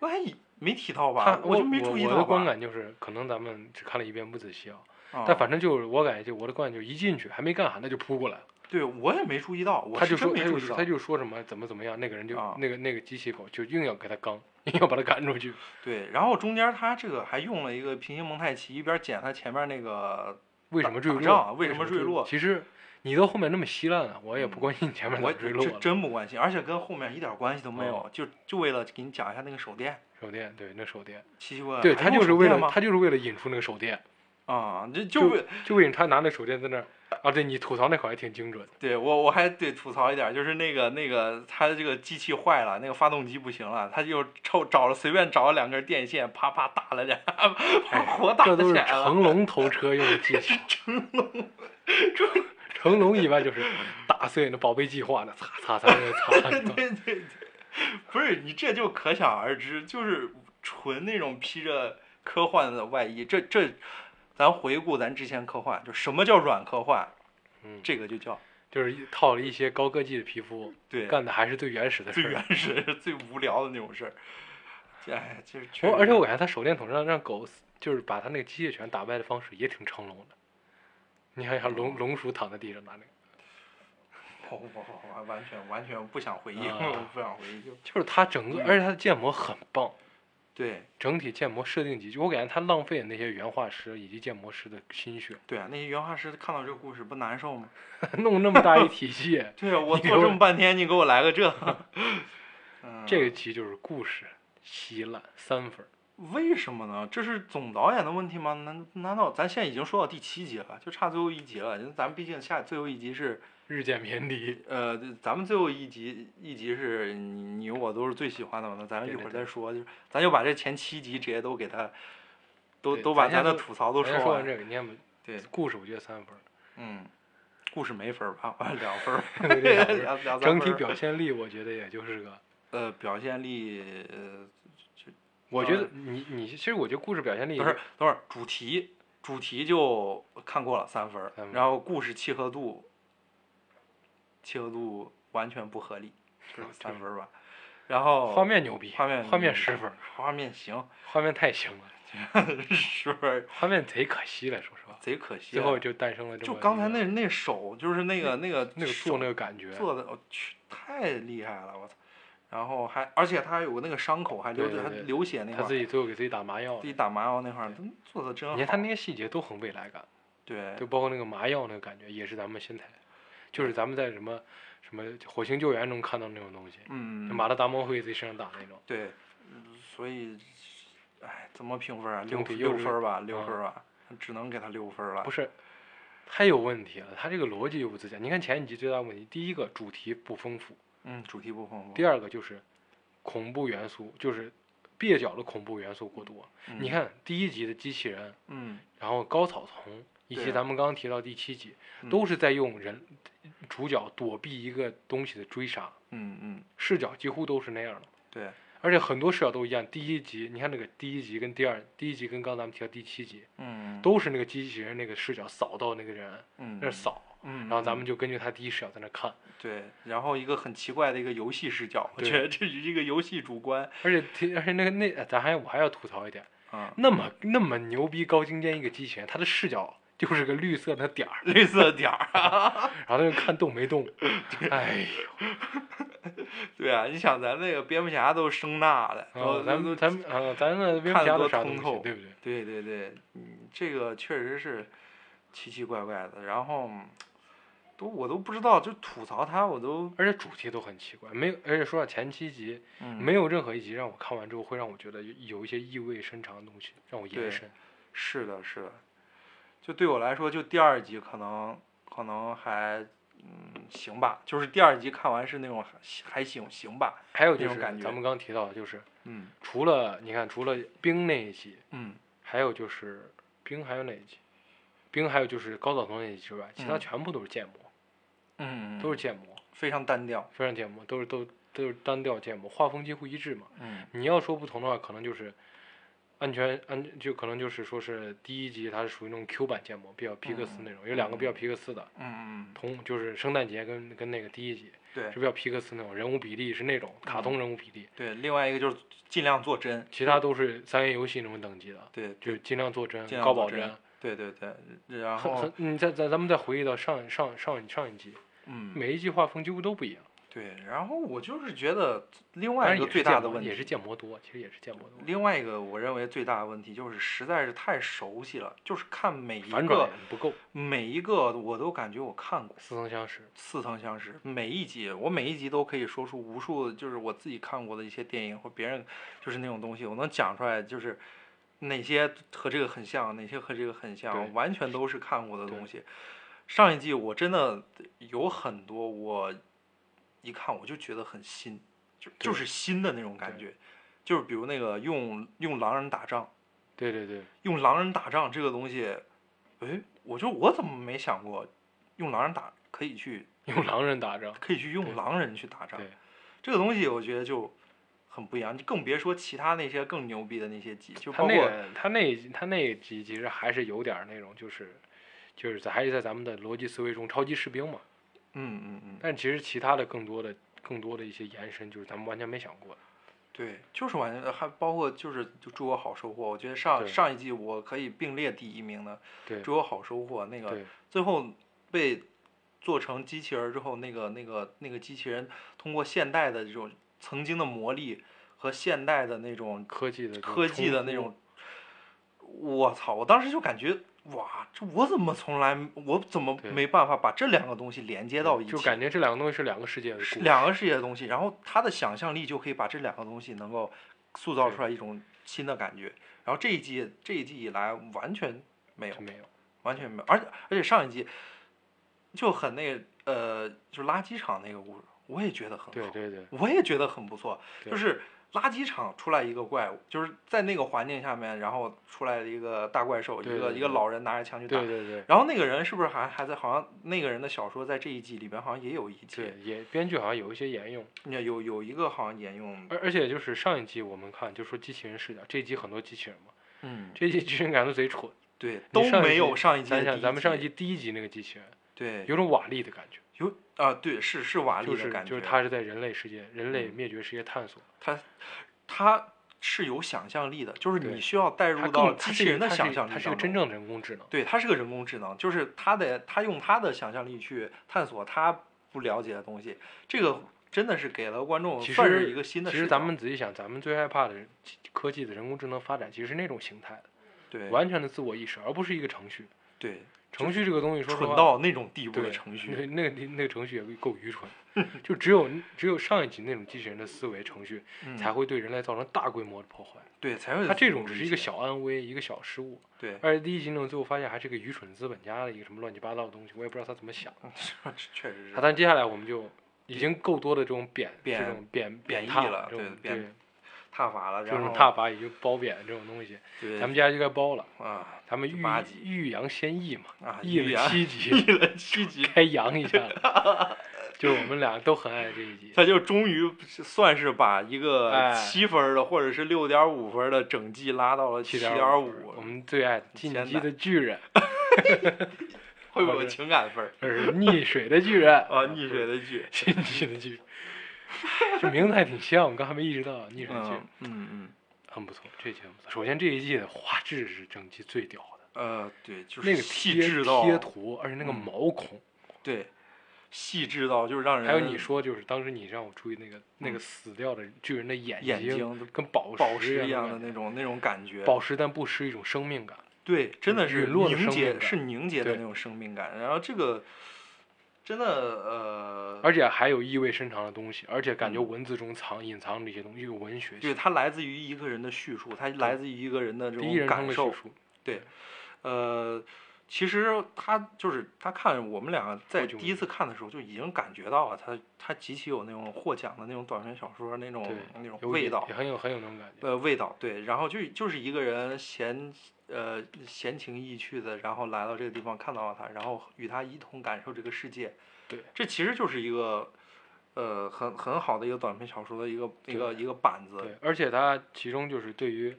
Speaker 3: 那还以没提到
Speaker 1: 他
Speaker 3: 吧？就没注意
Speaker 1: 我我
Speaker 3: 到吧
Speaker 1: 的观感就是，可能咱们只看了一遍不仔细啊，
Speaker 3: 啊
Speaker 1: 但反正就是我感觉就我的观感就是一进去还没干啥，那就扑过来了。
Speaker 3: 对我也没注意到，我
Speaker 1: 他
Speaker 3: 是
Speaker 1: 就
Speaker 3: 真
Speaker 1: 说他就
Speaker 3: 没注意
Speaker 1: 说
Speaker 3: 到
Speaker 1: 他。就说什么怎么怎么样，那个人就、
Speaker 3: 啊
Speaker 1: 那个那个机器狗就硬要给他刚，硬要把他赶出去。
Speaker 3: 对，然后中间他这个还用了一个平行蒙太奇，一边剪他前面那个，
Speaker 1: 为
Speaker 3: 打
Speaker 1: 什么坠
Speaker 3: 打
Speaker 1: 落？
Speaker 3: 仗啊为什么坠
Speaker 1: 坠
Speaker 3: 落嗯
Speaker 1: 其实你到后面那么稀烂啊了，我也不关心你前面咋
Speaker 3: 我
Speaker 1: 坠落
Speaker 3: 这
Speaker 1: 了。哦
Speaker 3: 真不关心，而且跟后面一点关系都没有，就就为了给你讲一下那个手电，
Speaker 1: 手电，对，那手电，
Speaker 3: 奇奇怪怪。
Speaker 1: 对
Speaker 3: 呃还
Speaker 1: 他
Speaker 3: 用
Speaker 1: 就是
Speaker 3: 手
Speaker 1: 为
Speaker 3: 电
Speaker 1: 了
Speaker 3: 吗
Speaker 1: 他就是为了引出那个手电，
Speaker 3: 啊，这就
Speaker 1: 就
Speaker 3: 为
Speaker 1: 就为他拿那手电在那儿啊，对你吐槽那块儿还挺精准的。
Speaker 3: 对我我还得吐槽一点，就是那个那个他的这个机器坏了，那个发动机不行了，他就抽找了随便找了两根电线，啪啪打了 [LAUGHS] 两，把火打
Speaker 1: 哎这
Speaker 3: 起
Speaker 1: 都是
Speaker 3: 来了。
Speaker 1: 成龙头车用的技巧。 [LAUGHS] 成龙，成龙一般就是打碎那宝贝计划的，擦擦擦擦 [LAUGHS] 擦。
Speaker 3: [LAUGHS] 对对对，不是你这就可想而知，就是纯那种披着科幻的外衣。这这，咱回顾咱之前科幻，就什么叫软科幻，
Speaker 1: 嗯，
Speaker 3: 这个就叫
Speaker 1: 就是一套了一些高科技的皮肤，
Speaker 3: 对
Speaker 1: 干的还是最原始的事
Speaker 3: 最
Speaker 1: 儿。
Speaker 3: 原始、最无聊的那种事儿。哎，就是确
Speaker 1: 我
Speaker 3: 实
Speaker 1: 而且
Speaker 3: 是
Speaker 1: 我感觉他手电筒让让狗死就是把他那个机械拳打败的方式也挺成龙的。你看一下
Speaker 3: 哦
Speaker 1: 龙龙鼠躺在地上拿那个，
Speaker 3: 我我我完全完全不想回应，
Speaker 1: 啊
Speaker 3: 我 [LAUGHS] 不想回应。
Speaker 1: 就是他整
Speaker 3: 嗯
Speaker 1: 个，而且他的建模很棒，
Speaker 3: 对
Speaker 1: 整体建模设定集，就我感觉他浪费了那些原画师以及建模师的心血，
Speaker 3: 对啊，那些原画师看到这个故事不难受吗？
Speaker 1: [LAUGHS] 弄那么
Speaker 3: [LAUGHS]
Speaker 1: 大一体系，
Speaker 3: 对啊，我
Speaker 1: 你给
Speaker 3: 做这
Speaker 1: 我
Speaker 3: 么半天，你给我来个这， [LAUGHS] 嗯，
Speaker 1: 这个集就是故事稀烂三分儿，
Speaker 3: 为什么呢？这是总导演的问题吗？难难道咱现在已经说到第七集了，就差最后一集了？因为咱们毕竟下最后一集是
Speaker 1: 日渐偏低。
Speaker 3: 呃，咱们最后一集一集是你你我都是最喜欢的嘛，那咱们
Speaker 1: 对
Speaker 3: 一
Speaker 1: 对
Speaker 3: 会儿
Speaker 1: 对
Speaker 3: 再说，就是咱就把这前七集直接都给他，都
Speaker 1: 对
Speaker 3: 都把
Speaker 1: 咱先
Speaker 3: 咱的
Speaker 1: 都
Speaker 3: 吐槽都
Speaker 1: 咱先
Speaker 3: 说
Speaker 1: 完。这个，你看吧
Speaker 3: 对，
Speaker 1: 故事我觉得三分儿，，
Speaker 3: 嗯，故事没分儿吧， [LAUGHS] 两分儿
Speaker 1: [LAUGHS]
Speaker 3: [LAUGHS]
Speaker 1: 有点两分儿
Speaker 3: 两两三
Speaker 1: 整体
Speaker 3: 分儿
Speaker 1: 表现力我觉得也就是个
Speaker 3: 呃表现力呃
Speaker 1: 我觉得你你其实我觉得故事表现力
Speaker 3: 不是等会儿主题主题就看过了三分儿
Speaker 1: 三分，儿
Speaker 3: 然后故事契合度契合度完全不合理，就是三分儿吧，然后
Speaker 1: 画面牛逼，
Speaker 3: 画面
Speaker 1: 画面十分儿，
Speaker 3: 画面行 [LAUGHS]
Speaker 1: 画面太行了，
Speaker 3: 十分儿
Speaker 1: 画面贼可惜了，说实话，
Speaker 3: 贼可惜
Speaker 1: 最
Speaker 3: 啊，
Speaker 1: 后就诞生了这
Speaker 3: 就
Speaker 1: 么
Speaker 3: 刚才
Speaker 1: 一个
Speaker 3: 那那手就是那个那个
Speaker 1: 那个
Speaker 3: 手
Speaker 1: 做那个感觉，
Speaker 3: 做的，我去，太厉害了，我操！然后还，而且他还有个那个伤口，还流
Speaker 1: 对对
Speaker 3: 着，还
Speaker 1: 对
Speaker 3: 流血那
Speaker 1: 他
Speaker 3: 块儿，
Speaker 1: 自己最后给自己打麻药
Speaker 3: 自，己打麻药那块儿，真做的真好。
Speaker 1: 你看他那些细节都很未来感，
Speaker 3: 对
Speaker 1: 就包括那个麻药那个感觉，也是咱们现在，就是咱们在什么什么火星救援中看到那种东西，就
Speaker 3: 嗯，
Speaker 1: 马达达蒙会自己身上打那种，
Speaker 3: 对，嗯所以，哎，怎么评分啊？
Speaker 1: 总
Speaker 3: 六
Speaker 1: 体
Speaker 3: 六
Speaker 1: 就是
Speaker 3: 分儿吧，六
Speaker 1: 嗯
Speaker 3: 分儿吧，只能给他六分儿了。
Speaker 1: 不是。太有问题了，他这个逻辑又不自洽。你看前几集最大问题，第一个主题不丰富，
Speaker 3: 嗯，主题不丰富。
Speaker 1: 第二个就是恐怖元素，就是蹩脚的恐怖元素过多。
Speaker 3: 嗯
Speaker 1: 你，看第一集的机器人，
Speaker 3: 嗯，
Speaker 1: 然后高草丛，以及
Speaker 3: 对啊
Speaker 1: 咱们刚刚提到第七集，
Speaker 3: 嗯
Speaker 1: 都是在用人主角躲避一个东西的追杀，
Speaker 3: 嗯嗯，
Speaker 1: 视角几乎都是那样的。
Speaker 3: 对，
Speaker 1: 而且很多视角都一样。第一集，你看那个第一集跟第二，第一集跟刚咱们提到第七集，
Speaker 3: 嗯，
Speaker 1: 都是那个机器人那个视角扫到那个人，
Speaker 3: 嗯
Speaker 1: 那儿扫，
Speaker 3: 嗯，
Speaker 1: 然后咱们
Speaker 3: 嗯
Speaker 1: 就根据他第一视角在那看。
Speaker 3: 对，然后一个很奇怪的一个游戏视角，我
Speaker 1: 对
Speaker 3: 觉得这是一个游戏主观
Speaker 1: [LAUGHS] 而且提，而且那个那，咱还我还要吐槽一点，
Speaker 3: 啊，
Speaker 1: 那么那么牛逼高精尖一个机器人，它的视角就是个绿色的点儿，
Speaker 3: 绿色点儿。啊
Speaker 1: 然后它就看动没动。哎呦，
Speaker 3: [LAUGHS] 对啊，你想咱那个蝙蝠侠都声呐的，然后
Speaker 1: 啊，咱
Speaker 3: 都
Speaker 1: 们咱们啊，咱们蝙蝠
Speaker 3: 哦看
Speaker 1: 侠
Speaker 3: 得
Speaker 1: 都
Speaker 3: 多
Speaker 1: 啥东
Speaker 3: 通
Speaker 1: 西，
Speaker 3: 透
Speaker 1: 对不对？
Speaker 3: 对对对，嗯，这个确实是奇奇怪怪的。然后都我都不知道，就吐槽他，我都、
Speaker 1: 而且主题都很奇怪，没有，而且说到前七集，
Speaker 3: 嗯、
Speaker 1: 没有任何一集让我看完之后会让我觉得有有一些意味深长的东西，让我
Speaker 3: 对
Speaker 1: 延伸。
Speaker 3: 是的，是的，就对我来说，就第二集可能可能还嗯行吧，就是第二集看完是那种还还行行吧，
Speaker 1: 还有就
Speaker 3: 那种
Speaker 1: 是
Speaker 3: 感觉
Speaker 1: 咱们刚提到的，就是
Speaker 3: 嗯
Speaker 1: 除了你看，除了冰那一集，
Speaker 3: 嗯
Speaker 1: 还有就是冰还有哪一集？冰还有就是高晓松那一集之外，其他
Speaker 3: 嗯
Speaker 1: 全部都是建模，
Speaker 3: 嗯
Speaker 1: 都是建模，
Speaker 3: 非常单调，
Speaker 1: 非常建模，都是都都是单调建模，画风几乎一致嘛。
Speaker 3: 嗯
Speaker 1: 你要说不同的话，可能就是安全安就可能就是说是第一集它是属于那种 Q 版建模，比较皮克
Speaker 3: 嗯
Speaker 1: 斯那种，有两个比较皮克斯的，
Speaker 3: 嗯嗯
Speaker 1: 同就是圣诞节跟跟那个第一集
Speaker 3: 对
Speaker 1: 是比较皮克斯那种人物比例是那种
Speaker 3: 嗯
Speaker 1: 卡通人物比例，
Speaker 3: 对，另外一个就是尽量做真，
Speaker 1: 其他都是三 A 游戏那种等级的，
Speaker 3: 对
Speaker 1: 就尽量做真，
Speaker 3: 尽量
Speaker 1: 高
Speaker 3: 做
Speaker 1: 保
Speaker 3: 真
Speaker 1: 真。
Speaker 3: 对对对，然
Speaker 1: 很
Speaker 3: 后
Speaker 1: 很，你再再咱们再回忆到上上上上一集，
Speaker 3: 嗯
Speaker 1: 每一集画风几乎都不一样，
Speaker 3: 对，然后我就是觉得另
Speaker 1: 当
Speaker 3: 外
Speaker 1: 然
Speaker 3: 一个
Speaker 1: 也
Speaker 3: 最
Speaker 1: 是
Speaker 3: 大
Speaker 1: 建
Speaker 3: 的
Speaker 1: 模
Speaker 3: 问题
Speaker 1: 也是建模多，其实也是建模多，
Speaker 3: 另外一个我认为最大的问题就是实在是太熟悉了，就是看每一
Speaker 1: 反转
Speaker 3: 个
Speaker 1: 也不够，
Speaker 3: 每一个我都感觉我看过，
Speaker 1: 似曾相识。
Speaker 3: 似曾相识。每一集我每一集都可以说出无数，就是我自己看过的一些电影或别人就是那种东西，我能讲出来，就是哪些和这个很像，哪些和这个很
Speaker 1: 对
Speaker 3: 像，完全都是看过的东西。上一季我真的有很多，我一看我就觉得很新，就
Speaker 1: 对
Speaker 3: 就是新的那种感觉，就是比如那个用用狼人打仗，
Speaker 1: 对对对，
Speaker 3: 用狼人打仗这个东西，哎，我就我怎么没想过用狼人打可以去
Speaker 1: 用狼人打仗，
Speaker 3: 可以去
Speaker 1: 对
Speaker 3: 用狼人去打仗
Speaker 1: 对。
Speaker 3: 这个东西我觉得就很不一样，就更别说其他那些更牛逼的那些集，就
Speaker 1: 他
Speaker 3: 包
Speaker 1: 那
Speaker 3: 括
Speaker 1: 个他那他那集其实还是有点儿那种就是。就是在还是在咱们的逻辑思维中超级士兵嘛，
Speaker 3: 嗯嗯嗯，
Speaker 1: 但其实其他的更多的更多的一些延伸，就是咱们完全没想过的。
Speaker 3: 对，就是完全还包括就是就祝我好收获，我觉得上
Speaker 1: 对
Speaker 3: 上一季我可以并列第一名的，
Speaker 1: 对
Speaker 3: 祝我好收获那个
Speaker 1: 对，
Speaker 3: 最后被做成机器人儿之后，那个那个那个机器人通过现代的这种曾经的魔力和现代的那种
Speaker 1: 科技的这种
Speaker 3: 科技
Speaker 1: 冲
Speaker 3: 的
Speaker 1: 突
Speaker 3: 那种，我操！我当时就感觉哇，这我怎么从来我怎么
Speaker 1: 对
Speaker 3: 没办法把这两个东西连接到一起？
Speaker 1: 就感觉这两个东西是两个世界的故
Speaker 3: 是
Speaker 1: 事。
Speaker 3: 两个世界的东西，然后他的想象力就可以把这两个东西能够塑造
Speaker 1: 对
Speaker 3: 出来一种新的感觉。然后这一季这一季以来完全没有
Speaker 1: 就，没有，
Speaker 3: 完全没有，而且而且上一季就很那个呃，就垃圾场那个故事，我也觉得很好，
Speaker 1: 对对对，
Speaker 3: 我也觉得很不错。
Speaker 1: 对
Speaker 3: 就是垃圾场出来一个怪物，就是在那个环境下面，然后出来了一个大怪兽，
Speaker 1: 对
Speaker 3: 一个
Speaker 1: 对
Speaker 3: 一个
Speaker 1: 对
Speaker 3: 老人拿着枪去打。
Speaker 1: 对对对
Speaker 3: 然后那个人是不是还还在？好像那个人的小说在这一季里边好像也有一集
Speaker 1: 对，，也编剧好像有一些沿用，
Speaker 3: 那有有一个好像沿用，
Speaker 1: 而而且就是上一集我们看就说机器人视角，这一集很多机器人嘛，
Speaker 3: 嗯，
Speaker 1: 这一集机器人感觉贼蠢，
Speaker 3: 对，
Speaker 1: 你
Speaker 3: 都
Speaker 1: 上一
Speaker 3: 没有
Speaker 1: 季
Speaker 3: 上一季的
Speaker 1: 咱
Speaker 3: 第
Speaker 1: 想
Speaker 3: 一
Speaker 1: 咱们上一
Speaker 3: 集
Speaker 1: 集第一集那个机器人，
Speaker 3: 对
Speaker 1: 有种瓦力的感觉，
Speaker 3: 有啊，对，是是瓦
Speaker 1: 就
Speaker 3: 力
Speaker 1: 是
Speaker 3: 的感觉，
Speaker 1: 就是它是在人类世界、人类
Speaker 3: 嗯
Speaker 1: 灭绝世界探索，
Speaker 3: 他他是有想象力的，就是
Speaker 1: 对
Speaker 3: 你需要带
Speaker 1: 它
Speaker 3: 入到
Speaker 1: 更
Speaker 3: 机
Speaker 1: 它
Speaker 3: 器
Speaker 1: 是一
Speaker 3: 人
Speaker 1: 个
Speaker 3: 的
Speaker 1: 它是
Speaker 3: 想
Speaker 1: 一
Speaker 3: 象力
Speaker 1: 它是一个
Speaker 3: 当
Speaker 1: 真
Speaker 3: 中
Speaker 1: 正的人工智能，
Speaker 3: 对，它是个人工智能，就是它得它用它的想象力去探索它不了解的东西，这个真的是给了观众
Speaker 1: 其
Speaker 3: 算是
Speaker 1: 实
Speaker 3: 一个新的
Speaker 1: 其
Speaker 3: 视
Speaker 1: 实
Speaker 3: 角
Speaker 1: 咱们仔细想，咱们最害怕的人科技的人工智能发展，其实是那种形态的，
Speaker 3: 对
Speaker 1: 完全的自我意识，而不是一个程序。
Speaker 3: 对
Speaker 1: 程序这个东西，说实
Speaker 3: 蠢
Speaker 1: 话，
Speaker 3: 到那种地步
Speaker 1: 对
Speaker 3: 的程序，
Speaker 1: 那那个那个程序也够愚蠢，就只有只有上一集那种机器人的思维程序，
Speaker 3: 嗯
Speaker 1: 才会对人类造成大规模的破坏。
Speaker 3: 对才会
Speaker 1: 它这
Speaker 3: 有
Speaker 1: 种只是
Speaker 3: 危
Speaker 1: 一个
Speaker 3: 险
Speaker 1: 小安危，一个小失误。
Speaker 3: 对，
Speaker 1: 而且第一集呢，最后发现还是个愚蠢资本家的一个什么乱七八糟的东西，我也不知道他怎么想的。
Speaker 3: [LAUGHS] 确实
Speaker 1: 好，
Speaker 3: 是
Speaker 1: 但接下来我们就已经够多的这种贬
Speaker 3: 嗯贬
Speaker 1: 这种贬
Speaker 3: 贬义
Speaker 1: 挞
Speaker 3: 了
Speaker 1: 这种
Speaker 3: 对贬踏伐了，
Speaker 1: 这
Speaker 3: 然
Speaker 1: 种
Speaker 3: 后
Speaker 1: 踏伐以及褒贬这种东西，
Speaker 3: 对
Speaker 1: 咱们家就该褒了。
Speaker 3: 啊
Speaker 1: 咱们
Speaker 3: 就
Speaker 1: 欲
Speaker 3: 八集
Speaker 1: 欲扬先抑嘛，
Speaker 3: 啊
Speaker 1: 抑
Speaker 3: 欲
Speaker 1: 了
Speaker 3: 扬
Speaker 1: 七
Speaker 3: [LAUGHS]
Speaker 1: 集，
Speaker 3: 一人七集，
Speaker 1: 该扬一下了。就我们俩都很爱这一集，
Speaker 3: 他就终于算是把一
Speaker 1: 哎
Speaker 3: 个七分儿的或者是六点五分儿的整季拉到了
Speaker 1: 七
Speaker 3: 点
Speaker 1: 点
Speaker 3: 五
Speaker 1: 我，们最爱的进
Speaker 3: 天
Speaker 1: 击
Speaker 3: 哪
Speaker 1: 的巨人，
Speaker 3: 会不
Speaker 1: 我呃
Speaker 3: 会有
Speaker 1: 是
Speaker 3: 情感分儿
Speaker 1: 这是溺水的巨
Speaker 3: [LAUGHS]
Speaker 1: 人
Speaker 3: 啊？
Speaker 1: [LAUGHS]
Speaker 3: 溺水的剧，
Speaker 1: 进击的巨人，这名字还挺像，我刚还没意识到溺水的巨人
Speaker 3: 嗯嗯嗯，
Speaker 1: 很不错，这期很不错。首先这一季的画质是整季最屌的，
Speaker 3: 呃，对，就是
Speaker 1: 那个
Speaker 3: 细
Speaker 1: 贴
Speaker 3: 致到
Speaker 1: 贴图，而且那个
Speaker 3: 嗯
Speaker 1: 毛孔，
Speaker 3: 对，细致到就是让人
Speaker 1: 还有你说就是当时你让我注意那个那个死掉的巨人的眼
Speaker 3: 嗯眼睛都
Speaker 1: 跟宝
Speaker 3: 宝石
Speaker 1: 一
Speaker 3: 一
Speaker 1: 样
Speaker 3: 样的
Speaker 1: 感
Speaker 3: 那种那种感觉
Speaker 1: 觉，宝石，但不失一种生命感。
Speaker 3: 对，真的是
Speaker 1: 陨落的
Speaker 3: 凝
Speaker 1: 生命
Speaker 3: 结，
Speaker 1: 感
Speaker 3: 是凝结的
Speaker 1: 对
Speaker 3: 那种生命感。然后这个真的呃，
Speaker 1: 而且还有意味深长的东西，而且感觉
Speaker 3: 嗯
Speaker 1: 文字中藏隐藏着一些东西，有文学
Speaker 3: 对
Speaker 1: 性，
Speaker 3: 它来自于一个人的叙述，它来自于一个人的这
Speaker 1: 第一
Speaker 3: 种
Speaker 1: 人称
Speaker 3: 感
Speaker 1: 的
Speaker 3: 受
Speaker 1: 叙，述，
Speaker 3: 对，呃，其实他就是他看我们俩在
Speaker 1: 霍琼
Speaker 3: 第一次看的时候就已经感觉到啊，他他极其有那种获奖的那种短篇小说那种
Speaker 1: 对
Speaker 3: 那种
Speaker 1: 有
Speaker 3: 味
Speaker 1: 点
Speaker 3: 道
Speaker 1: 也，很有很有那种感觉。
Speaker 3: 呃，味道对，然后就就是一个人闲呃闲情逸趣的，然后来到这个地方看到了他，然后与他一同感受这个世界，
Speaker 1: 对，
Speaker 3: 这其实就是一个呃很很好的一个短篇小说的一个一个一个板子，
Speaker 1: 对，而且它其中就是对于，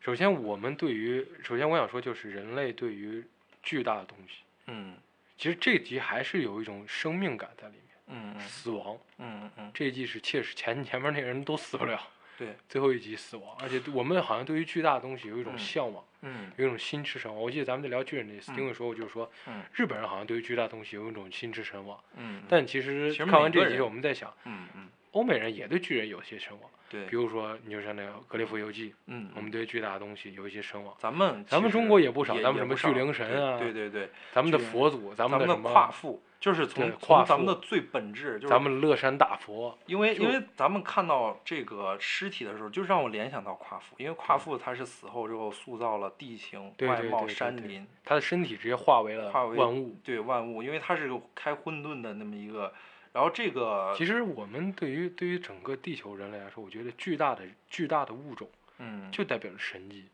Speaker 1: 首先我们对于，首先我想说就是人类对于巨大的东西，
Speaker 3: 嗯
Speaker 1: 其实这一集还是有一种生命感在里面。
Speaker 3: 嗯嗯
Speaker 1: 死亡
Speaker 3: 嗯嗯，
Speaker 1: 这一季是切实前前面那个人都死不了，
Speaker 3: 对，
Speaker 1: 最后一集死亡，而且我们好像对于巨大的东西有一种
Speaker 3: 嗯
Speaker 1: 向往，
Speaker 3: 嗯
Speaker 1: 有一种心驰神往。我记得咱们在聊巨人那次，
Speaker 3: 嗯
Speaker 1: 丁伟说过，就是说
Speaker 3: 嗯
Speaker 1: 日本人好像对于巨大的东西有一种心驰神往，
Speaker 3: 嗯，
Speaker 1: 但其实
Speaker 3: 其实
Speaker 1: 看
Speaker 3: 每
Speaker 1: 完
Speaker 3: 个
Speaker 1: 这集，
Speaker 3: 人
Speaker 1: 我们在想，
Speaker 3: 嗯嗯
Speaker 1: 欧美人也对巨人有些神往，
Speaker 3: 对
Speaker 1: 比，如说你就像那个《格列佛游记》，
Speaker 3: 嗯
Speaker 1: 我们对巨大的东西有一些神往。
Speaker 3: 咱们
Speaker 1: 咱们
Speaker 3: 其
Speaker 1: 中
Speaker 3: 实
Speaker 1: 国也不少
Speaker 3: 也
Speaker 1: 咱们
Speaker 3: 也
Speaker 1: 什么
Speaker 3: 不少
Speaker 1: 巨灵神
Speaker 3: 对
Speaker 1: 啊
Speaker 3: 对对对，
Speaker 1: 咱们的
Speaker 3: 巨人
Speaker 1: 佛祖，咱们
Speaker 3: 咱
Speaker 1: 的
Speaker 3: 的
Speaker 1: 什么
Speaker 3: 夸父就是从
Speaker 1: 对
Speaker 3: 从
Speaker 1: 夸
Speaker 3: 咱们
Speaker 1: 父
Speaker 3: 的最本质就是
Speaker 1: 咱们乐山大佛，
Speaker 3: 因为
Speaker 1: 就
Speaker 3: 因为咱们看到这个尸体的时候，就让我联想到夸父，因为夸父他是死后之后塑造了地形、
Speaker 1: 对
Speaker 3: 外
Speaker 1: 对
Speaker 3: 貌、
Speaker 1: 对对
Speaker 3: 山
Speaker 1: 对
Speaker 3: 林，
Speaker 1: 他的身体直接化为了
Speaker 3: 化为
Speaker 1: 万物。
Speaker 3: 对万物，因为他是个开混沌的那么一个。然后这个，
Speaker 1: 其实我们对于对于整个地球人类来说，我觉得巨大的巨大的物种
Speaker 3: 嗯，
Speaker 1: 就代表着神迹。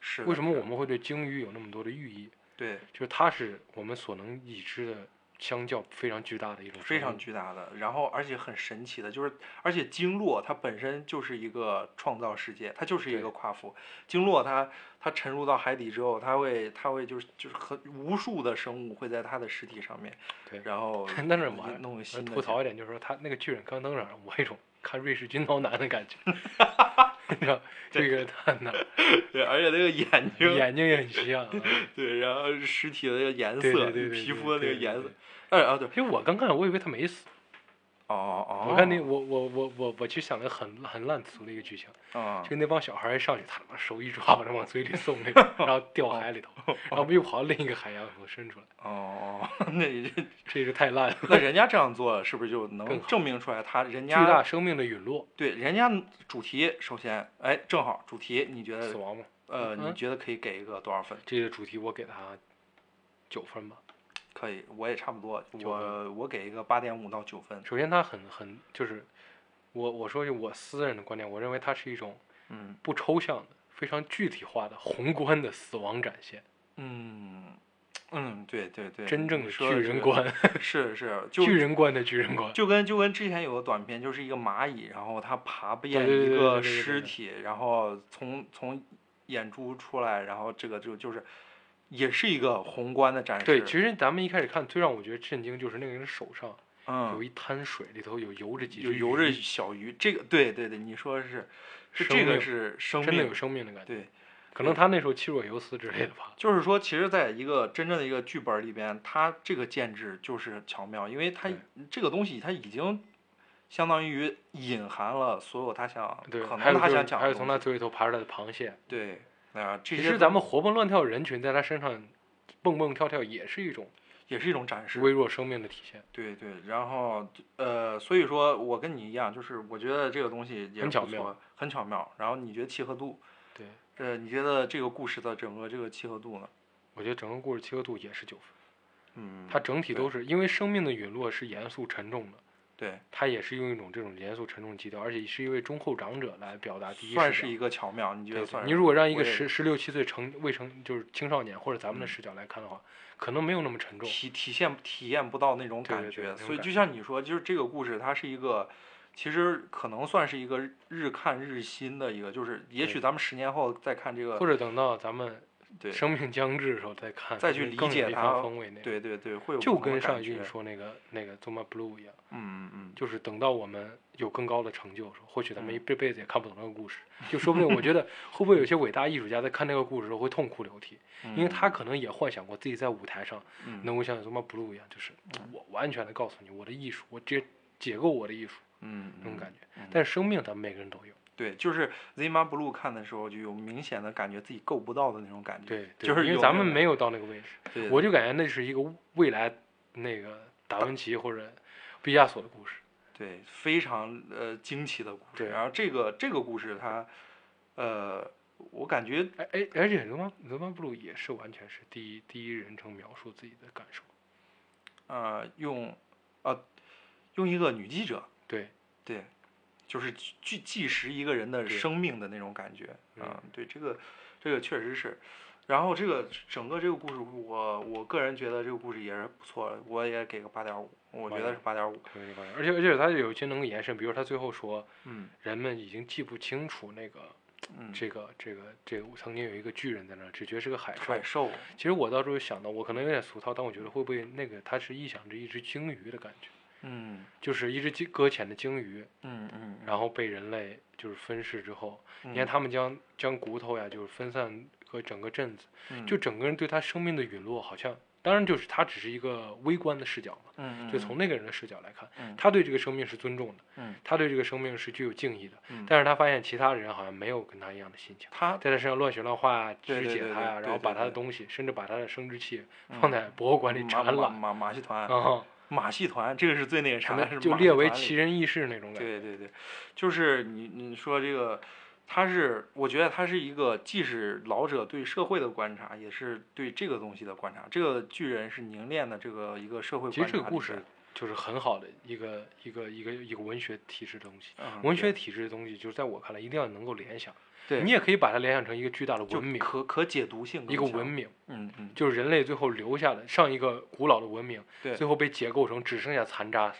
Speaker 3: 是
Speaker 1: 为什
Speaker 3: 么
Speaker 1: 么我们会对鲸鱼有那么多的寓意？
Speaker 3: 对
Speaker 1: 就是它是我们所能已知的相较非常巨大的一种
Speaker 3: 非
Speaker 1: 生
Speaker 3: 常
Speaker 1: 物
Speaker 3: 巨大的，然后而且很神奇的，就是而且经络它本身就是一个创造世界，它就是一
Speaker 1: 对
Speaker 3: 个夸父。经络它它沉入到海底之后，它会它会就是就是很无数的生物会在它的尸体上面，
Speaker 1: 对。[LAUGHS]
Speaker 3: 然后
Speaker 1: 但是我
Speaker 3: 弄
Speaker 1: 还
Speaker 3: 弄个
Speaker 1: 呃
Speaker 3: 新的
Speaker 1: 吐
Speaker 3: 这
Speaker 1: 槽一点，就是说他那个巨人刚登场，我有一种 [LAUGHS] 看瑞士军刀男的
Speaker 3: [LAUGHS]
Speaker 1: 感觉，你知道这个他哪儿
Speaker 3: 对，而且那个眼睛，
Speaker 1: 眼睛也很
Speaker 3: [LAUGHS]
Speaker 1: 像啊。
Speaker 3: 对，然后尸体的那个颜色，
Speaker 1: 对对对对
Speaker 3: 皮
Speaker 1: 对
Speaker 3: 肤的那
Speaker 1: 对
Speaker 3: 个
Speaker 1: 对
Speaker 3: 颜色
Speaker 1: 对，
Speaker 3: 哎啊对，
Speaker 1: 其实我刚看，我以为他没死。
Speaker 3: 哦哦，
Speaker 1: 我看那我我我我我去想了很很烂俗的一个剧情，
Speaker 3: 啊
Speaker 1: 就那帮小孩儿一上去，他妈手一抓把他往嘴里送那个，然后掉海里头，然后又跑到另一个海洋口伸出来，
Speaker 3: 哦哦， [LAUGHS] 那人
Speaker 1: 这个太烂了。
Speaker 3: 那人家这样做是不是就
Speaker 1: 更
Speaker 3: 能
Speaker 1: 好
Speaker 3: 证明出来他人
Speaker 1: 巨大
Speaker 3: 家
Speaker 1: 生命的陨落，
Speaker 3: 对人家主题首先哎正好主题你觉
Speaker 1: 死
Speaker 3: 得
Speaker 1: 亡嘛，
Speaker 3: 呃你
Speaker 1: 嗯
Speaker 3: 觉得可以给一个多少分？
Speaker 1: 这个主题我给他九分吧。
Speaker 3: 可以，我也差不多，
Speaker 1: 九
Speaker 3: 我我给一个八点五到九分，
Speaker 1: 首先，它很很就是我我说句我私人的观点，我认为它是一种
Speaker 3: 嗯
Speaker 1: 不抽象的、非常具体化的、宏观的死亡展现，
Speaker 3: 嗯嗯对对对，
Speaker 1: 真正
Speaker 3: 你
Speaker 1: 的巨
Speaker 3: 说的这
Speaker 1: 人
Speaker 3: 个
Speaker 1: 观，
Speaker 3: [LAUGHS]
Speaker 1: [LAUGHS]
Speaker 3: 是是就
Speaker 1: 巨人观的巨人观。
Speaker 3: 就跟就跟之前有个短片，就是一个蚂蚁，然后它爬遍
Speaker 1: 对对对
Speaker 3: 一
Speaker 1: 对对对
Speaker 3: 个
Speaker 1: 对
Speaker 3: 尸体，然后从从眼珠出来，然后这个就就是也是一个宏观的展示。
Speaker 1: 对，其实咱们一开始看，最让我觉得震惊就是那个人手上有
Speaker 3: 嗯，
Speaker 1: 一滩水，里头有游着几
Speaker 3: 有
Speaker 1: 只
Speaker 3: 游着
Speaker 1: 鱼
Speaker 3: 小鱼，这个对对对，你说的是，是
Speaker 1: 生
Speaker 3: 这个
Speaker 1: 命
Speaker 3: 是生
Speaker 1: 真的
Speaker 3: 命
Speaker 1: 有，生命的感觉。
Speaker 3: 对，
Speaker 1: 可能他那时候气若游丝之类的吧。
Speaker 3: 就是说，其实，在一个真正的一个剧本里边，它这个建制就是巧妙，因为它
Speaker 1: 对
Speaker 3: 这个东西它已经相当于隐含了所有他想
Speaker 1: 对，
Speaker 3: 可
Speaker 1: 还
Speaker 3: 能
Speaker 1: 有
Speaker 3: 他
Speaker 1: 就是
Speaker 3: 想讲
Speaker 1: 还
Speaker 3: 的
Speaker 1: 有从他
Speaker 3: 东西。
Speaker 1: 嘴里头爬出来的螃蟹，
Speaker 3: 对，啊，这
Speaker 1: 其
Speaker 3: 些
Speaker 1: 实
Speaker 3: 都
Speaker 1: 咱们活蹦乱跳的人群在他身上蹦蹦跳跳，也是一种
Speaker 3: 也是一种展示。
Speaker 1: 微弱生命的体现。
Speaker 3: 对对，然后呃，所以说我跟你一样，就是我觉得这个东西也
Speaker 1: 很
Speaker 3: 不
Speaker 1: 巧
Speaker 3: 错
Speaker 1: 妙，
Speaker 3: 很巧妙。然后你觉得契合度，
Speaker 1: 对，
Speaker 3: 呃，你觉得这个故事的整个这个契合度呢？
Speaker 1: 我觉得整个故事契合度也是九分，
Speaker 3: 嗯，
Speaker 1: 它整体
Speaker 3: 对
Speaker 1: 都是因为生命的陨落是严肃沉重的，
Speaker 3: 对，
Speaker 1: 它也是用一种这种严肃沉重的基调，而且是一位中后长者来表达第一视角，
Speaker 3: 算是一个巧妙，你觉
Speaker 1: 对
Speaker 3: 得
Speaker 1: 对
Speaker 3: 算是？
Speaker 1: 你如果让一
Speaker 3: 我
Speaker 1: 个
Speaker 3: 也
Speaker 1: 十十六七岁成未成就是青少年或者咱们的
Speaker 3: 嗯
Speaker 1: 视角来看的话，可能没有那么沉重。
Speaker 3: 体体现体验不到那种
Speaker 1: 对
Speaker 3: 感
Speaker 1: 对对
Speaker 3: 觉
Speaker 1: 那，种
Speaker 3: 所以
Speaker 1: 感
Speaker 3: 就像你说，就是这个故事它是一个，其实可能算是一个日日看日新的一个，就是也
Speaker 1: 对
Speaker 3: 许咱们十年后再看这个
Speaker 1: 或，者等到咱们
Speaker 3: 对
Speaker 1: 生命将至的时候再看，
Speaker 3: 再
Speaker 1: 可
Speaker 3: 去
Speaker 1: 能
Speaker 3: 理
Speaker 1: 更有
Speaker 3: 解
Speaker 1: 一
Speaker 3: 它
Speaker 1: 番风味那种。
Speaker 3: 对对对，会有
Speaker 1: 就
Speaker 3: 不同的
Speaker 1: 跟上
Speaker 3: 感
Speaker 1: 一句你
Speaker 3: 觉，
Speaker 1: 说那个那个 Zuma Blue 一样，
Speaker 3: 嗯嗯嗯，
Speaker 1: 就是等到我们有更高的成就的时候，或许咱们
Speaker 3: 嗯
Speaker 1: 一辈辈子也看不懂那个故事，就说不定我觉得会不会有些伟大艺术家在看那个故事的时候会痛哭流涕，因为他可能也幻想过自己在舞台上
Speaker 3: 嗯
Speaker 1: 能够像 Zuma Blue 一样，就是我完全的告诉你我的艺术，我直接解构我的艺术
Speaker 3: 嗯
Speaker 1: 那种
Speaker 3: 嗯
Speaker 1: 感觉。
Speaker 3: 嗯
Speaker 1: 但是生命咱们每个人都有，
Speaker 3: 对，就是 Zima Blue 看的时候，就有明显的感觉自己够不到的那种感觉。
Speaker 1: 对，对
Speaker 3: 嗯就是
Speaker 1: 因为
Speaker 3: 有
Speaker 1: 咱
Speaker 3: 那
Speaker 1: 们
Speaker 3: 种
Speaker 1: 没有到那个位置。
Speaker 3: 对，
Speaker 1: 我就感觉那是一个未来那个达芬奇或者毕加索的故事。
Speaker 3: 对非常呃惊奇的故事。
Speaker 1: 对
Speaker 3: 然后这个这个故事它，呃，我感觉
Speaker 1: 哎哎，而且罗曼罗曼布鲁也是完全是第一第一人称描述自己的感受，
Speaker 3: 呃，用呃，用一个女记者，
Speaker 1: 对，
Speaker 3: 对，就是计计时一个人的
Speaker 1: 对
Speaker 3: 生命的那种感觉
Speaker 1: 嗯
Speaker 3: 啊、对，这个这个确实是。然后这个整个这个故事，我我个人觉得这个故事也是不错的，我也给个八点五，我觉得是八点五。
Speaker 1: 对对而且而且他有一些能够延伸，比如他最后说
Speaker 3: 嗯
Speaker 1: 人们已经记不清楚那个
Speaker 3: 嗯，
Speaker 1: 这个这个这个曾经有一个巨人在那儿，只觉得是个海兽
Speaker 3: 海。兽，
Speaker 1: 其实我到时候想到，我可能有点俗套，但我觉得会不会那个他是臆想着一只鲸鱼的感觉，
Speaker 3: 嗯
Speaker 1: 就是一只鲸搁浅的鲸鱼，
Speaker 3: 嗯嗯，
Speaker 1: 然后被人类就是分食之后，
Speaker 3: 你
Speaker 1: 你看他们将将骨头呀，就是分散和整个镇子，
Speaker 3: 嗯
Speaker 1: 就整个人对他生命的陨落，好像当然就是他只是一个微观的视角嘛，
Speaker 3: 嗯
Speaker 1: 就从那个人的视角来看，
Speaker 3: 嗯
Speaker 1: 他对这个生命是尊重的，
Speaker 3: 嗯
Speaker 1: 他对这个生命是具有敬意的，
Speaker 3: 嗯
Speaker 1: 但是他发现其他人好像没有跟他一样的心情，
Speaker 3: 他
Speaker 1: 在他身上乱学乱画，
Speaker 3: 对
Speaker 1: 肢
Speaker 3: 对
Speaker 1: 解
Speaker 3: 对
Speaker 1: 他呀，然
Speaker 3: 对
Speaker 1: 后
Speaker 3: 对
Speaker 1: 把
Speaker 3: 对
Speaker 1: 他的
Speaker 3: 对
Speaker 1: 东西，甚至把他的生殖器
Speaker 3: 嗯
Speaker 1: 放在博物馆里
Speaker 3: 马
Speaker 1: 展
Speaker 3: 马
Speaker 1: 览，
Speaker 3: 马马戏团，
Speaker 1: 啊，
Speaker 3: 马戏团这个是最那个
Speaker 1: 可
Speaker 3: 啥的，是
Speaker 1: 能就
Speaker 3: 马戏
Speaker 1: 列为
Speaker 3: 团里
Speaker 1: 奇人异事那种感觉，
Speaker 3: 对对对，就是你你说这个，他是我觉得他是一个既是老者对社会的观察，也是对这个东西的观察。这个巨人是凝练的这个一个社会观
Speaker 1: 其
Speaker 3: 察。
Speaker 1: 实这个故事，就是很好的一个一个一个一个文学体制的东西。
Speaker 3: 嗯、
Speaker 1: 文学体制的东西，就是在我看来，一定要能够联想。
Speaker 3: 对，
Speaker 1: 你也可以把它联想成一个巨大的
Speaker 3: 就
Speaker 1: 文明，
Speaker 3: 可可解读性更
Speaker 1: 一个
Speaker 3: 强
Speaker 1: 文，明，
Speaker 3: 嗯嗯，
Speaker 1: 就是人类最后留下的上一个古老的文明，
Speaker 3: 对
Speaker 1: 最后被解构成只剩下残渣。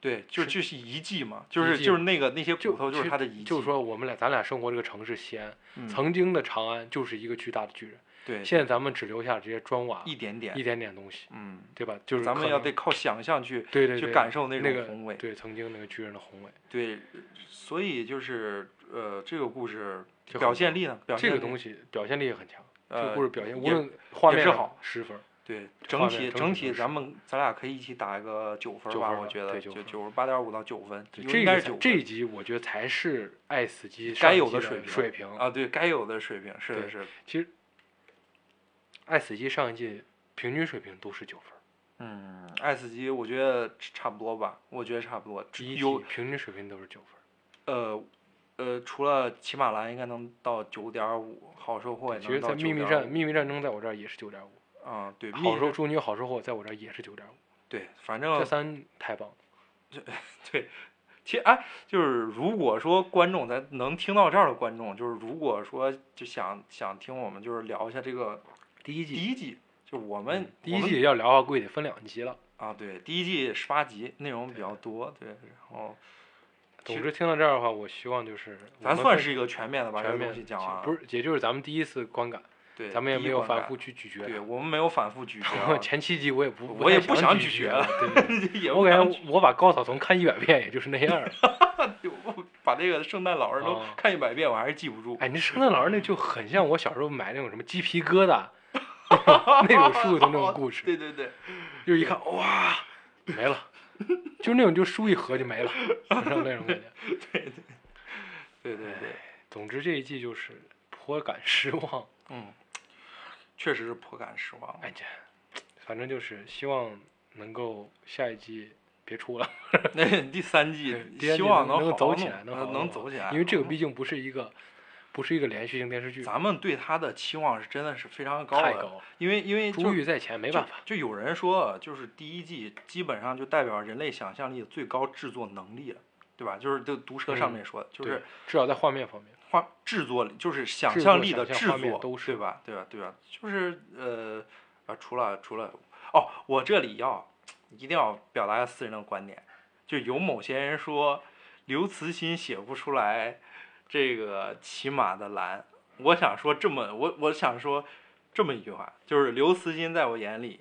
Speaker 3: 对，就是就是遗迹嘛，就是
Speaker 1: 迹
Speaker 3: 就是那个那些
Speaker 1: 就
Speaker 3: 骨头就
Speaker 1: 其
Speaker 3: 是
Speaker 1: 实
Speaker 3: 他的遗迹。
Speaker 1: 就是，说，我们俩咱俩生活这个城市西安，
Speaker 3: 嗯、
Speaker 1: 曾经的长安就是一个巨大的巨人，
Speaker 3: 对
Speaker 1: 现在咱们只留下这些砖瓦，
Speaker 3: 一点点，
Speaker 1: 一点点东西，
Speaker 3: 嗯，
Speaker 1: 对吧？就是
Speaker 3: 咱们
Speaker 1: 可
Speaker 3: 要
Speaker 1: 能
Speaker 3: 得靠想象去
Speaker 1: 对对
Speaker 3: 去
Speaker 1: 对
Speaker 3: 感受那
Speaker 1: 那
Speaker 3: 种
Speaker 1: 个
Speaker 3: 宏伟。
Speaker 1: 对曾经那个巨人的宏伟。
Speaker 3: 对，所以就是呃，这个故事
Speaker 1: 就
Speaker 3: 表
Speaker 1: 很
Speaker 3: 现
Speaker 1: 棒
Speaker 3: 力呢，表
Speaker 1: 这
Speaker 3: 现
Speaker 1: 个
Speaker 3: 力
Speaker 1: 东西表现力也很强，这
Speaker 3: 呃
Speaker 1: 个故事表现无
Speaker 3: 也
Speaker 1: 论画
Speaker 3: 也
Speaker 1: 面
Speaker 3: 是
Speaker 1: 上
Speaker 3: 好
Speaker 1: 十分儿，
Speaker 3: 对
Speaker 1: 画
Speaker 3: 整
Speaker 1: 面
Speaker 3: 体
Speaker 1: 整
Speaker 3: 整
Speaker 1: 体
Speaker 3: 体，
Speaker 1: 都
Speaker 3: 咱
Speaker 1: 是
Speaker 3: 们咱俩可以一起打一个九分儿
Speaker 1: 九
Speaker 3: 吧，
Speaker 1: 分儿
Speaker 3: 我
Speaker 1: 吧
Speaker 3: 觉得
Speaker 1: 对
Speaker 3: 就
Speaker 1: 九分儿
Speaker 3: 九十八点五到九分，
Speaker 1: 对
Speaker 3: 应
Speaker 1: 这
Speaker 3: 该
Speaker 1: 个
Speaker 3: 是
Speaker 1: 才
Speaker 3: 九
Speaker 1: 这一
Speaker 3: 分
Speaker 1: 集我觉得才是爱死机
Speaker 3: 该
Speaker 1: 上
Speaker 3: 有
Speaker 1: 一
Speaker 3: 的
Speaker 1: 季
Speaker 3: 水平
Speaker 1: 水平。
Speaker 3: 啊，对该有的水平，是的
Speaker 1: 对
Speaker 3: 是的，
Speaker 1: 其实爱死机上一季平均水平都是九分儿，
Speaker 3: 嗯，爱死机我觉得差不多吧，我觉得差不多，
Speaker 1: 第一
Speaker 3: 有
Speaker 1: 季平均水平都是九分儿，
Speaker 3: 呃呃，除了骑马兰应该能到九点五，好收获也
Speaker 1: 其实，
Speaker 3: 能到
Speaker 1: 在
Speaker 3: 九
Speaker 1: 秘密
Speaker 3: 点
Speaker 1: 战秘密战争在我这儿也是九点五，
Speaker 3: 啊，对，秘
Speaker 1: 好
Speaker 3: 密嗯
Speaker 1: 兽淑女好收获在我这儿也是九点五，
Speaker 3: 对，反
Speaker 1: 这
Speaker 3: 正
Speaker 1: 三太棒了，
Speaker 3: 对，其实哎，就是如果说观众咱能听到这儿的观众，就是如果说就想想听我们就是聊一下这个
Speaker 1: 第一季嗯
Speaker 3: 第一季，就是我们、
Speaker 1: 第一
Speaker 3: 我们
Speaker 1: 季要聊的话，估计得分两集了。
Speaker 3: 啊，对，第一季十八集，内容比较多，对，然后其
Speaker 1: 总
Speaker 3: 实
Speaker 1: 之听到这儿的话，我希望就是我
Speaker 3: 咱
Speaker 1: 们
Speaker 3: 算
Speaker 1: 会
Speaker 3: 是一个全面的把这
Speaker 1: 全
Speaker 3: 个
Speaker 1: 面
Speaker 3: 东西讲
Speaker 1: 其
Speaker 3: 完了，
Speaker 1: 不是，也就是咱们第一次观感，
Speaker 3: 对，
Speaker 1: 咱们也
Speaker 3: 第一
Speaker 1: 没有
Speaker 3: 观
Speaker 1: 反
Speaker 3: 感
Speaker 1: 复，去咀嚼。，
Speaker 3: 对我们没有反复咀嚼
Speaker 1: [LAUGHS]
Speaker 3: 啊
Speaker 1: 前七集我也不，
Speaker 3: 我也不
Speaker 1: 太
Speaker 3: 想
Speaker 1: 想
Speaker 3: 咀嚼
Speaker 1: 嚼
Speaker 3: [LAUGHS] 了
Speaker 1: 了。对对
Speaker 3: [LAUGHS]
Speaker 1: 对
Speaker 3: 也不
Speaker 1: 我
Speaker 3: 想
Speaker 1: 感觉我把高草丛看一百遍也就是那
Speaker 3: [LAUGHS]
Speaker 1: 样儿。
Speaker 3: 我把这个圣诞老人都
Speaker 1: 啊
Speaker 3: 看一百遍，我还是记不住。
Speaker 1: 哎，你这圣诞老人那就很像我小时候买那种什么鸡皮疙
Speaker 3: [LAUGHS]
Speaker 1: 瘩 [LAUGHS] 那种树的那种故事，
Speaker 3: 对对对，
Speaker 1: 就是一看哇 [LAUGHS] 没了，就那种就书一合就没了，然后那种感觉。
Speaker 3: 对对对，
Speaker 1: 总之这一季就是颇感失望，
Speaker 3: 嗯，确实是颇感失望。
Speaker 1: 哎这，反正就是希望能够下一季别出了。
Speaker 3: [LAUGHS] 那第三季
Speaker 1: 对，第三季
Speaker 3: 希望
Speaker 1: 能
Speaker 3: 好
Speaker 1: 够
Speaker 3: 好
Speaker 1: 走
Speaker 3: 弄呃
Speaker 1: 起来，能好
Speaker 3: 能
Speaker 1: 好
Speaker 3: 能
Speaker 1: 弄
Speaker 3: 走起来，
Speaker 1: 因为这个
Speaker 3: 好
Speaker 1: 毕竟不是一个，不是一个连续性电视剧，
Speaker 3: 咱们对他的期望是真的是非常高
Speaker 1: 太
Speaker 3: 的，
Speaker 1: 高了
Speaker 3: 因为因为就
Speaker 1: 珠玉在前，没
Speaker 3: 就
Speaker 1: 办法。
Speaker 3: 就有人说，啊就是第一季基本上就代表人类想象力的最高制作能力了，对吧？就是这个毒蛇上
Speaker 1: 嗯
Speaker 3: 面说的，就
Speaker 1: 对
Speaker 3: 是，
Speaker 1: 至少在画面方面，
Speaker 3: 画制作力，就是想
Speaker 1: 制
Speaker 3: 象
Speaker 1: 作
Speaker 3: 力的
Speaker 1: 想象
Speaker 3: 制
Speaker 1: 画面
Speaker 3: 作，
Speaker 1: 都是
Speaker 3: 对吧？对吧？对吧？就是呃啊，除了除了哦，我这里要一定要表达一下私人的观点，就有某些人说刘慈欣写不出来这个骑马的蓝，我想说这么我我想说这么一句话，就是刘慈欣在我眼里，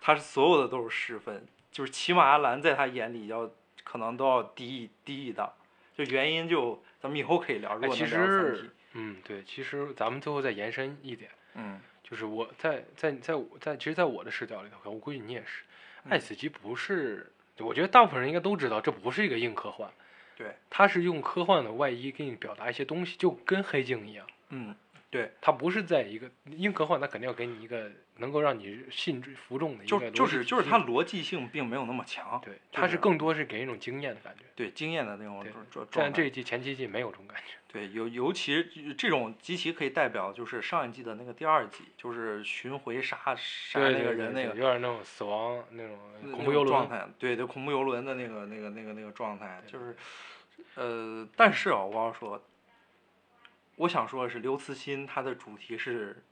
Speaker 3: 他是所有的都是十分，就是骑马的蓝在他眼里要可能都要低一低一档，就原因就咱们以后可以聊，如
Speaker 1: 哎，
Speaker 3: 果
Speaker 1: 其
Speaker 3: 能聊三
Speaker 1: 实
Speaker 3: 体，，
Speaker 1: 嗯，对，其实咱们最后再延伸一点，
Speaker 3: 嗯
Speaker 1: 就是我在在在我在，其实，在我的视角里头，我估计你也是，
Speaker 3: 嗯
Speaker 1: 爱死机不是，我觉得大部分人应该都知道，这不是一个硬科幻，
Speaker 3: 对，
Speaker 1: 它是用科幻的外衣给你表达一些东西，就跟黑镜一样。
Speaker 3: 嗯对，
Speaker 1: 它不是在一个硬科幻，它肯定要给你一个能够让你信之服众的一个逻
Speaker 3: 就
Speaker 1: 辑
Speaker 3: 就是就是
Speaker 1: 体系
Speaker 3: 它逻辑性并没有那么强，
Speaker 1: 对，
Speaker 3: 就
Speaker 1: 它
Speaker 3: 是
Speaker 1: 是更多是给人一种经验的感觉。
Speaker 3: 对经验的那种
Speaker 1: 对
Speaker 3: 状状
Speaker 1: 但
Speaker 3: 态
Speaker 1: 这一季前七季没有这种感觉，
Speaker 3: 对，尤尤其是这种极其可以代表就是上一季的那个第二季，就是巡回杀杀
Speaker 1: 对
Speaker 3: 那
Speaker 1: 对
Speaker 3: 个
Speaker 1: 对
Speaker 3: 人
Speaker 1: 对
Speaker 3: 那个
Speaker 1: 有点那种死亡那种
Speaker 3: 那
Speaker 1: 恐怖
Speaker 3: 那种
Speaker 1: 游轮
Speaker 3: 状，态，对对，恐怖游轮的那个那个那个那个状态，就是，呃，但是啊，我要说，我想说的是，刘慈欣他的主题是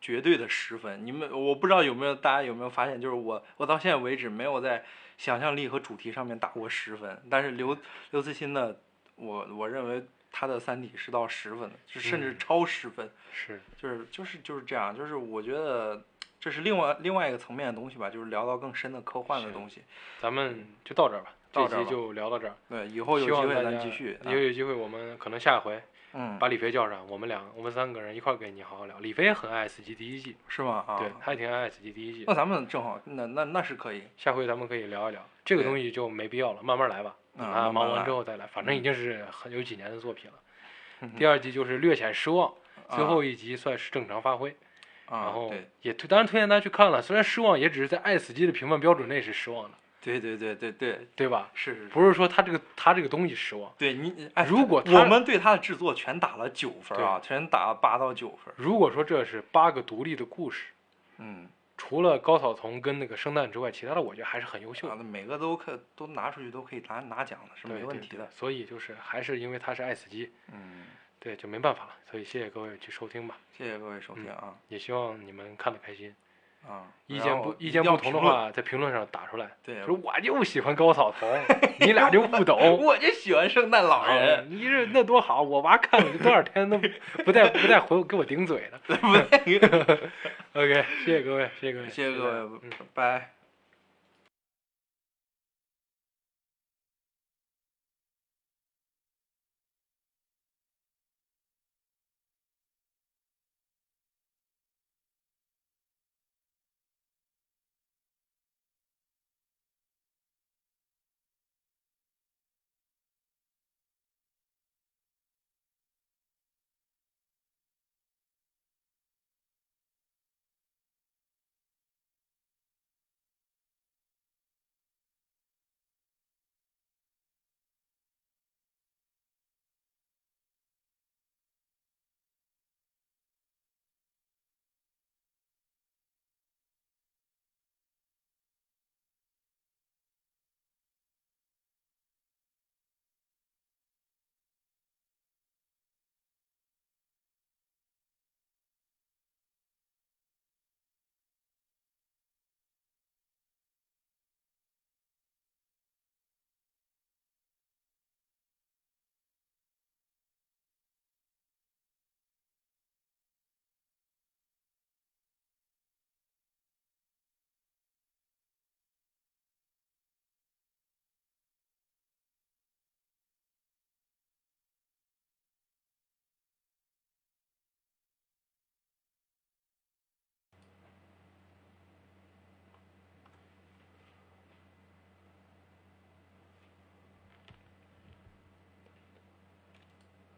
Speaker 3: 绝对的十分。你们我不知道有没有大家有没有发现，就是我我到现在为止没有在想象力和主题上面打过十分，但是刘刘慈欣的，我我认为他的《三体》是到十分的，是甚至
Speaker 1: 嗯
Speaker 3: 超十分。
Speaker 1: 是
Speaker 3: 就是就是就是这样，就是我觉得这是另外另外一个层面的东西吧，就是聊到更深的科幻的
Speaker 1: 是
Speaker 3: 东西。
Speaker 1: 咱们就到这儿吧，
Speaker 3: 到这儿
Speaker 1: 这期
Speaker 3: 吧
Speaker 1: 就聊到这儿。
Speaker 3: 对，以后
Speaker 1: 希
Speaker 3: 有机
Speaker 1: 望
Speaker 3: 会
Speaker 1: 大
Speaker 3: 咱
Speaker 1: 家
Speaker 3: 继续。啊
Speaker 1: 也有机会我们可能下回
Speaker 3: 嗯
Speaker 1: 把，李飞叫上，我们两我们三个人一块儿跟你好好聊。李飞也很爱 S G 第一季，
Speaker 3: 是吗？啊，
Speaker 1: 对，他也挺爱 S G 第一季
Speaker 3: 那。咱们正好，那那那是可以。
Speaker 1: 下回咱们可以聊一聊这个
Speaker 3: 对
Speaker 1: 东西就没必要了，慢慢来吧。
Speaker 3: 嗯
Speaker 1: 等
Speaker 3: 慢
Speaker 1: 他
Speaker 3: 慢
Speaker 1: 忙
Speaker 3: 来
Speaker 1: 完之后再来，反正已经是很有几年的作品了。
Speaker 3: 嗯
Speaker 1: 第二季就是略显失望，
Speaker 3: 啊
Speaker 1: 最后一集算是正常发挥，
Speaker 3: 啊
Speaker 1: 然，后
Speaker 3: 对
Speaker 1: 也推当然推荐大家去看了，虽然失望也只是在爱死机的评判标准内是失望的，
Speaker 3: 对对对对对，
Speaker 1: 对吧？
Speaker 3: 是是是。
Speaker 1: 不是说他这个他这个东西失望，
Speaker 3: 对你，哎，
Speaker 1: 如果
Speaker 3: 我
Speaker 1: 他
Speaker 3: 们对他的制作全打了九分啊，全打了八到九分。
Speaker 1: 如果说这是八个独立的故事，
Speaker 3: 嗯，
Speaker 1: 除了高草丛跟那个圣诞之外，其他的我觉得还是很优秀
Speaker 3: 啊
Speaker 1: 的，，
Speaker 3: 每个都可都拿出去都可以拿拿奖的，是
Speaker 1: 对
Speaker 3: 没问
Speaker 1: 对
Speaker 3: 题
Speaker 1: 对
Speaker 3: 的。
Speaker 1: 所以就是还是因为他是爱死机，
Speaker 3: 嗯，
Speaker 1: 对，就没办法了。所以谢谢各位去收听吧，
Speaker 3: 谢谢各位收听啊
Speaker 1: 也希望你们看得开心。
Speaker 3: 啊，
Speaker 1: 嗯意
Speaker 3: 然
Speaker 1: 见
Speaker 3: 后
Speaker 1: 不
Speaker 3: 一
Speaker 1: 意见
Speaker 3: 定要
Speaker 1: 不同
Speaker 3: 评
Speaker 1: 的
Speaker 3: 论，
Speaker 1: 话，在评论上打出来。
Speaker 3: 对
Speaker 1: 说我就喜欢高草丛，
Speaker 3: [LAUGHS]
Speaker 1: 你俩就不懂。啊
Speaker 3: 我就喜欢圣诞老人，
Speaker 1: 你这那多好！我娃看了多少天都不带不带回给我顶嘴的。
Speaker 3: [LAUGHS]
Speaker 1: [LAUGHS]
Speaker 3: 不对，
Speaker 1: OK，谢谢各位，谢谢各位，
Speaker 3: 谢谢各位
Speaker 1: 嗯，
Speaker 3: 拜拜。